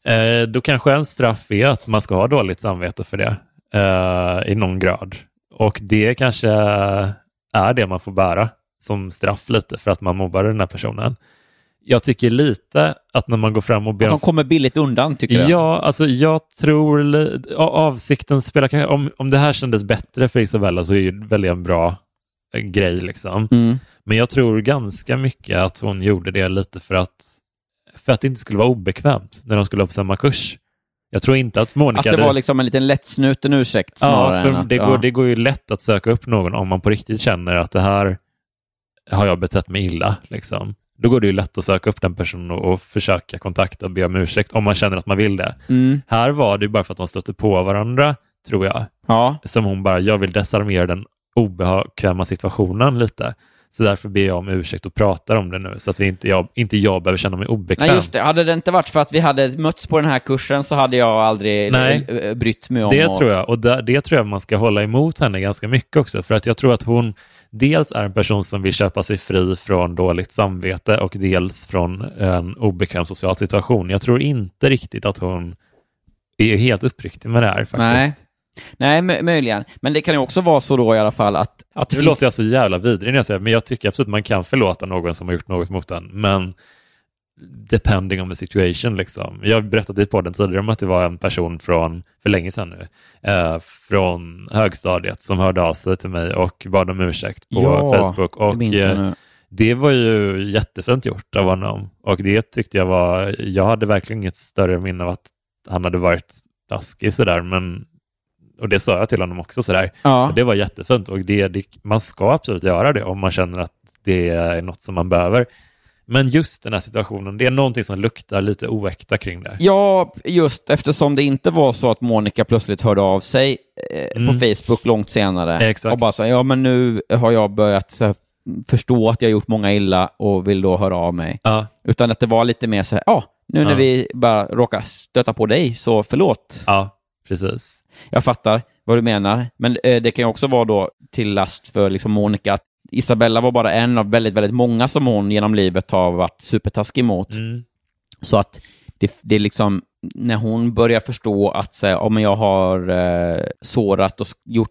[SPEAKER 4] Eh, då kanske en straff är att man ska ha dåligt samvete för det eh, i någon grad. Och det kanske är det man får bära som straff lite för att man mobbar den här personen. Jag tycker lite att när man går fram och ber
[SPEAKER 5] Att de
[SPEAKER 4] om
[SPEAKER 5] kommer billigt undan, tycker du?
[SPEAKER 4] Ja, alltså jag tror li- a- avsikten spelar kanske... Om, om det här kändes bättre för Isabella så är ju väldigt en bra eh, grej. liksom.
[SPEAKER 5] Mm.
[SPEAKER 4] Men jag tror ganska mycket att hon gjorde det lite för att, för att det inte skulle vara obekvämt när de skulle ha på samma kurs. Jag tror inte att Monica...
[SPEAKER 5] Att det
[SPEAKER 4] hade-
[SPEAKER 5] var liksom en liten lättsnuten ursäkt snarare
[SPEAKER 4] ja, för
[SPEAKER 5] än att,
[SPEAKER 4] det,
[SPEAKER 5] ja.
[SPEAKER 4] går, det går ju lätt att söka upp någon om man på riktigt känner att det här har jag betett mig illa. Liksom. Då går det ju lätt att söka upp den personen och, och försöka kontakta och be om ursäkt om man känner att man vill det.
[SPEAKER 5] Mm.
[SPEAKER 4] Här var det ju bara för att de stötte på varandra, tror jag,
[SPEAKER 5] Ja.
[SPEAKER 4] som hon bara, jag vill desarmera den obekväma situationen lite. Så därför ber jag om ursäkt och pratar om det nu, så att vi inte, jag, inte jag behöver känna mig obekväm.
[SPEAKER 5] Nej, just det. Hade det inte varit för att vi hade mötts på den här kursen så hade jag aldrig
[SPEAKER 4] Nej.
[SPEAKER 5] eh, eh, brytt mig om
[SPEAKER 4] Det
[SPEAKER 5] att-
[SPEAKER 4] tror jag, och det, det tror jag man ska hålla emot henne ganska mycket också, för att jag tror att hon dels är en person som vill köpa sig fri från dåligt samvete och dels från en obekväm social situation. Jag tror inte riktigt att hon är helt uppriktig med det här faktiskt.
[SPEAKER 5] Nej. Nej, mö- möjligen. Men det kan ju också vara så då i alla fall att... att
[SPEAKER 4] Nu låter jag så jävla vidrig när jag säger det, men jag tycker absolut man kan förlåta någon som har gjort något mot en, men depending on the situation. Liksom. Jag berättade i podden tidigare om att det var en person från, för länge sedan nu, eh, från högstadiet som hörde av sig till mig och bad om ursäkt på Facebook.
[SPEAKER 5] det
[SPEAKER 4] Och
[SPEAKER 5] minns jag
[SPEAKER 4] eh,
[SPEAKER 5] nu.
[SPEAKER 4] det var ju jättefint gjort av honom. Och det tyckte jag var, jag hade verkligen inget större minne av att han hade varit taskig sådär, men och det sa jag till honom också sådär.
[SPEAKER 5] Ja.
[SPEAKER 4] Och det var jättefint och det, det, man ska absolut göra det om man känner att det är något som man behöver. Men just den här situationen, det är någonting som luktar lite oäkta kring det.
[SPEAKER 5] Ja, just eftersom det inte var så att Monica plötsligt hörde av sig eh,
[SPEAKER 4] Mm.
[SPEAKER 5] på Facebook långt senare
[SPEAKER 4] Exakt.
[SPEAKER 5] och bara sa ja men nu har jag börjat så här, förstå att jag gjort många illa och vill då höra av mig.
[SPEAKER 4] Ja,
[SPEAKER 5] Utan att det var lite mer så här, ja, nu när
[SPEAKER 4] Ja.
[SPEAKER 5] vi bara råkar stöta på dig, så förlåt.
[SPEAKER 4] ja precis.
[SPEAKER 5] Jag fattar vad du menar. Men eh, det kan ju också vara då till last för liksom Monica att Isabella var bara en av väldigt, väldigt många som hon genom livet har varit supertaskig mot.
[SPEAKER 4] Mm.
[SPEAKER 5] Så att det, det är liksom, när hon börjar förstå att så här, ja, men jag har eh, sårat och s- gjort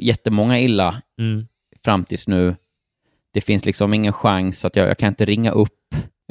[SPEAKER 5] jättemånga illa
[SPEAKER 4] Mm.
[SPEAKER 5] fram tills nu. Det finns liksom ingen chans att jag, jag kan inte ringa upp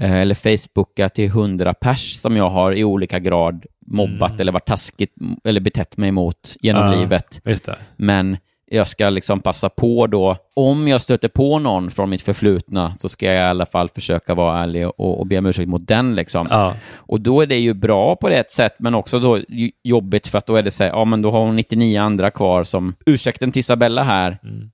[SPEAKER 5] eh, eller facebooka till hundra pers som jag har i olika grad mobbat
[SPEAKER 4] Mm.
[SPEAKER 5] eller varit taskigt m- eller betett mig mot genom
[SPEAKER 4] Ja.
[SPEAKER 5] livet.
[SPEAKER 4] Just det.
[SPEAKER 5] Men jag ska liksom passa på då, om jag stöter på någon från mitt förflutna så ska jag i alla fall försöka vara ärlig och, och be om ursäkt mot den liksom.
[SPEAKER 4] Ja,
[SPEAKER 5] Och då är det ju bra på ett sätt, men också då ju- jobbigt för att då är det så här, ja men då har hon 99 andra kvar som, ursäkten till Isabella här,
[SPEAKER 4] Mm.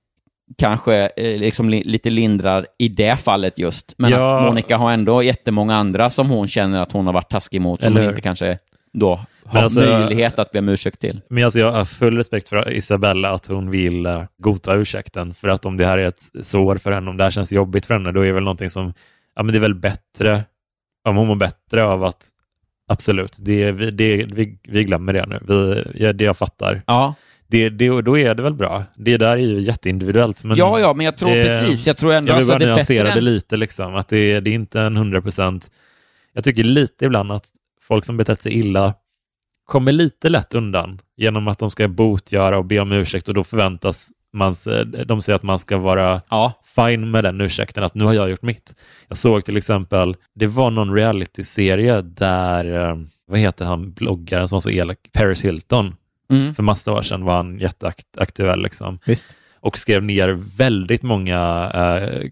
[SPEAKER 5] kanske eh, liksom li, lite lindrar i det fallet just. Men
[SPEAKER 4] Ja.
[SPEAKER 5] att Monica har ändå jättemånga andra som hon känner att hon har varit taskig mot, som
[SPEAKER 4] Eller
[SPEAKER 5] hon
[SPEAKER 4] hur?
[SPEAKER 5] inte kanske då har
[SPEAKER 4] Men alltså-
[SPEAKER 5] möjlighet att be om ursäkt till.
[SPEAKER 4] men alltså jag har full respekt för Isabella att hon vill eh, godta ursäkten. För att om det här är ett sår för henne, om det här känns jobbigt för henne, då är det väl någonting som, ja men det är väl bättre, om hon mår bättre av att, absolut, det, är- vi, det, är- vi, vi glömmer det nu. Vi, ja, det jag fattar.
[SPEAKER 5] Ja,
[SPEAKER 4] det, det, då är det väl bra. Det där är ju jätteindividuellt. Men
[SPEAKER 5] ja, ja, men jag tror
[SPEAKER 4] det-
[SPEAKER 5] precis. Jag tror ändå
[SPEAKER 4] jag vill
[SPEAKER 5] alltså
[SPEAKER 4] bara
[SPEAKER 5] att det är
[SPEAKER 4] nyansera
[SPEAKER 5] bättre
[SPEAKER 4] det
[SPEAKER 5] än-
[SPEAKER 4] lite, liksom, att det, det är inte en 100 procent. Jag tycker lite ibland att folk som betett sig illa kommer lite lätt undan genom att de ska botgöra och be om ursäkt och då förväntas man, se- de säger att man ska vara
[SPEAKER 5] Ja.
[SPEAKER 4] fine med den ursäkten, att nu har jag gjort mitt. Jag såg till exempel, det var någon realityserie där, eh, vad heter han, bloggaren som var så elak, Paris Hilton,
[SPEAKER 5] Mm.
[SPEAKER 4] för massa år sedan var han jätteaktuell liksom.
[SPEAKER 5] Visst.
[SPEAKER 4] och skrev ner väldigt många eh,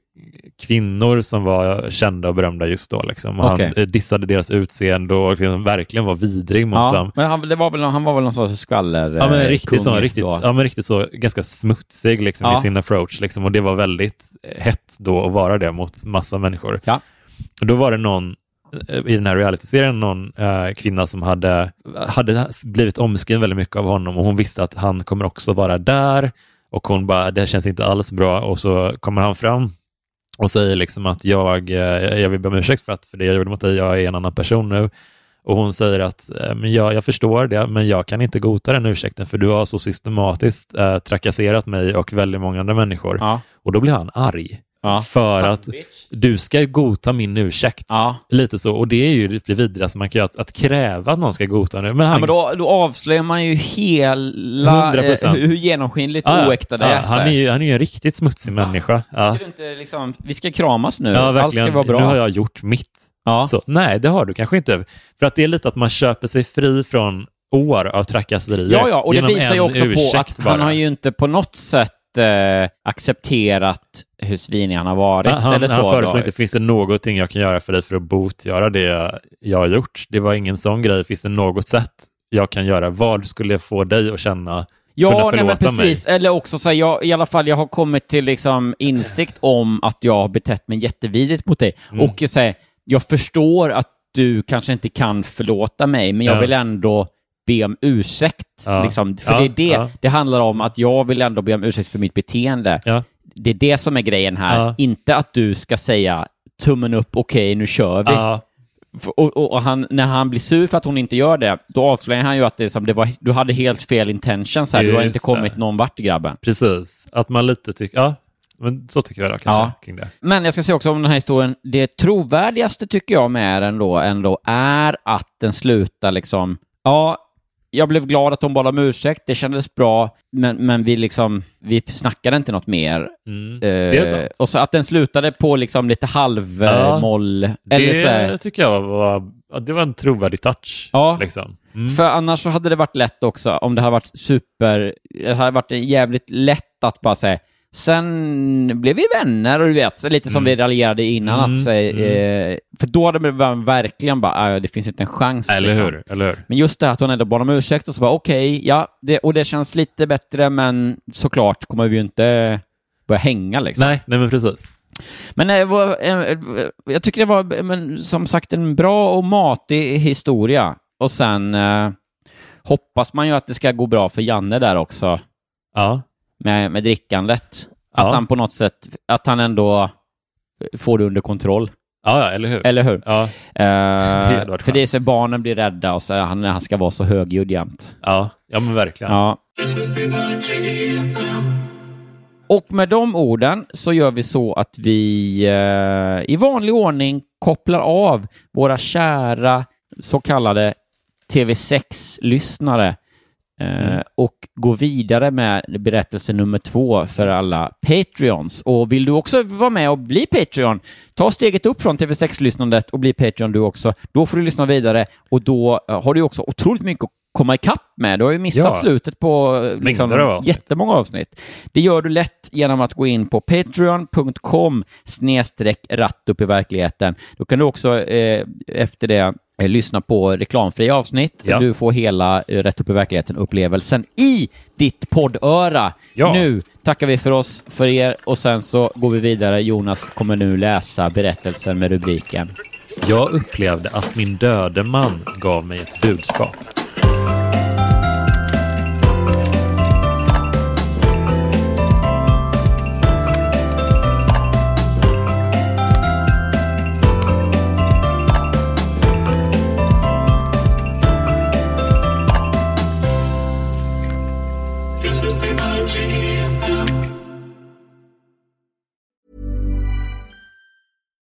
[SPEAKER 4] kvinnor som var kända och berömda just då. Liksom. Och
[SPEAKER 5] Okej.
[SPEAKER 4] Han eh, dissade deras utseende och liksom verkligen var vidrig mot
[SPEAKER 5] Ja,
[SPEAKER 4] dem.
[SPEAKER 5] men han, det var väl, någon- han var väl någon sorts skvaller...
[SPEAKER 4] Ja, men
[SPEAKER 5] eh,
[SPEAKER 4] riktigt, så,
[SPEAKER 5] kung
[SPEAKER 4] riktigt,
[SPEAKER 5] då.
[SPEAKER 4] ja, men riktigt så, ganska smutsig liksom,
[SPEAKER 5] Ja.
[SPEAKER 4] i sin approach. Liksom, och det var väldigt hett då att vara det mot massa människor.
[SPEAKER 5] Ja.
[SPEAKER 4] Och då var det någon eh, i den här realityserien någon eh, kvinna som hade, hade blivit omskriven väldigt mycket av honom och hon visste att han kommer också vara där och hon bara, det här känns inte alls bra och så kommer han fram och säger liksom att jag, eh, jag vill be om ursäkt för, att, för det jag gjorde mot dig, jag är en annan person nu. Och hon säger att eh, men jag, jag förstår det, men jag kan inte godta den ursäkten för du har så systematiskt eh, trakasserat mig och väldigt många andra människor.
[SPEAKER 5] Ja.
[SPEAKER 4] Och då blir han arg.
[SPEAKER 5] Ja.
[SPEAKER 4] För att du ska ju godta min ursäkt.
[SPEAKER 5] Ja.
[SPEAKER 4] Lite så. Och det är ju det vidrigaste man kan göra, att, att kräva att någon ska godta det. Men han,
[SPEAKER 5] Ja, men då, då avslöjar man ju hela... eh,
[SPEAKER 4] 100%.
[SPEAKER 5] hur genomskinligt
[SPEAKER 4] Ja, ja.
[SPEAKER 5] oäkta det
[SPEAKER 4] Ja,
[SPEAKER 5] är. så
[SPEAKER 4] han, är
[SPEAKER 5] här.
[SPEAKER 4] ju, han är ju en riktigt smutsig människa. Ja.
[SPEAKER 5] Ska du inte liksom, vi ska kramas nu.
[SPEAKER 4] Ja,
[SPEAKER 5] Allt ska
[SPEAKER 4] verkligen.
[SPEAKER 5] vara bra.
[SPEAKER 4] Nu har jag gjort mitt.
[SPEAKER 5] ja.
[SPEAKER 4] Så, nej, det har du kanske inte. För att det är lite att man köper sig fri från år av trakasserier.
[SPEAKER 5] ja, ja, och det
[SPEAKER 4] genom
[SPEAKER 5] visar ju
[SPEAKER 4] en
[SPEAKER 5] också på
[SPEAKER 4] ursäkt
[SPEAKER 5] att han
[SPEAKER 4] bara.
[SPEAKER 5] har ju inte på något sätt eh, accepterat hur svinig han har varit.
[SPEAKER 4] han,
[SPEAKER 5] eller så
[SPEAKER 4] han
[SPEAKER 5] då.
[SPEAKER 4] föreslår inte, finns det någonting jag kan göra för dig för att botgöra det jag har gjort? Det var ingen sån grej. Finns det något sätt jag kan göra? Vad skulle jag få dig att känna? kunna
[SPEAKER 5] Ja, nej,
[SPEAKER 4] förlåta
[SPEAKER 5] men precis. Eller också så här, jag, i alla fall, jag har kommit till liksom insikt om att jag har betett mig jättevidigt mot dig.
[SPEAKER 4] Mm.
[SPEAKER 5] Och jag, säger, jag förstår att du kanske inte kan förlåta mig, men jag
[SPEAKER 4] Ja.
[SPEAKER 5] vill ändå be om ursäkt.
[SPEAKER 4] Ja.
[SPEAKER 5] Liksom. För
[SPEAKER 4] Ja,
[SPEAKER 5] det är det
[SPEAKER 4] ja.
[SPEAKER 5] det handlar om, att jag vill ändå be om ursäkt för mitt beteende.
[SPEAKER 4] Ja.
[SPEAKER 5] Det är det som är grejen här.
[SPEAKER 4] Ja.
[SPEAKER 5] Inte att du ska säga tummen upp, okej, nu kör vi.
[SPEAKER 4] Ja,
[SPEAKER 5] F- Och, och, och han, när han blir sur för att hon inte gör det, då avslöjar han ju att det, som det var, du hade helt fel intentions här. Du har
[SPEAKER 4] Just
[SPEAKER 5] inte kommit
[SPEAKER 4] det.
[SPEAKER 5] någon vart, grabben.
[SPEAKER 4] precis. Att man lite tycker, ja, men så tycker jag då kanske
[SPEAKER 5] Ja.
[SPEAKER 4] kring det.
[SPEAKER 5] Men jag ska säga också om den här historien, det trovärdigaste tycker jag med den då, ändå är att den slutar liksom, ja, jag blev glad att hon bad om ursäkt, det kändes bra, men, men vi liksom, vi snackade inte något mer.
[SPEAKER 4] Mm.
[SPEAKER 5] Eh,
[SPEAKER 4] det är sant.
[SPEAKER 5] och så att den slutade på liksom lite halvmoll,
[SPEAKER 4] Ja,
[SPEAKER 5] ja, moll, eller
[SPEAKER 4] Det
[SPEAKER 5] så här,
[SPEAKER 4] tycker jag var, ja, det var en trovärdig touch.
[SPEAKER 5] Ja.
[SPEAKER 4] Liksom.
[SPEAKER 5] Mm. För annars så hade det varit lätt också, om det hade varit super, det hade varit jävligt lätt att bara säga, sen blev vi vänner och du vet, så lite som
[SPEAKER 4] Mm.
[SPEAKER 5] vi raljerade innan, att säga, eh, för då hade man verkligen bara, "Ah, ja, det finns inte en chans.
[SPEAKER 4] Eller
[SPEAKER 5] liksom.
[SPEAKER 4] hur? Eller hur?
[SPEAKER 5] Men just det här att hon ändå bad om ursäkt och så bara okej, ja, det, och det känns lite bättre, men såklart kommer vi ju inte börja hänga liksom.
[SPEAKER 4] Nej, nej, men precis.
[SPEAKER 5] Men eh, vad- eh, eh, jag tycker det var eh, men, som sagt en bra och matig historia. Och sen eh, hoppas man ju att det ska gå bra för Janne där också
[SPEAKER 4] Ja.
[SPEAKER 5] med, med drickandet. Att
[SPEAKER 4] Ja.
[SPEAKER 5] han på något sätt, att han ändå får det under kontroll.
[SPEAKER 4] Ja, ja, eller hur? [laughs]
[SPEAKER 5] Eller hur?
[SPEAKER 4] Ja,
[SPEAKER 5] Eh,
[SPEAKER 4] hade varit
[SPEAKER 5] för det är
[SPEAKER 4] skönt.
[SPEAKER 5] så barnen blir rädda och så är han, han ska vara så högljudd jämt.
[SPEAKER 4] ja, ja men verkligen.
[SPEAKER 5] Ja. Och med de orden så gör vi så att vi eh, i vanlig ordning kopplar av våra kära så kallade TV6-lyssnare eh,
[SPEAKER 4] Mm.
[SPEAKER 5] och går vidare med berättelse nummer två för alla Patreons. Och vill du också vara med och bli Patreon, ta steget upp från TV6-lyssnandet och bli Patreon du också. Då får du lyssna vidare och då eh, har du också otroligt mycket att komma ikapp med. Du har ju missat
[SPEAKER 4] Ja.
[SPEAKER 5] slutet på eh, liksom,
[SPEAKER 4] Mängder av avsnitt.
[SPEAKER 5] jättemånga avsnitt. Det gör du lätt genom att gå in på patreon.com snedstreck ratt upp i verkligheten. Då kan du också eh, efter det eh, lyssna på reklamfria avsnitt.
[SPEAKER 4] Ja.
[SPEAKER 5] Du får hela eh, Rätt upp i verkligheten-upplevelsen i ditt poddöra.
[SPEAKER 4] Ja.
[SPEAKER 5] Nu tackar vi för oss, för er och sen så går vi vidare. Jonas kommer nu läsa berättelsen med rubriken.
[SPEAKER 4] Jag upplevde att min döde man gav mig ett budskap.